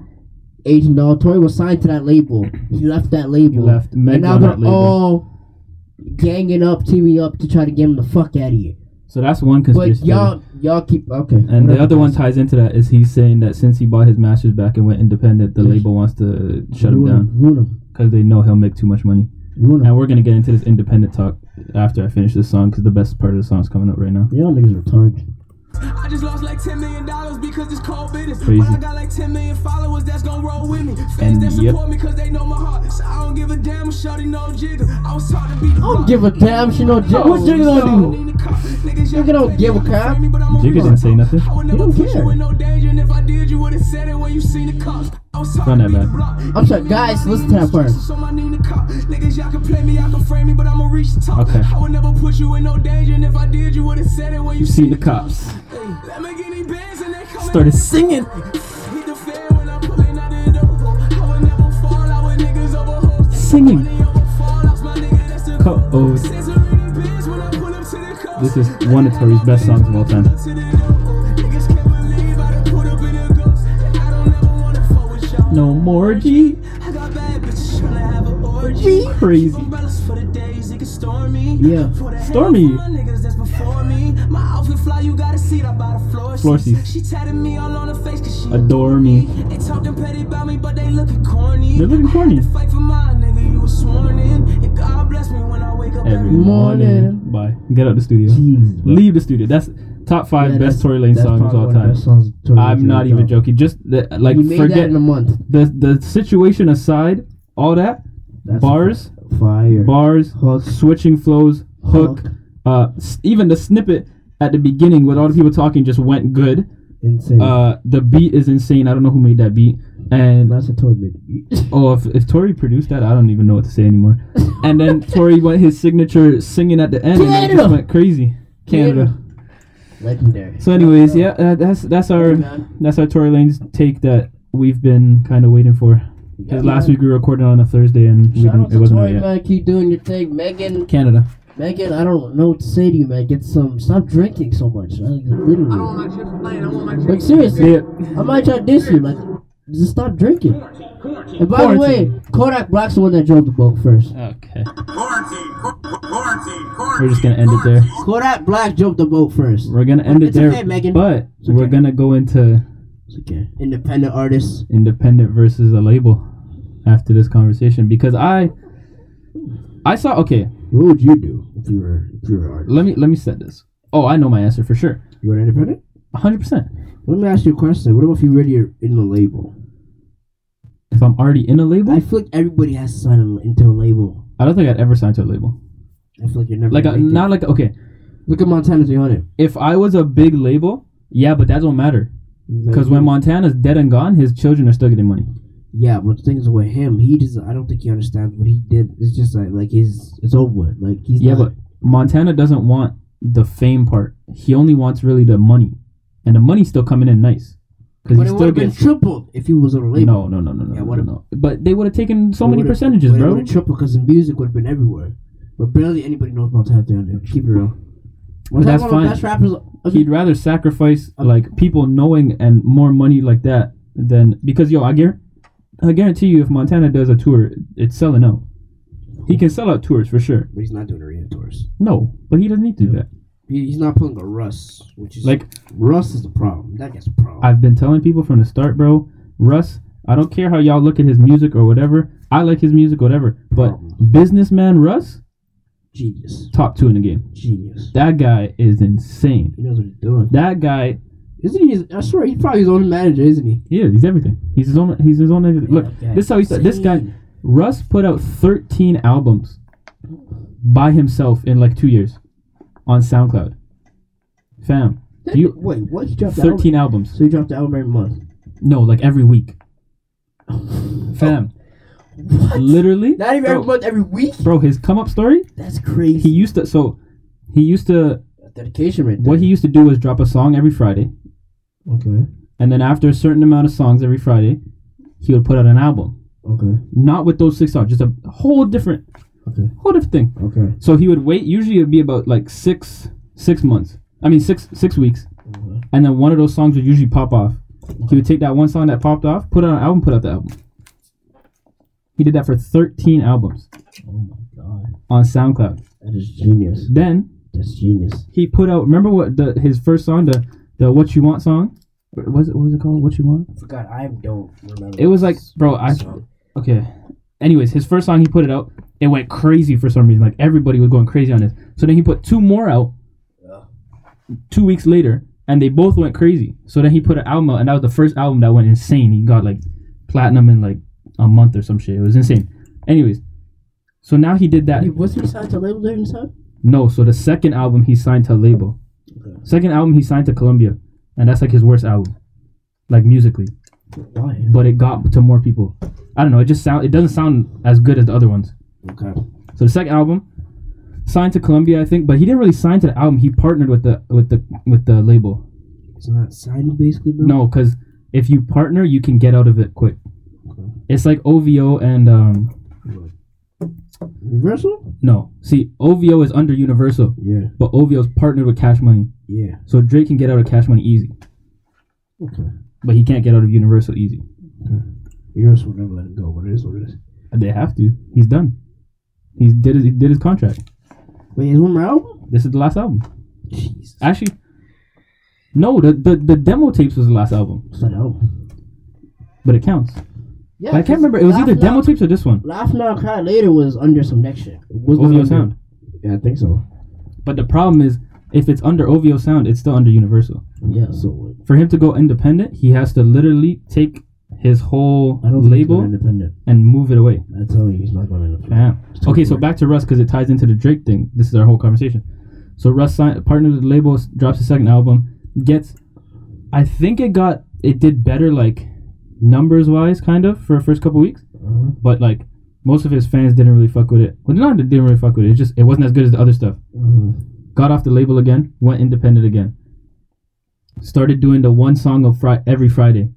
[SPEAKER 6] Agent Doll. Tory was signed to that label. He left that label.
[SPEAKER 5] He left. Meg
[SPEAKER 6] and now
[SPEAKER 5] on
[SPEAKER 6] they're
[SPEAKER 5] that label.
[SPEAKER 6] all ganging up, teaming up to try to get him the fuck out of here.
[SPEAKER 5] So that's one
[SPEAKER 6] But
[SPEAKER 5] conspiracy. theory.
[SPEAKER 6] y'all, y'all keep okay.
[SPEAKER 5] And the
[SPEAKER 6] whatever.
[SPEAKER 5] other one ties into that is he's saying that since he bought his masters back and went independent, the
[SPEAKER 6] Yes.
[SPEAKER 5] label wants to shut him
[SPEAKER 6] ruin
[SPEAKER 5] down
[SPEAKER 6] Ruin him.
[SPEAKER 5] because they know he'll make too much money.
[SPEAKER 6] Ruin him.
[SPEAKER 5] And we're gonna get into this independent talk after I finish this song because the best part of the song is coming up right now.
[SPEAKER 6] Y'all niggas retarded.
[SPEAKER 3] I just lost like 10 million dollars because it's cold business.
[SPEAKER 5] Crazy.
[SPEAKER 3] But I got like 10 million followers that's gonna roll with me. Fans
[SPEAKER 5] And
[SPEAKER 3] that
[SPEAKER 5] yep.
[SPEAKER 3] support me 'cause me because they know my heart. So I don't give a damn, shorty, no jigger. I was taught to be the
[SPEAKER 6] I don't
[SPEAKER 3] block.
[SPEAKER 6] give a damn. She know
[SPEAKER 3] Oh,
[SPEAKER 6] Jigga. What Jigga gonna do?
[SPEAKER 3] Nigga
[SPEAKER 6] don't give a crap.
[SPEAKER 5] Jigga didn't say nothing.
[SPEAKER 3] I would
[SPEAKER 6] He
[SPEAKER 3] never
[SPEAKER 6] don't
[SPEAKER 3] put
[SPEAKER 6] care.
[SPEAKER 3] you in no danger, and if I did, you would have said it when you seen the cops. I was
[SPEAKER 5] Run
[SPEAKER 3] taught
[SPEAKER 5] that
[SPEAKER 3] to be the
[SPEAKER 5] back.
[SPEAKER 3] block.
[SPEAKER 6] I'm sorry, guys, listen to that part.
[SPEAKER 3] So my name the cop. Niggas, y'all can play me, y'all can frame me, but I'ma reach the top.
[SPEAKER 5] Okay.
[SPEAKER 3] I would never put you in no danger, and if I did, you would have said it when you
[SPEAKER 5] You see the cops
[SPEAKER 3] Started
[SPEAKER 5] started singing. Singing. Cut over. This is one of Tori's best songs of all time. No more G.
[SPEAKER 3] I got bad bitches tryna have an orgy.
[SPEAKER 5] G. Crazy.
[SPEAKER 3] Umbrellas for the days it get stormy.
[SPEAKER 6] Yeah.
[SPEAKER 3] For the
[SPEAKER 5] Stormy.
[SPEAKER 3] hell for my niggas that's before me. My outfit fly, you got a seat. I bought a floor seat.
[SPEAKER 5] Floor seat.
[SPEAKER 3] She tatted me all on her face 'cause she
[SPEAKER 5] Adore me.
[SPEAKER 3] They talking petty about me, but they looking corny.
[SPEAKER 5] They're looking corny.
[SPEAKER 3] Fight for mine, nigga. You was sworn in. And God bless me when I wake up
[SPEAKER 5] Every
[SPEAKER 3] every
[SPEAKER 5] morning.
[SPEAKER 6] Morning.
[SPEAKER 5] Bye. Get out the studio.
[SPEAKER 6] Jeez, bro.
[SPEAKER 5] Leave the studio. That's top five
[SPEAKER 6] Yeah,
[SPEAKER 5] best
[SPEAKER 6] that's-
[SPEAKER 5] Tory Lane
[SPEAKER 6] that's
[SPEAKER 5] songs of
[SPEAKER 6] probably
[SPEAKER 5] all
[SPEAKER 6] one of the
[SPEAKER 5] time.
[SPEAKER 6] best songs Tory Lane's
[SPEAKER 5] I'm not
[SPEAKER 6] ever
[SPEAKER 5] even
[SPEAKER 6] done.
[SPEAKER 5] joking. Just the, like
[SPEAKER 6] He made that
[SPEAKER 5] forget
[SPEAKER 6] in a month.
[SPEAKER 5] the the situation aside, all that
[SPEAKER 6] That's
[SPEAKER 5] bars,
[SPEAKER 6] Fire.
[SPEAKER 5] bars,
[SPEAKER 6] Hook.
[SPEAKER 5] switching flows, hook,
[SPEAKER 6] Hook.
[SPEAKER 5] uh, s- even the snippet at the beginning with all the people talking just went good.
[SPEAKER 6] Insane.
[SPEAKER 5] Uh, the beat is insane. I don't know who made that beat. And
[SPEAKER 6] That's a toy bit.
[SPEAKER 5] oh, if, if Tori produced that, I don't even know what to say anymore. And then Tori went his signature singing at the end, and it just
[SPEAKER 6] Canada!
[SPEAKER 5] went crazy. Canada.
[SPEAKER 6] Canada. Legendary.
[SPEAKER 5] So, anyways, yeah, uh, that's that's our
[SPEAKER 6] man.
[SPEAKER 5] that's our Tory Lane's take that we've been kind of waiting for.
[SPEAKER 6] Yeah,
[SPEAKER 5] Because last
[SPEAKER 6] man.
[SPEAKER 5] week we recorded on a Thursday and we
[SPEAKER 6] Shout
[SPEAKER 5] didn't,
[SPEAKER 6] out
[SPEAKER 5] it
[SPEAKER 6] to
[SPEAKER 5] wasn't out
[SPEAKER 6] Tori,
[SPEAKER 5] yet.
[SPEAKER 6] man. Keep doing your thing. Megan,
[SPEAKER 5] Canada.
[SPEAKER 6] Megan, I don't know what to say to you, man. Get some. Stop drinking so much. Like, literally. Like, seriously.
[SPEAKER 5] Yeah.
[SPEAKER 6] I might try to diss you. Like, just stop drinking. And by the way, Kodak Black's the one that drove the boat first.
[SPEAKER 5] Okay. We're just gonna end it there.
[SPEAKER 6] Kodak Black drove the boat first.
[SPEAKER 5] We're gonna end it
[SPEAKER 6] It's
[SPEAKER 5] there.
[SPEAKER 6] okay, Megan.
[SPEAKER 5] But
[SPEAKER 6] It's
[SPEAKER 5] we're
[SPEAKER 6] okay.
[SPEAKER 5] gonna go into
[SPEAKER 6] It's okay. Independent artists.
[SPEAKER 5] independent versus a label after this conversation because I I saw okay,
[SPEAKER 6] What would you do if you were if you were an artist?
[SPEAKER 5] let me let me set this. Oh, I know my answer for sure.
[SPEAKER 6] You were independent?
[SPEAKER 5] hundred percent.
[SPEAKER 6] Let me ask you a question. What about if you already are in the label?
[SPEAKER 5] if I'm already in a label.
[SPEAKER 6] I feel like everybody has to sign a- into a label.
[SPEAKER 5] I don't think I'd ever sign to a label.
[SPEAKER 6] I feel like you're never
[SPEAKER 5] Like,
[SPEAKER 6] gonna
[SPEAKER 5] I,
[SPEAKER 6] make it.
[SPEAKER 5] not like okay.
[SPEAKER 6] Look at Montana 300.
[SPEAKER 5] If I was a big label, yeah, but that don't matter because when Montana's dead and gone, his children are still getting money.
[SPEAKER 6] yeah, but the thing is with him, he just I don't think he understands what he did. It's just like like his it's over. with. Like he's
[SPEAKER 5] Yeah,
[SPEAKER 6] not-
[SPEAKER 5] but Montana doesn't want the fame part. He only wants really the money, and the money's still coming in nice because
[SPEAKER 6] but
[SPEAKER 5] he
[SPEAKER 6] it
[SPEAKER 5] still
[SPEAKER 6] would have been
[SPEAKER 5] gets.
[SPEAKER 6] tripled if he was on a label.
[SPEAKER 5] No, no, no, no, no,
[SPEAKER 6] Yeah,
[SPEAKER 5] no,
[SPEAKER 6] what
[SPEAKER 5] no,
[SPEAKER 6] if-
[SPEAKER 5] no. But they would have taken so
[SPEAKER 6] It
[SPEAKER 5] many
[SPEAKER 6] would've-
[SPEAKER 5] percentages,
[SPEAKER 6] but It
[SPEAKER 5] bro.
[SPEAKER 6] would have tripled because the music would have been everywhere. But barely anybody knows Montana 300. Keep it real. One
[SPEAKER 5] that's
[SPEAKER 6] time one of the
[SPEAKER 5] fine.
[SPEAKER 6] Best rappers. of-
[SPEAKER 5] He'd rather sacrifice like people knowing and more money like that than because yo, I guarantee, I guarantee you, if Montana does a tour, it's selling out. He can sell out tours for sure.
[SPEAKER 6] But he's not doing arena tours.
[SPEAKER 5] No, but he doesn't need to do that.
[SPEAKER 6] He, he's not pulling a Russ, which is
[SPEAKER 5] Like
[SPEAKER 6] Russ is the problem. That guy's a problem.
[SPEAKER 5] I've been telling people from the start, bro. Russ, I don't care how y'all look at his music or whatever. I like his music, whatever. But businessman Russ,
[SPEAKER 6] genius,
[SPEAKER 5] top two in the game.
[SPEAKER 6] genius.
[SPEAKER 5] That guy is insane.
[SPEAKER 6] He knows what he's doing.
[SPEAKER 5] That guy,
[SPEAKER 6] Isn't he? his- I swear, he's probably his own manager, isn't he?
[SPEAKER 5] yeah, he's everything. He's his own. He's his own. look,
[SPEAKER 6] guy
[SPEAKER 5] this is how he said. This guy,
[SPEAKER 6] insane.
[SPEAKER 5] Russ, put out thirteen albums by himself in like two years on SoundCloud. Fam, do you
[SPEAKER 6] Wait, what? He dropped the
[SPEAKER 5] thirteen
[SPEAKER 6] Album?
[SPEAKER 5] albums?
[SPEAKER 6] So he dropped the album every month.
[SPEAKER 5] No, like every week. Fam, literally.
[SPEAKER 6] Not even every
[SPEAKER 5] Bro.
[SPEAKER 6] month, every week.
[SPEAKER 5] bro his come up story
[SPEAKER 6] That's
[SPEAKER 5] he
[SPEAKER 6] crazy.
[SPEAKER 5] used to so he used to
[SPEAKER 6] Dedication, right there.
[SPEAKER 5] what he used to do was drop a song every friday
[SPEAKER 6] Okay.
[SPEAKER 5] and then after a certain amount of songs every friday he would put out an album
[SPEAKER 6] Okay.
[SPEAKER 5] not with those six songs just a whole different
[SPEAKER 6] Okay.
[SPEAKER 5] whole different thing
[SPEAKER 6] Okay.
[SPEAKER 5] so he would wait usually it would be about like six six months i mean six six weeks and then one of those songs would usually pop off he would take that one song that popped off put out an album put out the album he did that for 13 albums
[SPEAKER 6] Oh my god,
[SPEAKER 5] on soundcloud
[SPEAKER 6] that is genius.
[SPEAKER 5] then
[SPEAKER 6] That's genius.
[SPEAKER 5] he put out. Remember what the his first song, the the "What You Want" song. What was it? What was it called? "What You Want."
[SPEAKER 6] Forgot. I don't remember.
[SPEAKER 5] It was like, bro, I okay. Anyways, his first song he put it out. It went crazy for some reason. Like everybody was going crazy on this. So then he put two more out. Two weeks later, and they both went crazy. So then he put an album out, and that was the first album that went insane. He got like platinum in like a month or some shit. It was insane. Anyways, so now he did that.
[SPEAKER 6] Wait, was he signed to label during this time?
[SPEAKER 5] No, so the second album he signed to a label. Second album he signed to Columbia, and that's like his worst album, like musically.
[SPEAKER 6] Why?
[SPEAKER 5] But it got to more people. I don't know. It just sound. It doesn't sound as good as the other ones.
[SPEAKER 6] Okay.
[SPEAKER 5] So the second album, signed to Columbia, I think, but he didn't really sign to the album. He partnered with the with the with the label.
[SPEAKER 6] It's not signing basically, bro.
[SPEAKER 5] No, because if you partner, you can get out of it quick. It's like OVO and um
[SPEAKER 6] Universal?
[SPEAKER 5] no. See, OVO is under Universal,
[SPEAKER 6] Yeah.
[SPEAKER 5] but OVO's partnered with Cash Money.
[SPEAKER 6] Yeah.
[SPEAKER 5] So Drake can get out of Cash Money easy.
[SPEAKER 6] Okay.
[SPEAKER 5] but he can't get out of Universal easy.
[SPEAKER 6] Universal would never let him go. What it is, what it is.
[SPEAKER 5] They have to. He's done. He did his, he did his contract.
[SPEAKER 6] Wait, is one more album? Ah.
[SPEAKER 5] This is the last album.
[SPEAKER 6] Jesus.
[SPEAKER 5] Actually, no. The the, the demo tapes was the last album,
[SPEAKER 6] It's not an album.
[SPEAKER 5] but it counts.
[SPEAKER 6] Yeah.
[SPEAKER 5] But I can't remember. It was either demo tapes or this one.
[SPEAKER 6] Laugh Now Cry Later was under some next shit. It was
[SPEAKER 5] OVO Sound.
[SPEAKER 6] Yeah, I think so.
[SPEAKER 5] But the problem is, if it's under OVO Sound, it's still under Universal.
[SPEAKER 6] Yeah, so
[SPEAKER 5] For him to go independent, he has to literally take his whole
[SPEAKER 6] I don't think he's going
[SPEAKER 5] label
[SPEAKER 6] independent.
[SPEAKER 5] and move it away.
[SPEAKER 6] I tell you, he's not going independent.
[SPEAKER 5] Damn. Okay, so back to Russ because it ties into the Drake thing. This is our whole conversation. So Russ signed, partnered with the label, s- drops his second album, gets. I think it got it did better like numbers wise, kind of for the first couple weeks,
[SPEAKER 6] Mm-hmm.
[SPEAKER 5] but like most of his fans didn't really fuck with it. Well, not that they didn't really fuck with it. It just it wasn't as good as the other stuff.
[SPEAKER 6] Uh-huh.
[SPEAKER 5] Got off the label again, went independent again. Started doing the one song of fri- every Friday.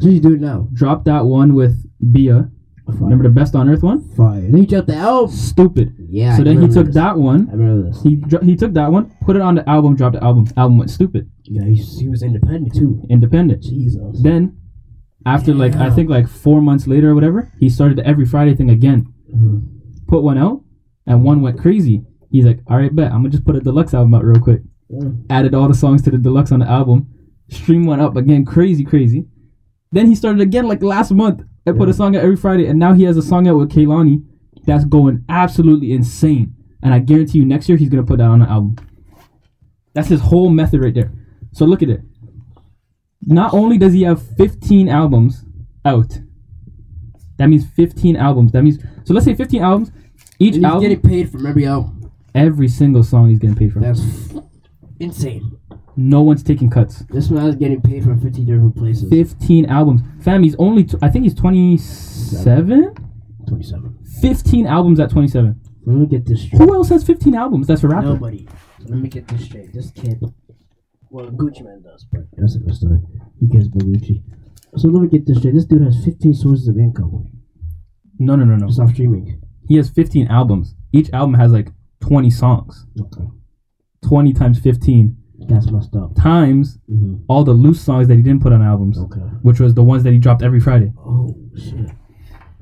[SPEAKER 6] So he's doing now.
[SPEAKER 5] Dropped that one with Bia. Remember the best on earth one?
[SPEAKER 6] Fire. Then he dropped the album.
[SPEAKER 5] Stupid.
[SPEAKER 6] Yeah. I
[SPEAKER 5] so then he
[SPEAKER 6] remember
[SPEAKER 5] took
[SPEAKER 6] this.
[SPEAKER 5] that one.
[SPEAKER 6] I remember this.
[SPEAKER 5] He dro- he took that one, put it on the album, dropped the album. Album went stupid,
[SPEAKER 6] Yeah, he, he was independent too.
[SPEAKER 5] independent.
[SPEAKER 6] Jesus.
[SPEAKER 5] Then, after like I think like four months later or whatever, he started the every Friday thing again. Put one out, and one went crazy. He's like, all right, bet I'm gonna just put a deluxe album out real quick.
[SPEAKER 6] Yeah.
[SPEAKER 5] Added all the songs to the deluxe on the album. Stream went up again, crazy, crazy. Then he started again like last month and put a song out every Friday, and now he has a song out with Kaylani that's going absolutely insane. And I guarantee you, next year he's gonna put that on an album. That's his whole method right there. So look at it. Not only does he have 15 albums out, That means 15 albums. That means so let's say 15 albums. Each
[SPEAKER 6] And he's
[SPEAKER 5] album,
[SPEAKER 6] getting paid from every album.
[SPEAKER 5] every single song he's getting paid from.
[SPEAKER 6] That's f- insane.
[SPEAKER 5] No one's taking cuts.
[SPEAKER 6] This man's getting paid from 50 different places.
[SPEAKER 5] 15 albums. Fam, he's only t- I think he's 27.
[SPEAKER 6] 27.
[SPEAKER 5] 15 albums at 27.
[SPEAKER 6] Let me get this straight.
[SPEAKER 5] Who else has 15 albums? That's a rapper.
[SPEAKER 6] Nobody. So let me get this straight. This kid. Well, Gucci Man does, but that's a different story. Who cares about Gucci? So let me get this straight. This dude has 15 sources of income
[SPEAKER 5] No, no, no, no.
[SPEAKER 6] just off streaming.
[SPEAKER 5] He has 15 albums. Each album has like 20 songs.
[SPEAKER 6] Okay.
[SPEAKER 5] 20 times 15
[SPEAKER 6] That's messed up.
[SPEAKER 5] times
[SPEAKER 6] Mhm.
[SPEAKER 5] all the loose songs that he didn't put on albums,
[SPEAKER 6] Okay.
[SPEAKER 5] which was the ones that he dropped every Friday.
[SPEAKER 6] Oh, shit.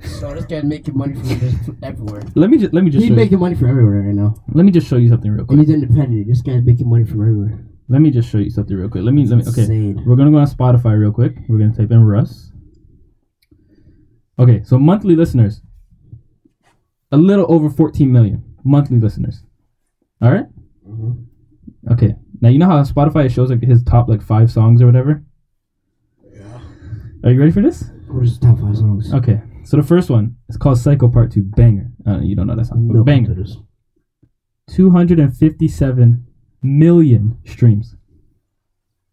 [SPEAKER 6] So this guy's making money from just everywhere.
[SPEAKER 5] Let me just let me just
[SPEAKER 6] He's
[SPEAKER 5] show you,
[SPEAKER 6] making money from everywhere right now.
[SPEAKER 5] let me just show you something real
[SPEAKER 6] And
[SPEAKER 5] quick.
[SPEAKER 6] he's independent. This guy's making money from everywhere.
[SPEAKER 5] Let me just show you something real quick. Let me let me okay.
[SPEAKER 6] Insane.
[SPEAKER 5] We're gonna go on Spotify real quick. We're gonna type in Russ. Okay, so monthly listeners, a little over 14 million monthly listeners. All right? Okay. Now you know how on Spotify it shows like his top like five songs or whatever. Yeah. Are you ready for this?
[SPEAKER 6] What is the top five songs?
[SPEAKER 5] Okay. So the first one is called Psycho Part Two Banger. Uh, you don't know that song, but
[SPEAKER 6] No
[SPEAKER 5] banger.
[SPEAKER 6] computers.
[SPEAKER 5] 257 million streams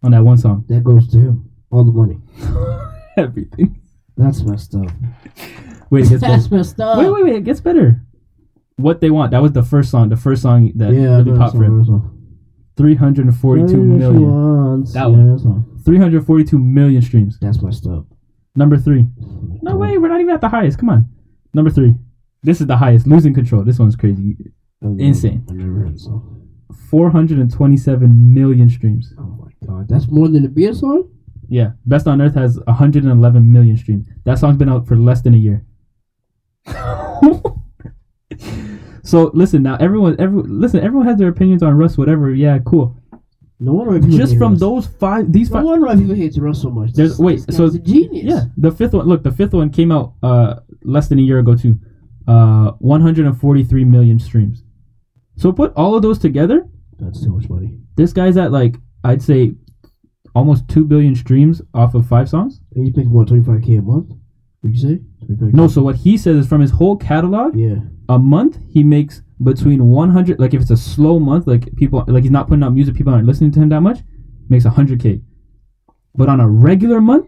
[SPEAKER 5] on that one song.
[SPEAKER 6] That goes to him. All the money.
[SPEAKER 5] Everything.
[SPEAKER 6] That's messed up.
[SPEAKER 5] Wait, it gets better.
[SPEAKER 6] That's messed up.
[SPEAKER 5] Wait, wait, wait! It gets better. What they want. That was the first song. The first song that
[SPEAKER 6] Yeah,
[SPEAKER 5] really popped for him. Three hundred forty-two million. That
[SPEAKER 6] That
[SPEAKER 5] one.
[SPEAKER 6] one.
[SPEAKER 5] Three hundred forty-two million streams.
[SPEAKER 6] That's messed up.
[SPEAKER 5] Number three. No way. We're not even at the highest. Come on. Number three. This is the highest. Losing control. This one's crazy.
[SPEAKER 6] I don't know.
[SPEAKER 5] Insane.
[SPEAKER 6] I never heard the song.
[SPEAKER 5] Four hundred and twenty-seven million streams.
[SPEAKER 6] Oh my god, that's more than the Bia song.
[SPEAKER 5] Yeah. Best on Earth has hundred and eleven million streams. That song's been out for less than a year. so listen now. Everyone, every listen. Everyone has their opinions on Russ. Whatever. Yeah. Cool.
[SPEAKER 6] No wonder why people
[SPEAKER 5] just
[SPEAKER 6] hate
[SPEAKER 5] from
[SPEAKER 6] Russ.
[SPEAKER 5] those five these
[SPEAKER 6] No
[SPEAKER 5] five
[SPEAKER 6] wonder why people hate Russ so much.
[SPEAKER 5] There's-
[SPEAKER 6] This-
[SPEAKER 5] wait,
[SPEAKER 6] this
[SPEAKER 5] so-
[SPEAKER 6] guy's a genius.
[SPEAKER 5] yeah the fifth one look the fifth one came out uh less than a year ago too uh 143 million streams so put all of those together
[SPEAKER 6] that's too much money.
[SPEAKER 5] this guy's at like i'd say almost 2 billion streams off of five songs
[SPEAKER 6] And he's making what twenty five k a month? Would you say? 25K?
[SPEAKER 5] no so what he says is from his whole catalog
[SPEAKER 6] Yeah.
[SPEAKER 5] a month he makes between 100 like if it's a slow month like people like he's not putting out music people aren't listening to him that much makes 100k but on a regular month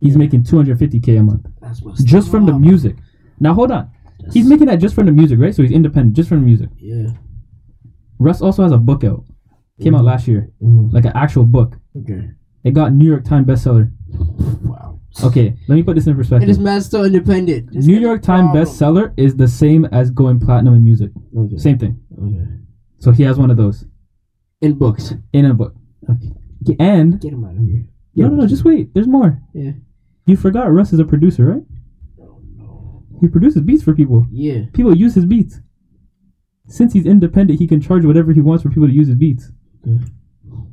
[SPEAKER 5] he's making 250k a month
[SPEAKER 6] That's messed
[SPEAKER 5] just from the
[SPEAKER 6] up.
[SPEAKER 5] music. Now hold on, he's making that just from the music, right? So he's independent just from the music.
[SPEAKER 6] Yeah.
[SPEAKER 5] Russ also has a book out, came out last year,
[SPEAKER 6] Mhm.
[SPEAKER 5] like an actual book.
[SPEAKER 6] Okay.
[SPEAKER 5] It got New York Times bestseller.
[SPEAKER 6] Wow.
[SPEAKER 5] Okay, let me put this in
[SPEAKER 6] And this
[SPEAKER 5] perspective.
[SPEAKER 6] man's still independent. This
[SPEAKER 5] New
[SPEAKER 6] guy's a
[SPEAKER 5] York Times
[SPEAKER 6] problem.
[SPEAKER 5] bestseller is the same as going platinum in music.
[SPEAKER 6] Okay.
[SPEAKER 5] Same thing.
[SPEAKER 6] Okay.
[SPEAKER 5] So he has one of those
[SPEAKER 6] In books.
[SPEAKER 5] in a book.
[SPEAKER 6] Okay.
[SPEAKER 5] And
[SPEAKER 6] Get him out of here.
[SPEAKER 5] no, no, no, just wait. There's more.
[SPEAKER 6] Yeah.
[SPEAKER 5] You forgot Russ is a producer, right? He produces beats for people.
[SPEAKER 6] Yeah.
[SPEAKER 5] People use his beats. Since he's independent, he can charge whatever he wants for people to use his beats.
[SPEAKER 6] Oh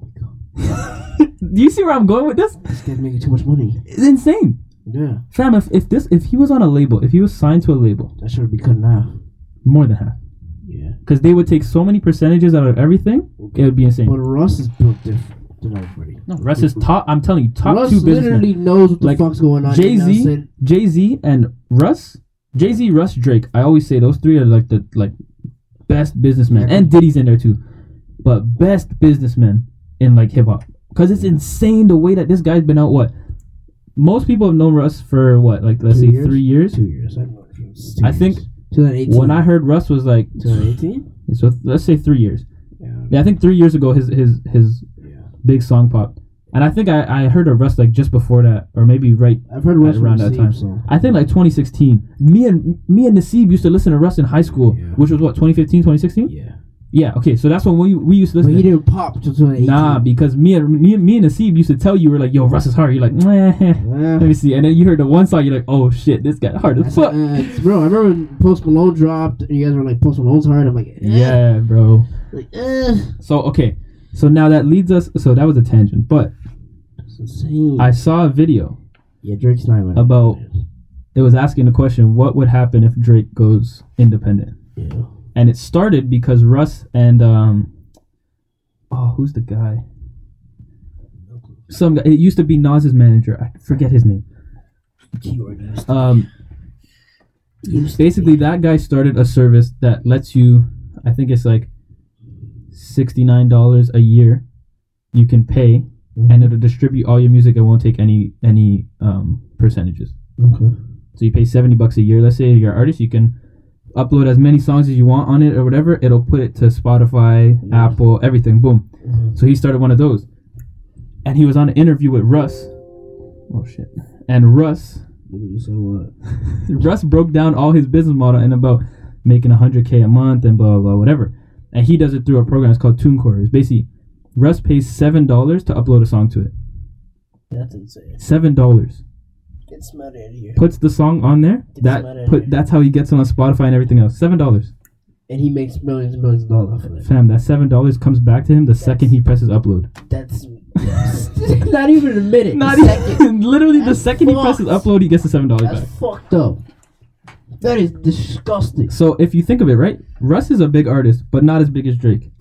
[SPEAKER 5] Do you see where I'm going with this?
[SPEAKER 6] This guy's making too much money.
[SPEAKER 5] It's insane,
[SPEAKER 6] Yeah.
[SPEAKER 5] fam. If, if this if he was on a label, if he was signed to a label,
[SPEAKER 6] That should be cut in half.
[SPEAKER 5] more than half,
[SPEAKER 6] Yeah.
[SPEAKER 5] because they would take so many percentages out of everything, it would be insane.
[SPEAKER 6] But Russ is built different than everybody.
[SPEAKER 5] no, Russ is top. I'm telling you, top
[SPEAKER 6] Russ
[SPEAKER 5] two
[SPEAKER 6] literally
[SPEAKER 5] businessmen.
[SPEAKER 6] knows what the
[SPEAKER 5] Like,
[SPEAKER 6] fuck's going on.
[SPEAKER 5] Jay
[SPEAKER 6] He now
[SPEAKER 5] Z,
[SPEAKER 6] said,
[SPEAKER 5] Jay Z, and Russ. Jay Z, Russ, Drake. I always say those three are like the like best businessmen, and Diddy's in there too, but best businessmen in like hip hop. Cause it's insane the way that this guy's been out. What most people have known Russ for what like let's
[SPEAKER 6] Two
[SPEAKER 5] say
[SPEAKER 6] years?
[SPEAKER 5] three years.
[SPEAKER 6] Two years. I don't know if it was two
[SPEAKER 5] I think
[SPEAKER 6] years. 2018.
[SPEAKER 5] when I heard Russ was like,
[SPEAKER 6] 2018?
[SPEAKER 5] so let's say three years.
[SPEAKER 6] Yeah.
[SPEAKER 5] Yeah, I think three years ago his his his
[SPEAKER 6] Yeah.
[SPEAKER 5] big song popped, and I think I, I heard of Russ like just before that, or maybe right
[SPEAKER 6] I've heard Russ
[SPEAKER 5] around that time.
[SPEAKER 6] So.
[SPEAKER 5] I think like 2016. Me and me and Nasib used to listen to Russ in high school,
[SPEAKER 6] Yeah.
[SPEAKER 5] which was what 2015, 2016. Yeah.
[SPEAKER 6] Yeah.
[SPEAKER 5] Okay. So that's when we, we used to
[SPEAKER 6] But
[SPEAKER 5] listen.
[SPEAKER 6] he
[SPEAKER 5] to
[SPEAKER 6] didn't pop till 2018.
[SPEAKER 5] Nah, because me and me, and- me and Nasib used to tell you were like, "Yo, Russ is hard." You're like, "Nah, heh." "Let me see," and then you heard the one song, you're like, "Oh shit, this guy hard
[SPEAKER 6] I
[SPEAKER 5] as
[SPEAKER 6] said,
[SPEAKER 5] fuck."
[SPEAKER 6] uh, it's- bro, I remember when Post Malone dropped, and you guys were like, Post Malone's hard. I'm like, eh.
[SPEAKER 5] Yeah, bro.
[SPEAKER 6] Like, eh.
[SPEAKER 5] So okay, so now that leads us. So that was a tangent, but
[SPEAKER 6] It's insane.
[SPEAKER 5] I saw a video
[SPEAKER 6] yeah, Drake's not even.
[SPEAKER 5] about it was asking the question, "What would happen if Drake goes independent?"
[SPEAKER 6] Yeah.
[SPEAKER 5] and it started because Russ and um, oh, who's the guy? Some guy. It used to be Nas's manager. I forget his name.
[SPEAKER 6] Keyword is-
[SPEAKER 5] Um, basically that guy started a service that lets you i think it's like $69 a year you can pay and it'll distribute all your music it won't take any any um, percentages
[SPEAKER 6] Okay.
[SPEAKER 5] so you pay 70 bucks a year let's say you're an artist you can upload as many songs as you want on it or whatever it'll put it to spotify apple everything boom so he started one of those and he was on an interview with russ oh shit and russ
[SPEAKER 6] You said what?
[SPEAKER 5] Russ broke down all his business model and about making 100k a month and blah blah, blah whatever. And he does it through a program. It's called TuneCore. It's basically Russ pays seven dollars to upload a song to it.
[SPEAKER 6] That's insane.
[SPEAKER 5] Seven dollars
[SPEAKER 6] Get smart out of here.
[SPEAKER 5] puts the song on there.
[SPEAKER 6] Get some out
[SPEAKER 5] That
[SPEAKER 6] of
[SPEAKER 5] put
[SPEAKER 6] here.
[SPEAKER 5] that's how he gets on Spotify and everything else. Seven dollars,
[SPEAKER 6] And he makes millions and millions of dollars off of it.
[SPEAKER 5] fam. That seven dollars comes back to him the second he presses upload.
[SPEAKER 6] That's not even a minute.
[SPEAKER 5] Not
[SPEAKER 6] a second.
[SPEAKER 5] even literally the
[SPEAKER 6] That's
[SPEAKER 5] second
[SPEAKER 6] fucked.
[SPEAKER 5] he presses upload, he gets the seven dollars back.
[SPEAKER 6] That's fucked up. That is disgusting.
[SPEAKER 5] So if you think of it, right, Russ is a big artist, but not as big as Drake,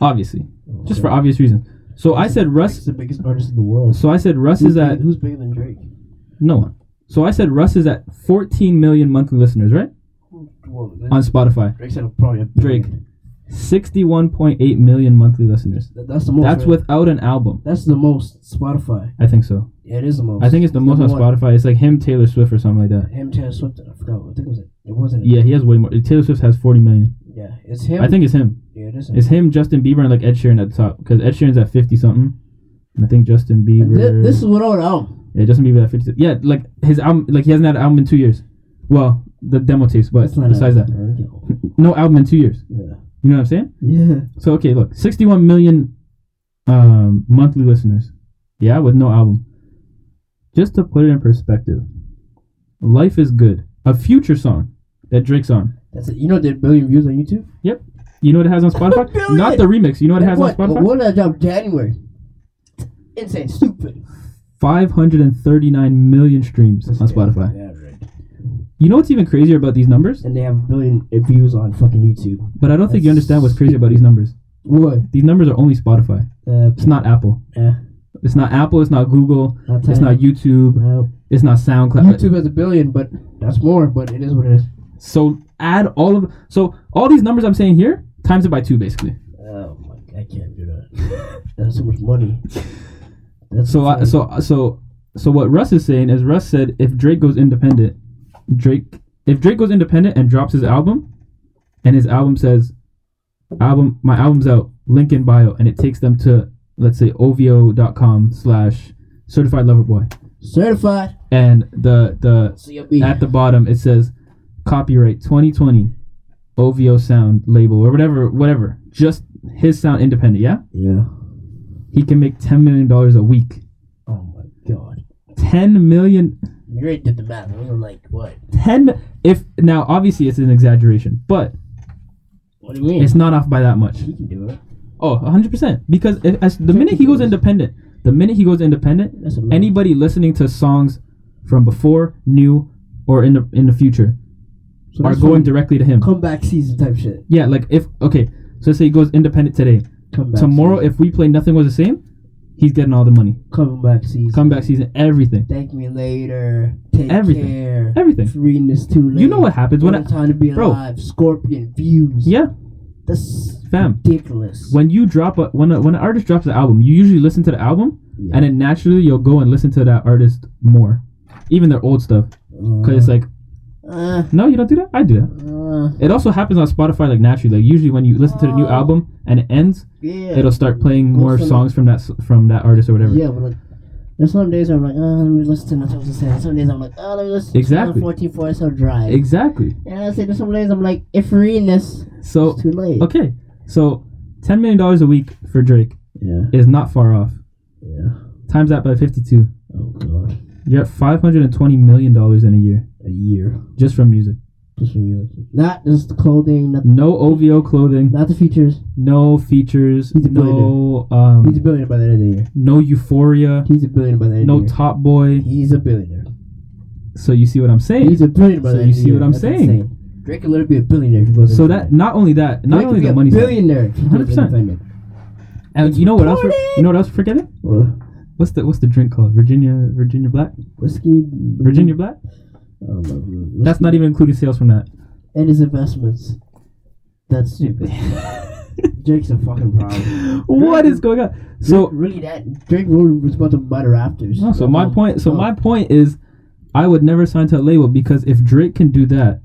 [SPEAKER 5] obviously, just for obvious reasons. So I said Russ.
[SPEAKER 6] He's the biggest artist in the world.
[SPEAKER 5] So I said Russ is at
[SPEAKER 6] who's bigger than Drake?
[SPEAKER 5] no one. So I said Russ is at 14 million monthly listeners, right?
[SPEAKER 6] Whoa,
[SPEAKER 5] On Spotify,
[SPEAKER 6] Drake said probably a
[SPEAKER 5] Drake, 61.8 million monthly listeners.
[SPEAKER 6] That- That's the most.
[SPEAKER 5] That's
[SPEAKER 6] right?
[SPEAKER 5] without an album.
[SPEAKER 6] That's the most Spotify.
[SPEAKER 5] I think so.
[SPEAKER 6] Yeah, it is the most.
[SPEAKER 5] I think it's the most on
[SPEAKER 6] Number one.
[SPEAKER 5] Spotify. It's like him, Taylor Swift, or something like that.
[SPEAKER 6] Him, Taylor Swift. I forgot. I think it was. It wasn't.
[SPEAKER 5] Yeah, he has way more. Taylor Swift has 40 million.
[SPEAKER 6] Yeah, it's him.
[SPEAKER 5] I think it's him.
[SPEAKER 6] Yeah, it is.
[SPEAKER 5] It's him, Justin Bieber, and like Ed Sheeran at the top because Ed Sheeran's at 50 something, and I think Justin Bieber.
[SPEAKER 6] This, this is without an album.
[SPEAKER 5] Yeah, Justin Bieber at 50. Yeah, like his album, like he hasn't had an album in two years. Well, the demo tapes, but
[SPEAKER 6] That's not
[SPEAKER 5] besides
[SPEAKER 6] an
[SPEAKER 5] that,
[SPEAKER 6] album.
[SPEAKER 5] no album in two years.
[SPEAKER 6] Yeah.
[SPEAKER 5] You know what I'm saying?
[SPEAKER 6] Yeah.
[SPEAKER 5] So okay, look, 61 million um, monthly listeners. Yeah, with no album. Just to put it in perspective, "Life Is Good," a future song that Drake's on.
[SPEAKER 6] That's it. You know, it did a billion views on YouTube.
[SPEAKER 5] Yep. You know what it has on Spotify?
[SPEAKER 6] Billion!
[SPEAKER 5] Not the remix. You know what it has
[SPEAKER 6] what?
[SPEAKER 5] on Spotify?
[SPEAKER 6] What did I drop January? Insane, stupid.
[SPEAKER 5] 539 million streams on Spotify.
[SPEAKER 6] Yeah, right.
[SPEAKER 5] You know what's even crazier about these numbers?
[SPEAKER 6] And they have a billion views on fucking YouTube.
[SPEAKER 5] But I don't think you
[SPEAKER 6] That's-
[SPEAKER 5] understand what's crazy about these numbers.
[SPEAKER 6] What?
[SPEAKER 5] These numbers are only Spotify.
[SPEAKER 6] Uh,
[SPEAKER 5] It's not Apple.
[SPEAKER 6] yeah.
[SPEAKER 5] It's not Apple. It's not Google.
[SPEAKER 6] Not
[SPEAKER 5] It's not YouTube.
[SPEAKER 6] Well,
[SPEAKER 5] It's not SoundCloud.
[SPEAKER 6] YouTube has a billion, but that's more. But it is what it is.
[SPEAKER 5] So add all of so all these numbers I'm saying here times it by two basically.
[SPEAKER 6] Oh my! I can't do that. that's so much money. That's
[SPEAKER 5] So I,
[SPEAKER 6] insane.
[SPEAKER 5] so uh, so so what Russ is saying is Russ said if Drake goes independent, Drake if Drake goes independent and drops his album, and his album says, album my album's out link in bio and it takes them to let's say ovo.com slash certified lover boy
[SPEAKER 6] certified
[SPEAKER 5] and the the
[SPEAKER 6] CLB.
[SPEAKER 5] at the bottom it says copyright 2020 OVO sound label or whatever whatever just his sound independent yeah
[SPEAKER 6] yeah.
[SPEAKER 5] he can make 10 million dollars a week
[SPEAKER 6] Oh my god!
[SPEAKER 5] 10 million
[SPEAKER 6] You already did the math. I was like, what?
[SPEAKER 5] 10 mi- if now obviously it's an exaggeration but
[SPEAKER 6] What do you mean?
[SPEAKER 5] it's not off by that much
[SPEAKER 6] you can do it.
[SPEAKER 5] oh 100% because if, as the minute he goes independent the minute he goes independent
[SPEAKER 6] That's a lot.
[SPEAKER 5] anybody listening to songs from before new or in the in the future
[SPEAKER 6] So
[SPEAKER 5] are
[SPEAKER 6] that's
[SPEAKER 5] going
[SPEAKER 6] some
[SPEAKER 5] directly to him
[SPEAKER 6] comeback season type shit.
[SPEAKER 5] yeah like if okay so let's say he goes independent today
[SPEAKER 6] Comeback
[SPEAKER 5] Tomorrow,
[SPEAKER 6] season.
[SPEAKER 5] if we play Nothing Was the Same, he's getting all the money.
[SPEAKER 6] comeback season.
[SPEAKER 5] Comeback season, everything.
[SPEAKER 6] Thank me later. Take
[SPEAKER 5] Everything.
[SPEAKER 6] care.
[SPEAKER 5] Everything.
[SPEAKER 6] Reading is too late.
[SPEAKER 5] You know what happens when
[SPEAKER 6] What a
[SPEAKER 5] I.
[SPEAKER 6] time to be
[SPEAKER 5] bro.
[SPEAKER 6] alive. Scorpion views.
[SPEAKER 5] Yeah,
[SPEAKER 6] That's
[SPEAKER 5] Fam.
[SPEAKER 6] ridiculous.
[SPEAKER 5] when you drop a when a, when an artist drops an album, you usually listen to the album,
[SPEAKER 6] Yeah.
[SPEAKER 5] and then naturally you'll go and listen to that artist more, even their old stuff, because
[SPEAKER 6] Uh-huh.
[SPEAKER 5] it's like,
[SPEAKER 6] Uh,
[SPEAKER 5] no, you don't do that. I do that.
[SPEAKER 6] uh,
[SPEAKER 5] It also happens on Spotify like naturally. Like usually when you listen to the new
[SPEAKER 6] Oh.
[SPEAKER 5] album and it ends,
[SPEAKER 6] yeah.
[SPEAKER 5] it'll start playing
[SPEAKER 6] Go
[SPEAKER 5] more
[SPEAKER 6] from-
[SPEAKER 5] songs from that s- from that artist or whatever.
[SPEAKER 6] Yeah, but like, there's some days I'm like, oh, let me listen to nothing to say. Some days I'm like, oh, let me listen
[SPEAKER 5] Exactly.
[SPEAKER 6] to 14 for so dry.
[SPEAKER 5] Exactly.
[SPEAKER 6] and I say, there's some days I'm like, if we're reading this,
[SPEAKER 5] So
[SPEAKER 6] it's too late.
[SPEAKER 5] okay, so ten million dollars a week for Drake
[SPEAKER 6] Yeah,
[SPEAKER 5] is not far off.
[SPEAKER 6] yeah.
[SPEAKER 5] Times that by fifty-two.
[SPEAKER 6] Oh, God.
[SPEAKER 5] You're at five hundred and twenty million dollars in a year
[SPEAKER 6] A year.
[SPEAKER 5] just from music.
[SPEAKER 6] Just for music. Not just the clothing, not,
[SPEAKER 5] No OVO clothing,
[SPEAKER 6] not the features.
[SPEAKER 5] no features,
[SPEAKER 6] He's a
[SPEAKER 5] no
[SPEAKER 6] He's a
[SPEAKER 5] um,
[SPEAKER 6] billionaire by the end of the year.
[SPEAKER 5] no Euphoria,
[SPEAKER 6] He's a billionaire by the end
[SPEAKER 5] no
[SPEAKER 6] of the year.
[SPEAKER 5] Top Boy.
[SPEAKER 6] He's a billionaire.
[SPEAKER 5] So you see what I'm
[SPEAKER 6] He's
[SPEAKER 5] saying.
[SPEAKER 6] a billionaire by
[SPEAKER 5] So
[SPEAKER 6] the
[SPEAKER 5] you
[SPEAKER 6] end of the
[SPEAKER 5] see
[SPEAKER 6] year.
[SPEAKER 5] what I'm
[SPEAKER 6] That's
[SPEAKER 5] saying.
[SPEAKER 6] insane. Drake could literally be a billionaire if he goes
[SPEAKER 5] So that
[SPEAKER 6] independent.
[SPEAKER 5] not only that, not
[SPEAKER 6] Drake
[SPEAKER 5] only
[SPEAKER 6] could be
[SPEAKER 5] the
[SPEAKER 6] a
[SPEAKER 5] money, side.
[SPEAKER 6] billionaire. if he goes
[SPEAKER 5] 100%.
[SPEAKER 6] independent.
[SPEAKER 5] and you know what else? We're,
[SPEAKER 6] Party!
[SPEAKER 5] you know what else? We're forgetting?
[SPEAKER 6] Well, Mm-hmm.
[SPEAKER 5] What's the what's the drink called? Virginia Virginia Black
[SPEAKER 6] whiskey.
[SPEAKER 5] Virginia Black.
[SPEAKER 6] Oh, my God.
[SPEAKER 5] That's not even including sales from that.
[SPEAKER 6] and his investments. That's stupid. Drake's a fucking problem.
[SPEAKER 5] What is going on? So
[SPEAKER 6] Drake really, that Drake really was about to butter rafters.
[SPEAKER 5] No, so my point. So
[SPEAKER 6] Oh.
[SPEAKER 5] my point is, I would never sign to a label because if Drake can do that,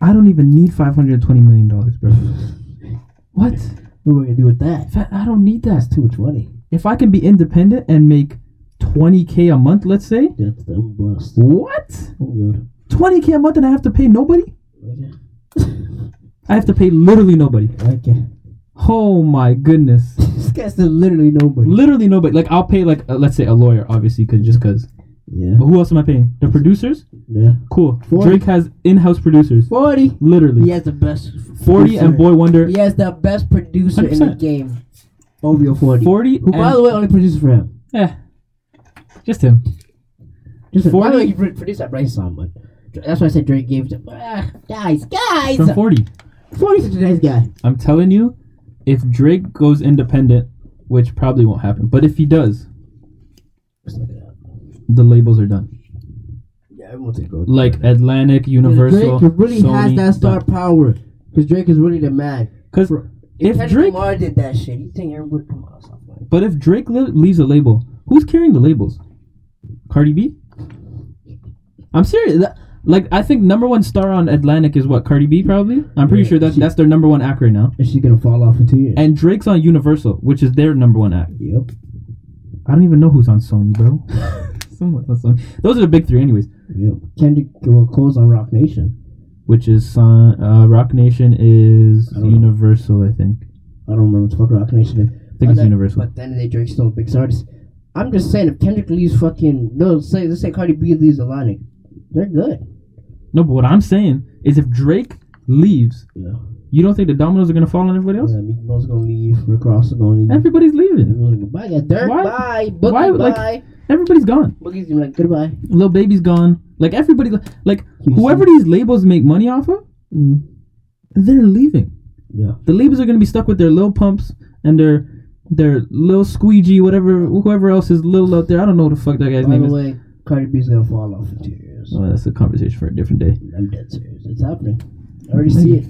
[SPEAKER 5] I don't even need five hundred twenty million dollars, bro. what?
[SPEAKER 6] What are we gonna do with that?
[SPEAKER 5] Fa- I don't need that.
[SPEAKER 6] Too much money.
[SPEAKER 5] If I can be independent and make twenty k a month, let's say,
[SPEAKER 6] That's the blessed.
[SPEAKER 5] what?
[SPEAKER 6] Oh god.
[SPEAKER 5] Twenty k a month and I have to pay nobody?
[SPEAKER 6] Okay.
[SPEAKER 5] I have to pay literally nobody.
[SPEAKER 6] Okay.
[SPEAKER 5] Oh my goodness,
[SPEAKER 6] this guy's still literally nobody.
[SPEAKER 5] literally nobody. Like I'll pay like uh, let's say a lawyer, obviously, cause just cause.
[SPEAKER 6] Yeah.
[SPEAKER 5] But who else am I paying? The producers?
[SPEAKER 6] Yeah.
[SPEAKER 5] Cool.
[SPEAKER 6] Forty.
[SPEAKER 5] Drake has in-house producers.
[SPEAKER 6] Forty.
[SPEAKER 5] Literally.
[SPEAKER 6] He has the best.
[SPEAKER 5] 40 and Boy Wonder.
[SPEAKER 6] He has the best producer in the
[SPEAKER 5] 100%.
[SPEAKER 6] game. Ovio forty.
[SPEAKER 5] 40
[SPEAKER 6] Who, by
[SPEAKER 5] and-
[SPEAKER 6] the way, only produced for him.
[SPEAKER 5] Yeah. Just him.
[SPEAKER 6] Just 40? By
[SPEAKER 5] 40?
[SPEAKER 6] the way, he pro- produced that Bryce song, but that's why I said Drake gave him. Ah, guys, guys.
[SPEAKER 5] From 40.
[SPEAKER 6] 40's such a nice guy.
[SPEAKER 5] I'm telling you, if Drake goes independent, which probably won't happen, but if he does,
[SPEAKER 6] Let's look it up.
[SPEAKER 5] the labels are done.
[SPEAKER 6] Yeah, everyone's a goat.
[SPEAKER 5] Like Atlantic, Universal,
[SPEAKER 6] Drake really
[SPEAKER 5] Sony,
[SPEAKER 6] has that star power. Because Drake is really the man.
[SPEAKER 5] Because if
[SPEAKER 6] Kendrick
[SPEAKER 5] Drake,
[SPEAKER 6] Lamar did that shit, you think everyone would come out something?
[SPEAKER 5] but if Drake le- leaves a label, who's carrying the labels? Cardi B. I'm serious. That- like I think number one star on Atlantic is what Cardi B probably. I'm pretty
[SPEAKER 6] Yeah,
[SPEAKER 5] sure that
[SPEAKER 6] she-
[SPEAKER 5] that's their number one act right now.
[SPEAKER 6] And she's gonna fall off in two years.
[SPEAKER 5] And Drake's on Universal, which is their number one act.
[SPEAKER 6] yep.
[SPEAKER 5] I don't even know who's on Sony, bro. Someone on Sony. Those are the big three, anyways.
[SPEAKER 6] Yep. Kendrick will close on Rock Nation.
[SPEAKER 5] Which is Son, uh, Rock Nation is
[SPEAKER 6] I don't know.
[SPEAKER 5] Universal, I think.
[SPEAKER 6] I don't remember what the fuck Rock Nation is.
[SPEAKER 5] I think
[SPEAKER 6] But
[SPEAKER 5] it's
[SPEAKER 6] then-
[SPEAKER 5] Universal.
[SPEAKER 6] But then they Drake's still the biggest artist. I'm just saying, if Kendrick leaves fucking no, say let's say Cardi B leaves Atlantic, they're good.
[SPEAKER 5] No, but what I'm saying is, if Drake leaves,
[SPEAKER 6] Yeah.
[SPEAKER 5] you don't think the dominoes are gonna fall on everybody else?
[SPEAKER 6] Yeah, Meek Mill's gonna leave. Rick Ross is gonna leave.
[SPEAKER 5] Everybody's leaving.
[SPEAKER 6] Everyone's gonna buy that dirt.
[SPEAKER 5] Why-
[SPEAKER 6] Bye. Boogie,
[SPEAKER 5] why, like-
[SPEAKER 6] bye.
[SPEAKER 5] Everybody's gone.
[SPEAKER 6] Boogie's gonna be like goodbye.
[SPEAKER 5] Little baby's gone. Like everybody, like
[SPEAKER 6] Houston.
[SPEAKER 5] whoever these labels make money off of,
[SPEAKER 6] Mm.
[SPEAKER 5] they're leaving.
[SPEAKER 6] Yeah.
[SPEAKER 5] The labels are gonna be stuck with their little pumps and their their little squeegee, whatever, whoever else is little out there. I don't know what the fuck that guy's
[SPEAKER 6] By
[SPEAKER 5] name
[SPEAKER 6] the
[SPEAKER 5] is.
[SPEAKER 6] way, Cardi B's gonna fall off in two years.
[SPEAKER 5] Oh, that's a conversation for a different day.
[SPEAKER 6] I'm dead serious. It's happening. I already see it.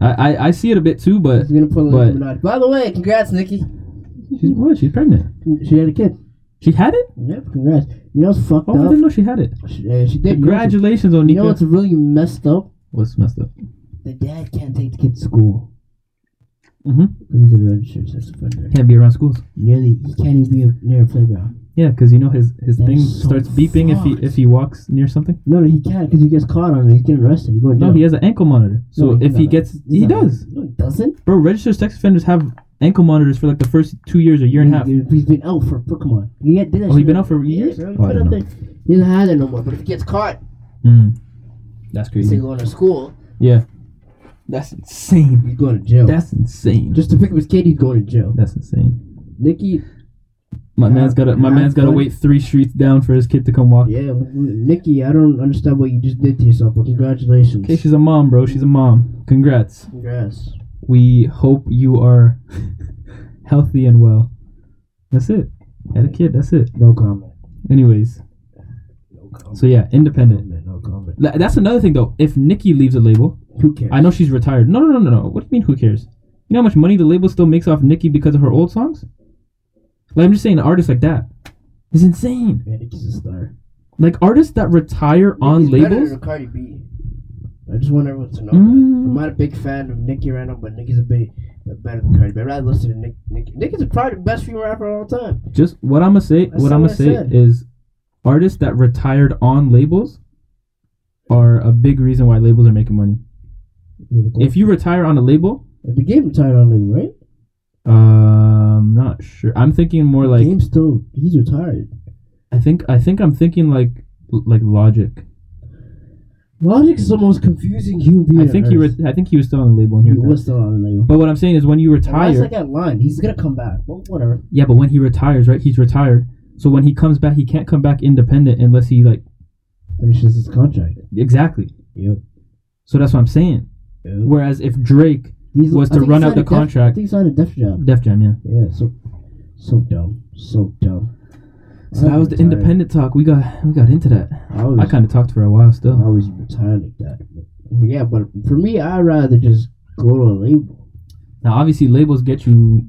[SPEAKER 5] I, I, I see it a bit too, but
[SPEAKER 6] He's gonna pull a
[SPEAKER 5] But-
[SPEAKER 6] little Illuminati. By the way, congrats, Nikki.
[SPEAKER 5] she's what? She's pregnant.
[SPEAKER 6] She had a kid.
[SPEAKER 5] She had it?
[SPEAKER 6] Yep, congrats. You know what's fucked
[SPEAKER 5] Oh, I didn't
[SPEAKER 6] up?
[SPEAKER 5] know she had it.
[SPEAKER 6] She, uh, she did. You know what's-
[SPEAKER 5] Congratulations on
[SPEAKER 6] You
[SPEAKER 5] Nika.
[SPEAKER 6] know what's really messed up?
[SPEAKER 5] What's messed up?
[SPEAKER 6] The dad can't take the kid to school. Mm-hmm.
[SPEAKER 5] hmm
[SPEAKER 6] He's a registered sex offender.
[SPEAKER 5] Can't be around schools.
[SPEAKER 6] Nearly, he can't even be a, near a playground.
[SPEAKER 5] Yeah, because you know his his
[SPEAKER 6] That
[SPEAKER 5] thing
[SPEAKER 6] is so
[SPEAKER 5] starts beeping if
[SPEAKER 6] fucked.
[SPEAKER 5] he if he walks near something.
[SPEAKER 6] No, no, he can't because he gets caught on it. He's getting arrested. He's going to
[SPEAKER 5] No,
[SPEAKER 6] jail.
[SPEAKER 5] he has an ankle monitor. So
[SPEAKER 6] No, he's
[SPEAKER 5] if he
[SPEAKER 6] not.
[SPEAKER 5] gets,
[SPEAKER 6] He's
[SPEAKER 5] he
[SPEAKER 6] not.
[SPEAKER 5] does.
[SPEAKER 6] No, he doesn't.
[SPEAKER 5] Bro, registered sex offenders have ankle monitors for like the first two years or year and a half.
[SPEAKER 6] He, has been out for, for come on. He had, did that
[SPEAKER 5] Oh, he
[SPEAKER 6] shit
[SPEAKER 5] been
[SPEAKER 6] like-
[SPEAKER 5] out for
[SPEAKER 6] Yeah,
[SPEAKER 5] years?
[SPEAKER 6] bro, he
[SPEAKER 5] Oh, I
[SPEAKER 6] been out
[SPEAKER 5] don't
[SPEAKER 6] there. He doesn't have that no more. But if he gets caught,
[SPEAKER 5] Mm. That's
[SPEAKER 6] he's
[SPEAKER 5] crazy.
[SPEAKER 6] going to school.
[SPEAKER 5] Yeah. That's insane.
[SPEAKER 6] He's going to jail.
[SPEAKER 5] That's insane.
[SPEAKER 6] just to pick up his kid, he's going to jail.
[SPEAKER 5] That's insane.
[SPEAKER 6] Nikki,
[SPEAKER 5] My
[SPEAKER 6] Have-
[SPEAKER 5] man's gotta my
[SPEAKER 6] have
[SPEAKER 5] man's gotta
[SPEAKER 6] fun.
[SPEAKER 5] wait three streets down for his kid to come walk.
[SPEAKER 6] yeah, w- w- Nikki, I don't understand what you just did to yourself, but congratulations.
[SPEAKER 5] Okay, she's a mom, bro. She's a mom. Congrats.
[SPEAKER 6] Congrats.
[SPEAKER 5] We hope you are healthy and well. That's it. Had a kid. That's it.
[SPEAKER 6] No comment.
[SPEAKER 5] Anyways,
[SPEAKER 6] No comment.
[SPEAKER 5] so yeah, independent.
[SPEAKER 6] Comment, No comment.
[SPEAKER 5] Th- That's another thing though. If Nikki leaves a label,
[SPEAKER 6] Who cares?
[SPEAKER 5] I know she's retired. No, no, no, no, no. What do you mean? Who cares? You know how much money the label still makes off Nikki because of her old songs? Like I'm just saying, an artist like that is insane.
[SPEAKER 6] Yeah, Nicki's a star.
[SPEAKER 5] Like artists that retire on
[SPEAKER 6] He's better
[SPEAKER 5] labels.
[SPEAKER 6] than Cardi B. I just want everyone to know
[SPEAKER 5] Mm.
[SPEAKER 6] that. I'm not a big fan of Nicki right now, but Nicki's a big but better than Cardi B. I'd rather listen to Nick, Nicki. Nicki's probably the best female rapper of all time.
[SPEAKER 5] just what I'm gonna say.
[SPEAKER 6] That's
[SPEAKER 5] what
[SPEAKER 6] not
[SPEAKER 5] I'm
[SPEAKER 6] what I
[SPEAKER 5] gonna say
[SPEAKER 6] said.
[SPEAKER 5] is, artists that retired on labels are a big reason why labels are making money. If you retire on a label,
[SPEAKER 6] the game retired on label, right?
[SPEAKER 5] um, not sure. I'm thinking more like
[SPEAKER 6] Game's still he's retired.
[SPEAKER 5] I think I think I'm thinking like like Logic.
[SPEAKER 6] Logic is the most confusing human being.
[SPEAKER 5] I think
[SPEAKER 6] on
[SPEAKER 5] he
[SPEAKER 6] earth.
[SPEAKER 5] re- I think he was still on the label when he
[SPEAKER 6] he
[SPEAKER 5] retired.
[SPEAKER 6] was still on the label.
[SPEAKER 5] But what I'm saying is when you
[SPEAKER 6] Why is
[SPEAKER 5] retire,
[SPEAKER 6] that guy lying? He's gonna come back. Well, whatever.
[SPEAKER 5] yeah, but when he retires, right? He's retired. So when he comes back, he can't come back independent unless he like
[SPEAKER 6] Finishes his contract.
[SPEAKER 5] exactly.
[SPEAKER 6] Yep.
[SPEAKER 5] So that's what I'm saying.
[SPEAKER 6] Yep.
[SPEAKER 5] Whereas if Drake
[SPEAKER 6] He's,
[SPEAKER 5] was
[SPEAKER 6] I
[SPEAKER 5] to
[SPEAKER 6] think he
[SPEAKER 5] run out
[SPEAKER 6] signed
[SPEAKER 5] the
[SPEAKER 6] a def- I
[SPEAKER 5] contract-
[SPEAKER 6] think he signed a death job.
[SPEAKER 5] Def Jam, yeah.
[SPEAKER 6] Yeah, so so dumb. So dumb.
[SPEAKER 5] So that was the
[SPEAKER 6] Retired.
[SPEAKER 5] independent talk. We got we got into that.
[SPEAKER 6] I always,
[SPEAKER 5] I kind of talked for a while
[SPEAKER 6] I
[SPEAKER 5] still.
[SPEAKER 6] always retired like that. But yeah, but for me, I'd rather just go to a label.
[SPEAKER 5] Now, obviously, labels get you.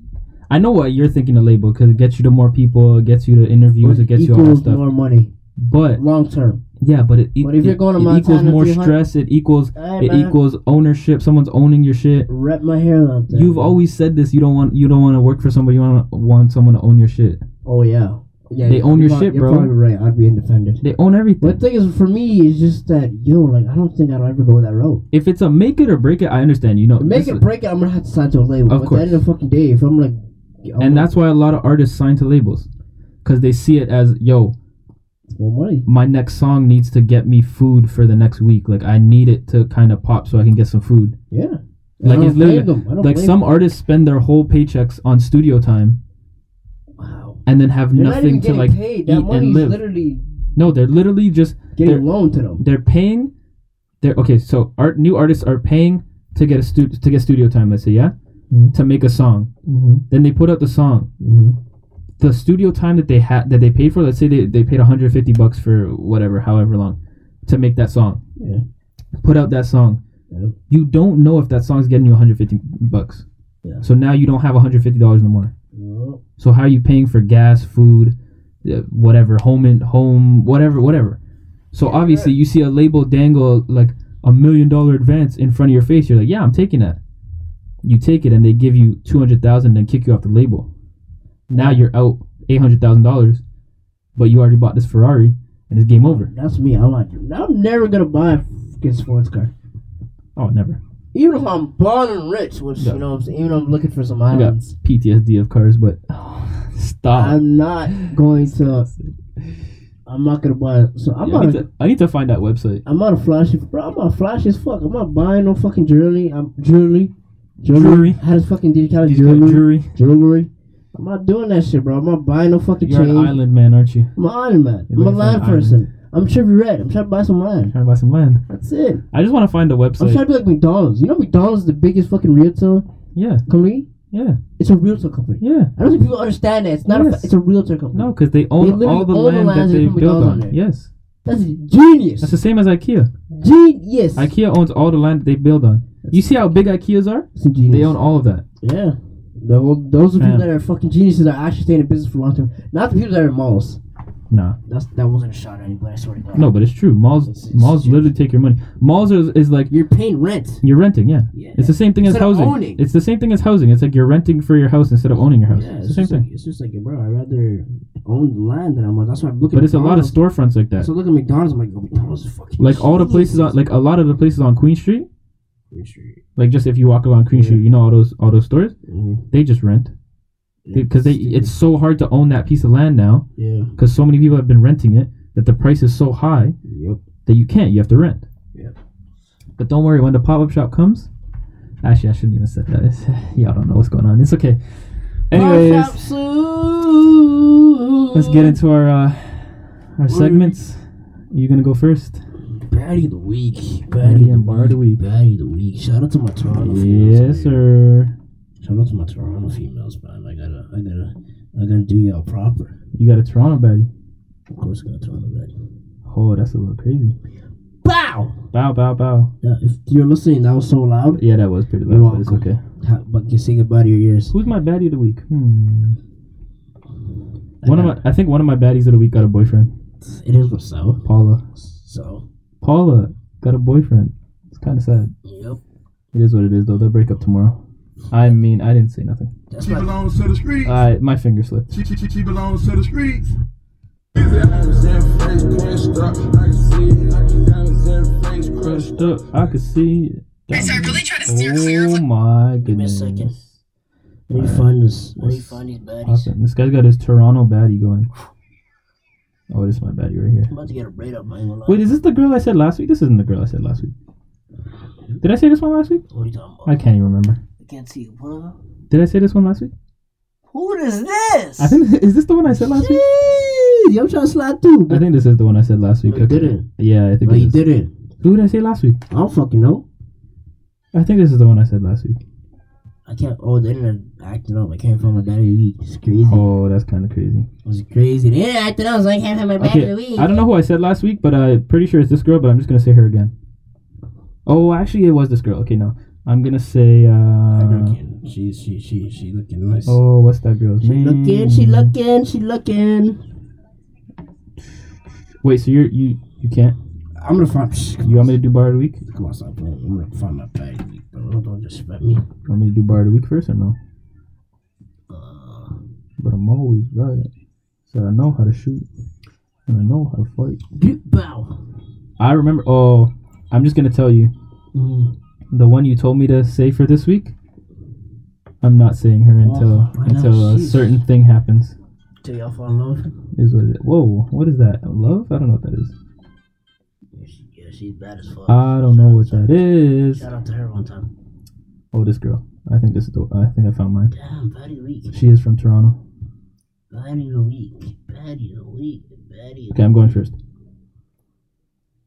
[SPEAKER 5] I know what you're thinking of label because it gets you to more people, it gets you to interviews, it gets you all that
[SPEAKER 6] equals
[SPEAKER 5] stuff.
[SPEAKER 6] more money
[SPEAKER 5] But
[SPEAKER 6] long term.
[SPEAKER 5] yeah, but it, it,
[SPEAKER 6] But if you're
[SPEAKER 5] it-
[SPEAKER 6] going to
[SPEAKER 5] it equals
[SPEAKER 6] Montana
[SPEAKER 5] more
[SPEAKER 6] 300
[SPEAKER 5] stress. It equals
[SPEAKER 6] Hey,
[SPEAKER 5] it
[SPEAKER 6] man.
[SPEAKER 5] equals ownership. Someone's owning your shit.
[SPEAKER 6] Rep my hairline. thing.
[SPEAKER 5] You've always said this. You don't want you don't want to work for somebody. You want want someone to own your shit.
[SPEAKER 6] Oh yeah. Yeah.
[SPEAKER 5] They
[SPEAKER 6] you're
[SPEAKER 5] own your
[SPEAKER 6] prob-
[SPEAKER 5] shit,
[SPEAKER 6] you're
[SPEAKER 5] bro.
[SPEAKER 6] Probably right. I'd be independent.
[SPEAKER 5] They own everything.
[SPEAKER 6] But the thing is, for me, it's just that yo, like I don't think I'll ever go that road.
[SPEAKER 5] if it's a make it or break it, I understand. You know,
[SPEAKER 6] Make
[SPEAKER 5] this-
[SPEAKER 6] it break it. I'm gonna have to sign to a label. But
[SPEAKER 5] Of
[SPEAKER 6] at the end of the fucking day, if I'm like, I'm
[SPEAKER 5] and that's why a lot of artists sign to labels because they see it as yo,
[SPEAKER 6] more money.
[SPEAKER 5] my next song needs to get me food for the next week. Like I need it to kind of pop so I can get some food.
[SPEAKER 6] Yeah. I
[SPEAKER 5] Like
[SPEAKER 6] don't
[SPEAKER 5] it's literally
[SPEAKER 6] blame them. I don't
[SPEAKER 5] like
[SPEAKER 6] blame
[SPEAKER 5] some
[SPEAKER 6] them.
[SPEAKER 5] artists spend their whole paychecks on studio time
[SPEAKER 6] Wow.
[SPEAKER 5] and then have
[SPEAKER 6] They're not even
[SPEAKER 5] nothing to
[SPEAKER 6] getting
[SPEAKER 5] like
[SPEAKER 6] paid.
[SPEAKER 5] eat
[SPEAKER 6] That
[SPEAKER 5] and
[SPEAKER 6] money's
[SPEAKER 5] live.
[SPEAKER 6] literally
[SPEAKER 5] no, they're literally just
[SPEAKER 6] getting
[SPEAKER 5] they're,
[SPEAKER 6] loaned to them.
[SPEAKER 5] they're paying. They're okay. So art new artists are paying to get a stu- to get studio time. Let's say yeah,
[SPEAKER 6] Mhm.
[SPEAKER 5] to make a song.
[SPEAKER 6] Mm-hmm.
[SPEAKER 5] Then they put out the song.
[SPEAKER 6] Mm-hmm.
[SPEAKER 5] the studio time that they had that they paid for let's say they, they paid 150 bucks for whatever however long to make that song
[SPEAKER 6] Yeah.
[SPEAKER 5] put out that song
[SPEAKER 6] Yeah.
[SPEAKER 5] you don't know if that song's getting you 150 bucks
[SPEAKER 6] Yeah.
[SPEAKER 5] so now you don't have 150 dollars no more
[SPEAKER 6] Well,
[SPEAKER 5] so how are you paying for gas food uh, whatever home and home whatever whatever so obviously you see a label dangle like a million dollar advance in front of your face you're like yeah i'm taking that you take it and they give you 200000 and kick you off the label now you're out $800000 but you already bought this ferrari and it's game over
[SPEAKER 6] that's me. I like it. I'm never gonna buy a fucking sports car.
[SPEAKER 5] oh never
[SPEAKER 6] Even if I'm born and rich, which
[SPEAKER 5] Yeah.
[SPEAKER 6] you know, what I'm saying, even if I'm looking for some
[SPEAKER 5] i got
[SPEAKER 6] islands,
[SPEAKER 5] ptsd of cars but stop
[SPEAKER 6] I'm not going to. I'm not gonna buy. So I'm
[SPEAKER 5] Yeah, I,
[SPEAKER 6] not.
[SPEAKER 5] need
[SPEAKER 6] A,
[SPEAKER 5] to, I need to find that website
[SPEAKER 6] I'm not a flashy, bro. I'm not flashy as fuck. I'm not buying no fucking jewelry. I'm jewelry, jewelry.
[SPEAKER 5] Jewelry.
[SPEAKER 6] How does fucking did you call it
[SPEAKER 5] These guys-
[SPEAKER 6] jewelry?
[SPEAKER 5] Drury,
[SPEAKER 6] Jewelry. I'm not doing that shit, bro. I'm not buying no fucking
[SPEAKER 5] you're
[SPEAKER 6] chain.
[SPEAKER 5] an island man aren't you
[SPEAKER 6] I'm an island man. I'm
[SPEAKER 5] You're
[SPEAKER 6] a
[SPEAKER 5] looking for an
[SPEAKER 6] land
[SPEAKER 5] island.
[SPEAKER 6] person. I'm Chevy Red. I'm trying to buy some land.
[SPEAKER 5] trying to buy some land
[SPEAKER 6] That's it.
[SPEAKER 5] I just want to find the
[SPEAKER 6] I'm
[SPEAKER 5] website.
[SPEAKER 6] trying to be like McDonald's. You know McDonald's is the biggest fucking realtor
[SPEAKER 5] yeah,
[SPEAKER 6] company.
[SPEAKER 5] yeah,
[SPEAKER 6] It's a realtor company.
[SPEAKER 5] yeah.
[SPEAKER 6] I don't think people understand that. It's not. A,
[SPEAKER 5] Yes.
[SPEAKER 6] fa- it's a realtor company.
[SPEAKER 5] No, because they
[SPEAKER 6] They
[SPEAKER 5] own
[SPEAKER 6] literally
[SPEAKER 5] all the
[SPEAKER 6] own the
[SPEAKER 5] land that
[SPEAKER 6] lands
[SPEAKER 5] they
[SPEAKER 6] that can be
[SPEAKER 5] build
[SPEAKER 6] built
[SPEAKER 5] on.
[SPEAKER 6] on it.
[SPEAKER 5] Yes,
[SPEAKER 6] That's genius.
[SPEAKER 5] that's the same as IKEA.
[SPEAKER 6] genius.
[SPEAKER 5] IKEA owns all the land that they build on. You see how big IKEAs are?
[SPEAKER 6] It's a genius.
[SPEAKER 5] They own all of that.
[SPEAKER 6] Yeah. The whole, those are people
[SPEAKER 5] Fam.
[SPEAKER 6] that are fucking geniuses that are actually staying in business for long term. Not the people that are in malls.
[SPEAKER 5] Nah,
[SPEAKER 6] That's that wasn't a shot at anybody. I swear to God.
[SPEAKER 5] no, but it's true. Malls,
[SPEAKER 6] It's- it's
[SPEAKER 5] malls
[SPEAKER 6] huge.
[SPEAKER 5] literally take your money. Malls is, is like
[SPEAKER 6] You're paying rent.
[SPEAKER 5] you're renting. Yeah,
[SPEAKER 6] Yeah.
[SPEAKER 5] it's the same thing as
[SPEAKER 6] Instead of
[SPEAKER 5] housing.
[SPEAKER 6] owning.
[SPEAKER 5] It's the same thing as housing. It's like you're renting for your house instead of owning your house.
[SPEAKER 6] Yeah, it's,
[SPEAKER 5] it's the same
[SPEAKER 6] just like,
[SPEAKER 5] thing.
[SPEAKER 6] it's just like, bro, I'd rather own the land than I'm on. That's why I'm looking.
[SPEAKER 5] But it's a lot of storefronts like that.
[SPEAKER 6] So look at McDonald's. I'm like, oh, McDonald's is fucking.
[SPEAKER 5] Like all the places on,
[SPEAKER 6] genius.
[SPEAKER 5] like a lot of the places on Queen Street.
[SPEAKER 6] Queen Street.
[SPEAKER 5] Like just if you walk along Queen
[SPEAKER 6] Yeah.
[SPEAKER 5] Street, you know all those all those stores.
[SPEAKER 6] Mhm.
[SPEAKER 5] They just rent.
[SPEAKER 6] Yeah,
[SPEAKER 5] because they
[SPEAKER 6] stupid.
[SPEAKER 5] it's so hard to own that piece of land now
[SPEAKER 6] yeah.
[SPEAKER 5] because so many people have been renting it that the price is so high
[SPEAKER 6] Yep.
[SPEAKER 5] that you can't you have to rent
[SPEAKER 6] Yep.
[SPEAKER 5] but don't worry when the pop-up shop comes actually i shouldn't even said that it's, y'all don't know what's going on it's okay anyways let's get into our uh our segments you gonna go first
[SPEAKER 6] Batty of the week.
[SPEAKER 5] Batty
[SPEAKER 6] Batty
[SPEAKER 5] and Bar of the Week.
[SPEAKER 6] Batty of the week. Shout out to my Toronto. females,
[SPEAKER 5] yes
[SPEAKER 6] man.
[SPEAKER 5] sir
[SPEAKER 6] Shout out to my Toronto females, man. I gotta, I gotta, I gotta do y'all proper.
[SPEAKER 5] you got a toronto buddy
[SPEAKER 6] Of course, I got Toronto Batty.
[SPEAKER 5] oh that's a little crazy
[SPEAKER 6] Bow.
[SPEAKER 5] bow bow bow
[SPEAKER 6] Yeah, if you're listening, that was so loud.
[SPEAKER 5] yeah that was pretty
[SPEAKER 6] You're
[SPEAKER 5] loud but it's
[SPEAKER 6] welcome.
[SPEAKER 5] okay
[SPEAKER 6] Ha- But you say goodbye to your ears.
[SPEAKER 5] Who's my baddie of the week? Hmm. One of my, I think one of my baddies of the week got a boyfriend.
[SPEAKER 6] It is what's so.
[SPEAKER 5] Paula.
[SPEAKER 6] So.
[SPEAKER 5] Paula got a boyfriend. It's kind of sad.
[SPEAKER 6] Yep.
[SPEAKER 5] It is what it is, though. They'll break up tomorrow. I mean, I didn't say nothing.
[SPEAKER 6] That's
[SPEAKER 7] She
[SPEAKER 6] my.
[SPEAKER 7] belongs to the streets.
[SPEAKER 5] I my finger slipped.
[SPEAKER 7] she, she, she- she belongs to the streets.
[SPEAKER 5] Crushed up. I could see. It.
[SPEAKER 4] I really try to steer clear of
[SPEAKER 5] Oh my
[SPEAKER 6] me a
[SPEAKER 5] goodness.
[SPEAKER 6] second. I need to find this. I need to find these baddies.
[SPEAKER 5] Awesome. This guy's got his Toronto baddie going. Oh, this is my baddie right here.
[SPEAKER 6] I'm about to get a braid up. I ain't gonna lie.
[SPEAKER 5] Wait, is this the girl I said last week? This isn't the girl I said last week. Did I say this one last week?
[SPEAKER 6] What are you talking about?
[SPEAKER 5] I can't even remember.
[SPEAKER 6] I can't see you. What are-
[SPEAKER 5] Did I say this one last week?
[SPEAKER 6] Who is this?
[SPEAKER 5] I think is this the one I said last week?
[SPEAKER 6] Jeez, I'm trying to slide through.
[SPEAKER 5] I
[SPEAKER 6] But
[SPEAKER 5] think this is the one I said last week.
[SPEAKER 6] No, you didn't.
[SPEAKER 5] Yeah, I think
[SPEAKER 6] no,
[SPEAKER 5] it
[SPEAKER 6] you
[SPEAKER 5] is.
[SPEAKER 6] didn't.
[SPEAKER 5] Who did I say last week?
[SPEAKER 6] I don't fucking know.
[SPEAKER 5] I think this is the one I said last week.
[SPEAKER 6] I can't. Oh, the internet acting up. I can't find my daddy of the week. It's crazy.
[SPEAKER 5] Oh, that's kind of crazy.
[SPEAKER 6] It was crazy. The internet acting up. So I can't find
[SPEAKER 5] Uh,
[SPEAKER 6] my daddy of the
[SPEAKER 5] Okay,
[SPEAKER 6] week.
[SPEAKER 5] I don't know who I said last week, but I'm pretty sure it's this girl. But I'm just gonna say her again. Oh, actually, it was this girl. Okay, no, I'm gonna say. uh
[SPEAKER 6] She she she she looking nice.
[SPEAKER 5] Oh, what's that girl's
[SPEAKER 6] She
[SPEAKER 5] name?
[SPEAKER 6] looking, she looking, she looking.
[SPEAKER 5] Wait, so you're you you can't?
[SPEAKER 6] I'm gonna find. Psh,
[SPEAKER 5] You want me to do bar of the week?
[SPEAKER 6] Come on, stop playing. I'm gonna find my bag, bro. Don't, don't disrespect me.
[SPEAKER 5] You want me to do bar of the week first or no?
[SPEAKER 6] Uh.
[SPEAKER 5] But I'm always right. So I know how to shoot. And I know how to fight.
[SPEAKER 6] Duke Bow.
[SPEAKER 5] I remember. Oh, I'm just gonna tell you
[SPEAKER 6] Mm.
[SPEAKER 5] the one you told me to say for this week. I'm not saying her until
[SPEAKER 6] Oh, I know,
[SPEAKER 5] until a
[SPEAKER 6] sheesh.
[SPEAKER 5] certain thing happens.
[SPEAKER 6] Till y'all fall in love.
[SPEAKER 5] Is what it is. Whoa, what is that? Love? I don't know what that is.
[SPEAKER 6] Yeah, she, yeah, she's bad as fuck.
[SPEAKER 5] I don't know what that is.
[SPEAKER 6] Shout out to her one time.
[SPEAKER 5] Oh, this girl. I think this is the. I think I found mine.
[SPEAKER 6] Damn, baddie weak.
[SPEAKER 5] She is from Toronto.
[SPEAKER 6] Baddie the weak. Baddie the weak. Baddie
[SPEAKER 5] Okay, I'm going first.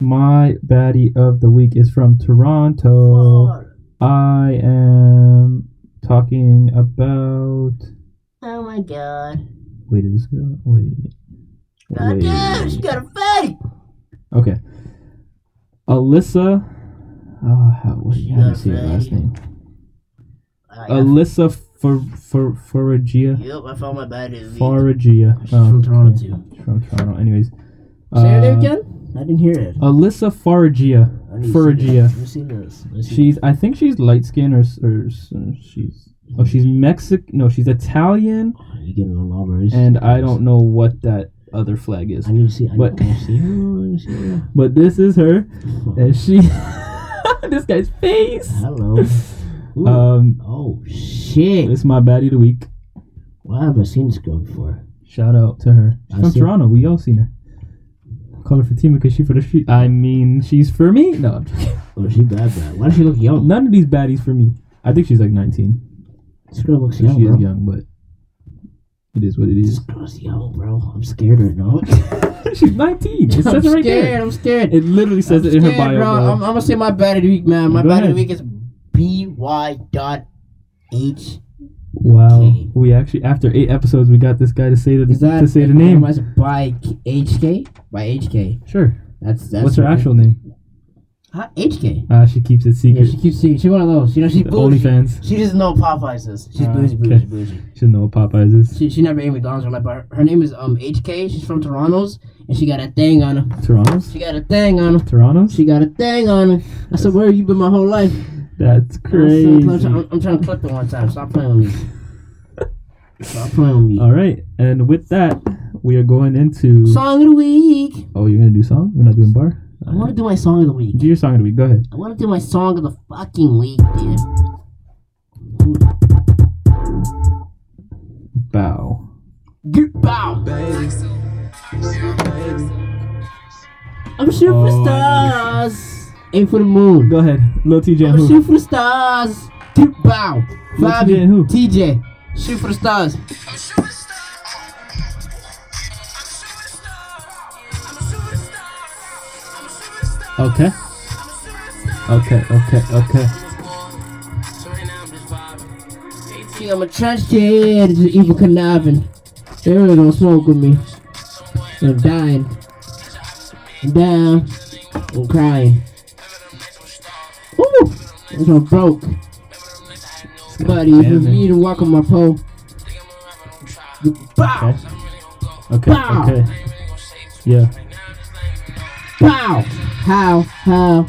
[SPEAKER 5] My baddie of the week is from Toronto.
[SPEAKER 6] Florida.
[SPEAKER 5] I am talking about.
[SPEAKER 6] Oh my god.
[SPEAKER 5] Wait, is this girl? Wait.
[SPEAKER 6] God damn, she
[SPEAKER 5] Wait.
[SPEAKER 6] got a fatty.
[SPEAKER 5] Okay. Alyssa. Oh, how, what, how do you say her
[SPEAKER 6] Lovely.
[SPEAKER 5] last name?
[SPEAKER 6] Uh,
[SPEAKER 5] Um,
[SPEAKER 6] yeah.
[SPEAKER 5] Alyssa for for Foragia.
[SPEAKER 6] Yep, I found my baddie of the week.
[SPEAKER 5] Foragia.
[SPEAKER 6] She's from Toronto
[SPEAKER 5] okay.
[SPEAKER 6] too.
[SPEAKER 5] Oh, From Toronto. Anyways.
[SPEAKER 6] Say her
[SPEAKER 5] Uh,
[SPEAKER 6] name again? I didn't hear it.
[SPEAKER 5] Alyssa Foragia.
[SPEAKER 6] I need to see
[SPEAKER 5] Foragia.
[SPEAKER 6] this. Let me see this. Let me see
[SPEAKER 5] She's I think she's light skinned or, s- or s- uh, she's oh she's Mexican no she's Italian
[SPEAKER 6] You getting on lovers?
[SPEAKER 5] and I don't know what that other flag is
[SPEAKER 6] I need to see. I
[SPEAKER 5] But-
[SPEAKER 6] need to see. her, Let me see. her.
[SPEAKER 5] but this is her and she this guy's face
[SPEAKER 6] Hello. Ooh.
[SPEAKER 5] um
[SPEAKER 6] oh shit!
[SPEAKER 5] it's my baddie of the week
[SPEAKER 6] Why have I seen this girl before?
[SPEAKER 5] shout out to her
[SPEAKER 6] I
[SPEAKER 5] she's from
[SPEAKER 6] see.
[SPEAKER 5] Toronto we all seen her call her Fatima because she for the street I mean she's for me no I'm joking.
[SPEAKER 6] Oh, she bad, bad. Why does she look young?
[SPEAKER 5] none of these baddies for me I think she's like 19
[SPEAKER 6] This girl looks
[SPEAKER 5] so
[SPEAKER 6] young,
[SPEAKER 5] she
[SPEAKER 6] bro.
[SPEAKER 5] is young but it is what it
[SPEAKER 6] This
[SPEAKER 5] is
[SPEAKER 6] girl's young, bro. I'm scared right now.
[SPEAKER 5] she's 19 it says it right there
[SPEAKER 6] I'm scared.
[SPEAKER 5] It literally says it in her bio. bro.
[SPEAKER 6] I'm, gonna say my bad of the week, man. My
[SPEAKER 5] Go
[SPEAKER 6] bad of
[SPEAKER 5] ahead.
[SPEAKER 6] the week is B Y dot H.
[SPEAKER 5] wow,
[SPEAKER 6] Okay.
[SPEAKER 5] we actually after eight episodes, we got this guy to say the
[SPEAKER 6] Is that
[SPEAKER 5] to say the name.
[SPEAKER 6] Is it by K- HK? By HK.
[SPEAKER 5] Sure.
[SPEAKER 6] That's that's
[SPEAKER 5] What's her
[SPEAKER 6] what-
[SPEAKER 5] actual name?
[SPEAKER 6] Huh? HK.
[SPEAKER 5] Ah, she keeps it
[SPEAKER 6] Yeah,
[SPEAKER 5] secret.
[SPEAKER 6] she keeps seeing. She one of those. You know, she's
[SPEAKER 5] The
[SPEAKER 6] bougie.
[SPEAKER 5] OnlyFans.
[SPEAKER 6] She doesn't know what Popeyes is. She's
[SPEAKER 5] Ah,
[SPEAKER 6] bougie, bougie,
[SPEAKER 5] okay.
[SPEAKER 6] bougie.
[SPEAKER 5] she doesn't know what Popeyes is.
[SPEAKER 6] She, she never ate McDonald's in her life, but her, her name is um HK. She's from Toronto's, and she got a thing on her.
[SPEAKER 5] Toronto's.
[SPEAKER 6] She got a thing on her.
[SPEAKER 5] Toronto's.
[SPEAKER 6] She got a thing on her. I said, where have you been my whole life?
[SPEAKER 5] That's
[SPEAKER 6] I'm, so close.
[SPEAKER 5] crazy.
[SPEAKER 6] I'm, I'm trying to clip it one time. Stop playing with me. Stop playing with me.
[SPEAKER 5] All right, and with that, we are going into.
[SPEAKER 6] Song of the week.
[SPEAKER 5] Oh, you're gonna do song? We're not doing bar.
[SPEAKER 6] I want to do my song of the week.
[SPEAKER 5] Do your song of the week. Go ahead.
[SPEAKER 6] I want to do my song of the fucking week, dude.
[SPEAKER 5] Bow.
[SPEAKER 6] Get bow. I'm shooting for
[SPEAKER 5] Oh, I
[SPEAKER 6] stars. Aim for the moon.
[SPEAKER 5] Go ahead. Lil TJ. and
[SPEAKER 6] I'm
[SPEAKER 5] Who?
[SPEAKER 6] shooting for the stars. Get bow.
[SPEAKER 5] Who's TJ
[SPEAKER 6] Bobby.
[SPEAKER 5] and who?
[SPEAKER 6] TJ. Shoot for the stars. Oh,
[SPEAKER 5] Okay. Okay. Okay. Okay.
[SPEAKER 6] See, I'm a trash kid. It's an evil conniving. They really don't smoke with me. I'm dying. I'm down. I'm crying. Ooh! I'm so broke. Buddy, if
[SPEAKER 5] Damn it.
[SPEAKER 6] you to walk on my pole. Bow!
[SPEAKER 5] Okay.
[SPEAKER 6] Bow.
[SPEAKER 5] Okay. Yeah.
[SPEAKER 6] Wow! How? How?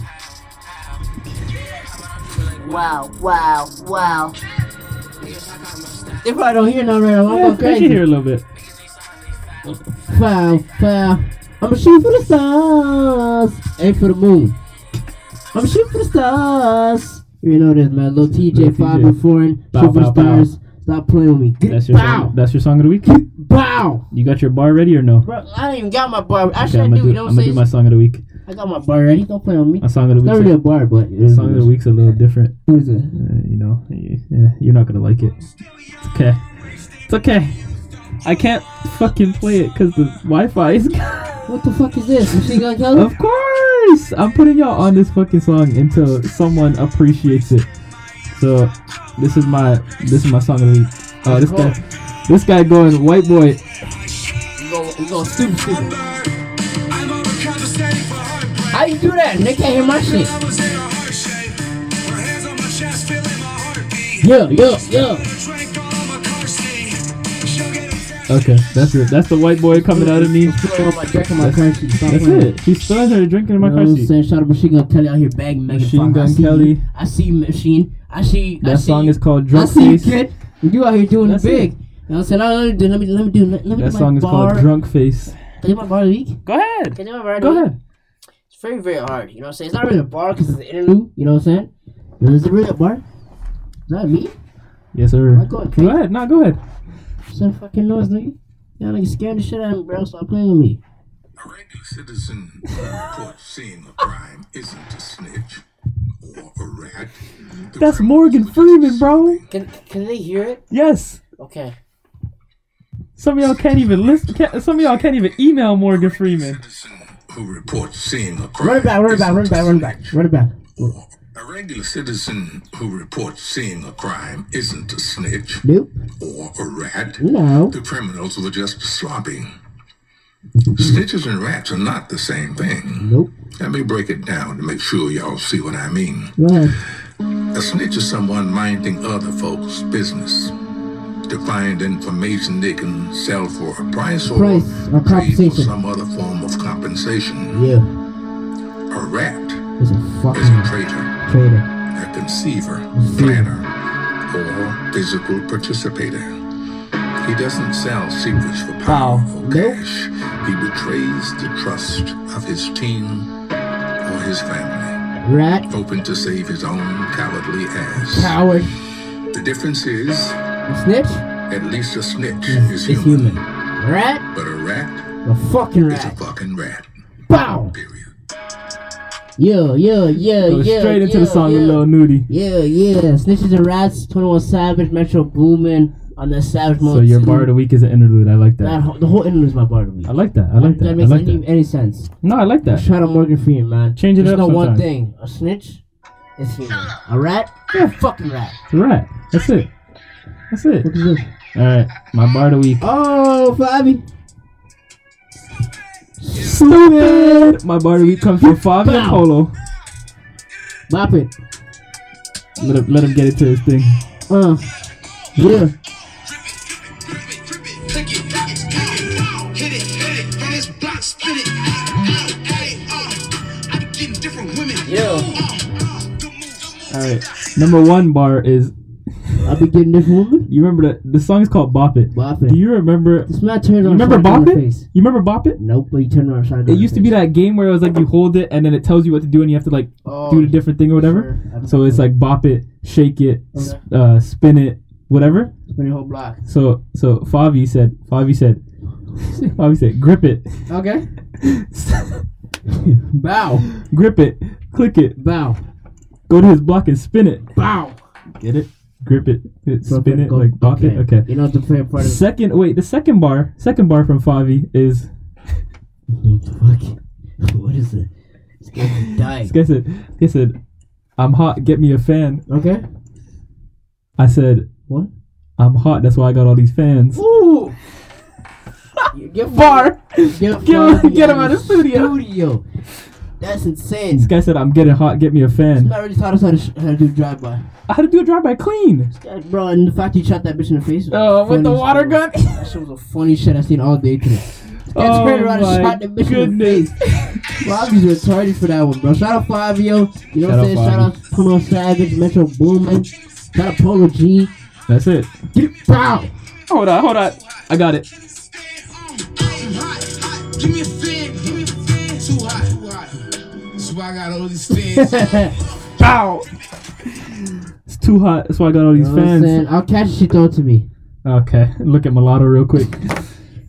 [SPEAKER 6] Wow! Wow! Wow! They probably don't hear no right now. I'm
[SPEAKER 5] Yeah,
[SPEAKER 6] going
[SPEAKER 5] I can
[SPEAKER 6] crazy.
[SPEAKER 5] hear a little bit.
[SPEAKER 6] Wow! Wow! I'm shooting for the stars, aim for the moon. I'm shooting for the stars. You know this, man. Little TJ,
[SPEAKER 5] Lil
[SPEAKER 6] five
[SPEAKER 5] TJ.
[SPEAKER 6] and foreign,
[SPEAKER 5] Bow,
[SPEAKER 6] shoot for the
[SPEAKER 5] bow, bow.
[SPEAKER 6] stars. Stop playing with me.
[SPEAKER 5] That's your
[SPEAKER 6] Bow!
[SPEAKER 5] song. That's your song of the week.
[SPEAKER 6] Bow!
[SPEAKER 5] You got your bar ready or no?
[SPEAKER 6] Bro, I don't even got my bar. Actually,
[SPEAKER 5] I'm
[SPEAKER 6] I do.
[SPEAKER 5] gonna do,
[SPEAKER 6] you know
[SPEAKER 5] I'm
[SPEAKER 6] what
[SPEAKER 5] gonna do
[SPEAKER 6] I'm
[SPEAKER 5] my
[SPEAKER 6] saying?
[SPEAKER 5] song of the week.
[SPEAKER 6] I got my bar ready. Don't play on me.
[SPEAKER 5] My song of the
[SPEAKER 6] It's not
[SPEAKER 5] week.
[SPEAKER 6] really a bar, but it
[SPEAKER 5] The
[SPEAKER 6] is.
[SPEAKER 5] song of the week's a little different.
[SPEAKER 6] What is it?
[SPEAKER 5] Uh, you know, you- yeah, you're not gonna like it. It's okay. It's okay. I can't fucking play it because the Wi-Fi is.
[SPEAKER 6] What the fuck is this? Is she gonna kill him?
[SPEAKER 5] of course, I'm putting y'all on this fucking song until someone appreciates it. So this is my this is my song of the week. Oh, this guy, this guy going white boy.
[SPEAKER 6] How you do that? Nick can't hear my shit. Yeah, yeah, yeah.
[SPEAKER 5] Okay, that's it. That's the white boy coming out of me.
[SPEAKER 6] my drink in my
[SPEAKER 5] That's-
[SPEAKER 6] car seat. Stop
[SPEAKER 5] That's
[SPEAKER 6] playing.
[SPEAKER 5] it. She still her drinking in my
[SPEAKER 6] You know
[SPEAKER 5] car
[SPEAKER 6] what I'm
[SPEAKER 5] seat.
[SPEAKER 6] saying? Shout out Machine Gun Kelly out here bagging Megan
[SPEAKER 5] Machine
[SPEAKER 6] Fox. I
[SPEAKER 5] Gun
[SPEAKER 6] see you.
[SPEAKER 5] Kelly.
[SPEAKER 6] I see Machine. I see. I
[SPEAKER 5] That
[SPEAKER 6] see
[SPEAKER 5] song
[SPEAKER 6] you.
[SPEAKER 5] is called
[SPEAKER 6] I
[SPEAKER 5] Drunk
[SPEAKER 6] see you,
[SPEAKER 5] Face.
[SPEAKER 6] kid. You out here doing
[SPEAKER 5] That's
[SPEAKER 6] it big.
[SPEAKER 5] it.
[SPEAKER 6] You know what I'm saying? Oh, Let me do. Let me, let me do. Let me do
[SPEAKER 5] That
[SPEAKER 6] my
[SPEAKER 5] song is
[SPEAKER 6] bar.
[SPEAKER 5] called Drunk Face.
[SPEAKER 6] Can I do my bar of the week?
[SPEAKER 5] Go ahead.
[SPEAKER 6] Can I do my bar of the
[SPEAKER 5] Go
[SPEAKER 6] week?
[SPEAKER 5] ahead.
[SPEAKER 6] It's very, very hard. You know what I'm saying? It's not really a bar because it's an interlude.
[SPEAKER 5] Mm-hmm.
[SPEAKER 6] You know what I'm saying? But Is it really a bar? Is that me?
[SPEAKER 5] Yes, sir.
[SPEAKER 6] I
[SPEAKER 5] Go
[SPEAKER 6] going crazy?
[SPEAKER 5] ahead. Nah, go ahead.
[SPEAKER 6] Some fucking noise, nigga. Y'all niggas scared the shit out of me, bro. Stop playing with me.
[SPEAKER 4] A regular citizen caught seeing a crime isn't a snitch or a rat. The
[SPEAKER 5] That's
[SPEAKER 4] criminals
[SPEAKER 5] Morgan
[SPEAKER 4] would
[SPEAKER 5] Freeman, bro.
[SPEAKER 6] Can Can they hear it?
[SPEAKER 5] Yes.
[SPEAKER 6] Okay.
[SPEAKER 5] Some of y'all can't even listen. Can't, some of y'all can't even email Morgan Freeman.
[SPEAKER 4] Citizen who reports seeing a crime.
[SPEAKER 6] Run it back. Run it back. Run it back. Run it back. Run it back.
[SPEAKER 4] Or a regular citizen who reports seeing a crime isn't a snitch
[SPEAKER 6] Nope.
[SPEAKER 4] or a rat.
[SPEAKER 6] No.
[SPEAKER 4] The criminals were just sloppy. Snitches and rats are not the same thing.
[SPEAKER 6] Nope.
[SPEAKER 4] Let me break it down to make sure y'all see what I mean.
[SPEAKER 6] Go ahead.
[SPEAKER 4] A snitch is someone minding other folks' business to find information they can sell for a price or,
[SPEAKER 6] Price or
[SPEAKER 4] trade for
[SPEAKER 6] compensation.
[SPEAKER 4] some other form of compensation.
[SPEAKER 6] Yeah.
[SPEAKER 4] A rat is
[SPEAKER 6] It's a
[SPEAKER 4] a
[SPEAKER 6] fucking
[SPEAKER 4] traitor,
[SPEAKER 6] traitor.
[SPEAKER 4] a conceiver, planner, or physical participator. He doesn't sell secrets for power
[SPEAKER 5] Wow.
[SPEAKER 4] or
[SPEAKER 5] Nope.
[SPEAKER 4] cash. He betrays the trust of his team or his family,
[SPEAKER 6] Rat
[SPEAKER 4] hoping to save his own cowardly ass.
[SPEAKER 6] Howard
[SPEAKER 4] The difference is
[SPEAKER 6] Snitch
[SPEAKER 4] At least a snitch
[SPEAKER 6] is
[SPEAKER 4] is human,
[SPEAKER 6] Mm, human. Rat
[SPEAKER 4] but a rat
[SPEAKER 6] the fucking
[SPEAKER 4] is a
[SPEAKER 6] rat.
[SPEAKER 4] fucking rat.
[SPEAKER 6] Bow.
[SPEAKER 4] Period.
[SPEAKER 6] Yeah, yeah, yeah,
[SPEAKER 5] Go
[SPEAKER 6] Uh, yeah.
[SPEAKER 5] straight into the
[SPEAKER 6] yeah,
[SPEAKER 5] song
[SPEAKER 6] yeah.
[SPEAKER 5] of Lil Nudie.
[SPEAKER 6] Yeah, yeah. Snitches and rats. Twenty One Savage, Metro Boomin on the Savage
[SPEAKER 5] So
[SPEAKER 6] Mode.
[SPEAKER 5] your
[SPEAKER 6] two.
[SPEAKER 5] bar of the week is an interlude. I like
[SPEAKER 6] That
[SPEAKER 5] that.
[SPEAKER 6] whole- the whole interlude is my bar of the week.
[SPEAKER 5] I like that. I like that. I
[SPEAKER 6] That makes
[SPEAKER 5] like
[SPEAKER 6] any,
[SPEAKER 5] that.
[SPEAKER 6] any sense.
[SPEAKER 5] No, I like that.
[SPEAKER 6] Shout out Morgan Freeman, man.
[SPEAKER 5] Change it
[SPEAKER 6] Just
[SPEAKER 5] up
[SPEAKER 6] know one
[SPEAKER 5] sometimes.
[SPEAKER 6] thing: a snitch is human. A rat, a fucking rat.
[SPEAKER 5] It's a rat. That's it. That's it.
[SPEAKER 6] What is this?
[SPEAKER 5] All right, my bar of the week.
[SPEAKER 6] Oh, Fabi.
[SPEAKER 5] Stupid. My bar of the week comes from Fabio
[SPEAKER 6] Bow.
[SPEAKER 5] Polo.
[SPEAKER 6] Bop it.
[SPEAKER 5] Let him, let him get into his thing.
[SPEAKER 6] Uh. Yeah.
[SPEAKER 5] All right, number one bar is
[SPEAKER 6] I be getting this woman.
[SPEAKER 5] you remember the the song is called Bop It.
[SPEAKER 6] Bop
[SPEAKER 5] Do
[SPEAKER 6] it.
[SPEAKER 5] you remember?
[SPEAKER 6] This man turned
[SPEAKER 5] You
[SPEAKER 6] around.
[SPEAKER 5] remember
[SPEAKER 6] shot down
[SPEAKER 5] Bop
[SPEAKER 6] my
[SPEAKER 5] It?
[SPEAKER 6] Face.
[SPEAKER 5] You remember Bop It?
[SPEAKER 6] Nope, but he turned around. Shot down my
[SPEAKER 5] It used to be
[SPEAKER 6] face.
[SPEAKER 5] that game where it was like you hold it and then it tells you what to do and you have to like
[SPEAKER 6] Oh,
[SPEAKER 5] do the different thing or whatever.
[SPEAKER 6] sure. I'm
[SPEAKER 5] So it's
[SPEAKER 6] sure.
[SPEAKER 5] like bop it, shake it, s
[SPEAKER 6] Okay.
[SPEAKER 5] uh, spin it, whatever.
[SPEAKER 6] Spin your whole block.
[SPEAKER 5] So so Favi said Favi said Favi said grip it,
[SPEAKER 6] Okay. Bow.
[SPEAKER 5] grip it, click it,
[SPEAKER 6] Bow.
[SPEAKER 5] go to his block and spin it.
[SPEAKER 6] Bow.
[SPEAKER 5] Get it? Grip it, hit- spin it,
[SPEAKER 6] Go-
[SPEAKER 5] like bop it. Okay.
[SPEAKER 6] You know what the favorite part is?
[SPEAKER 5] Second wait, the second bar, second bar from Favi is
[SPEAKER 6] What the fuck? What is it? It's gonna die.
[SPEAKER 5] this guy said this guy said I'm hot, get me a fan.
[SPEAKER 6] Okay.
[SPEAKER 5] I said
[SPEAKER 6] What?
[SPEAKER 5] I'm hot, that's why I got all these fans.
[SPEAKER 6] Ooh. Get
[SPEAKER 5] Bar.
[SPEAKER 6] Get,
[SPEAKER 5] Get him-
[SPEAKER 6] Fabi
[SPEAKER 5] get him
[SPEAKER 6] out
[SPEAKER 5] out of the studio.
[SPEAKER 6] Studio. That's insane.
[SPEAKER 5] This guy said, I'm getting hot, get me a
[SPEAKER 6] This
[SPEAKER 5] fan.
[SPEAKER 6] man already taught us how to, sh- how to do drive by.
[SPEAKER 5] I had to do a drive by clean.
[SPEAKER 6] Bro, and the fact you shot that bitch in the face. was
[SPEAKER 5] Oh, with the
[SPEAKER 6] funniest
[SPEAKER 5] water
[SPEAKER 6] thing.
[SPEAKER 5] gun?
[SPEAKER 6] That shit was the funniest shit I seen all day today. That
[SPEAKER 5] Oh
[SPEAKER 6] turned around
[SPEAKER 5] my
[SPEAKER 6] and shot the bitch
[SPEAKER 5] goodness.
[SPEAKER 6] in the face. Bobby's retarded for that one, bro. Shout out Fabio. You know what I'm saying?
[SPEAKER 5] Shout
[SPEAKER 6] Shout
[SPEAKER 5] out
[SPEAKER 6] out Puno Savage, Metro Boomin. Shout out Polo G.
[SPEAKER 5] That's it.
[SPEAKER 6] Get it, pow.
[SPEAKER 5] Hold on, hold on. I got it. Bow. It's too hot. That's why I got all
[SPEAKER 6] You
[SPEAKER 5] these
[SPEAKER 6] know what I'm
[SPEAKER 5] fans.
[SPEAKER 6] saying? I'll catch it, she throw it to me.
[SPEAKER 5] Okay, look at mulatto real quick.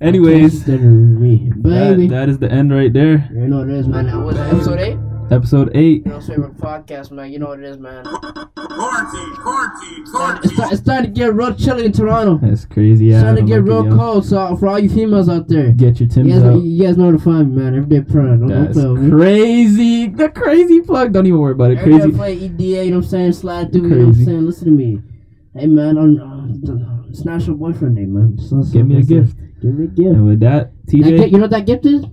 [SPEAKER 5] Anyways,
[SPEAKER 6] Catch it, throw it to me.
[SPEAKER 5] that,
[SPEAKER 6] Baby.
[SPEAKER 5] that is the end right there.
[SPEAKER 6] You know what it is, man. That was episode 8.
[SPEAKER 5] Episode eight.
[SPEAKER 6] You know, favorite podcast, man. You know what it is, man.
[SPEAKER 4] Quarantine, quarantine,
[SPEAKER 6] It's, ti- it's time to get real chilly in Toronto.
[SPEAKER 5] That's crazy. Yeah.
[SPEAKER 6] it's time to
[SPEAKER 5] I don't
[SPEAKER 6] get
[SPEAKER 5] like it,
[SPEAKER 6] real
[SPEAKER 5] yo.
[SPEAKER 6] cold. So for all you females out there,
[SPEAKER 5] Get your
[SPEAKER 6] you
[SPEAKER 5] Tim's
[SPEAKER 6] guys, know,
[SPEAKER 5] out.
[SPEAKER 6] you guys know how to find me, man. Every day praying. Don't, don't
[SPEAKER 5] That's
[SPEAKER 6] play with me.
[SPEAKER 5] crazy. The crazy plug. Don't even worry about it.
[SPEAKER 6] Every day I
[SPEAKER 5] Crazy.
[SPEAKER 6] play EDA. You know what I'm saying? Slide through. You know what I'm
[SPEAKER 5] Crazy.
[SPEAKER 6] saying? Listen to me. Hey, man. I'm, uh, it's National Boyfriend Day, man. So, so,
[SPEAKER 5] Give me a
[SPEAKER 6] so-
[SPEAKER 5] gift. E
[SPEAKER 6] Give me a gift.
[SPEAKER 5] And with that,
[SPEAKER 6] That
[SPEAKER 5] TJ.
[SPEAKER 6] gift- you know what that gift is?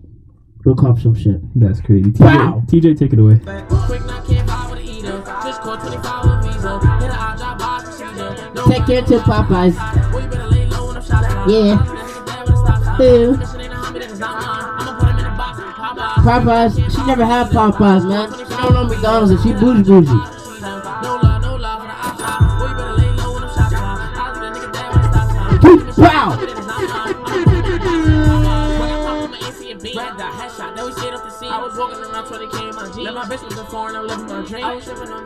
[SPEAKER 6] Go cop some shit.
[SPEAKER 5] That's crazy. TJ,
[SPEAKER 6] Wow.
[SPEAKER 5] TJ, take it away.
[SPEAKER 2] Quick, not can't vibe with a eater. Just caught 25 with visa. Hit a eye drop by procedure. No
[SPEAKER 6] Take care to Popeyes.
[SPEAKER 2] Well, you better lay low when I'm shot.
[SPEAKER 6] Yeah. Yeah. Popeyes, she never had Popeyes, man. She don't know McDonald's and she bougie bougie. Wow!
[SPEAKER 2] I was walking around 20k in my jeans. Let my bitch was a foreign, I'm living my dream. I was tripping on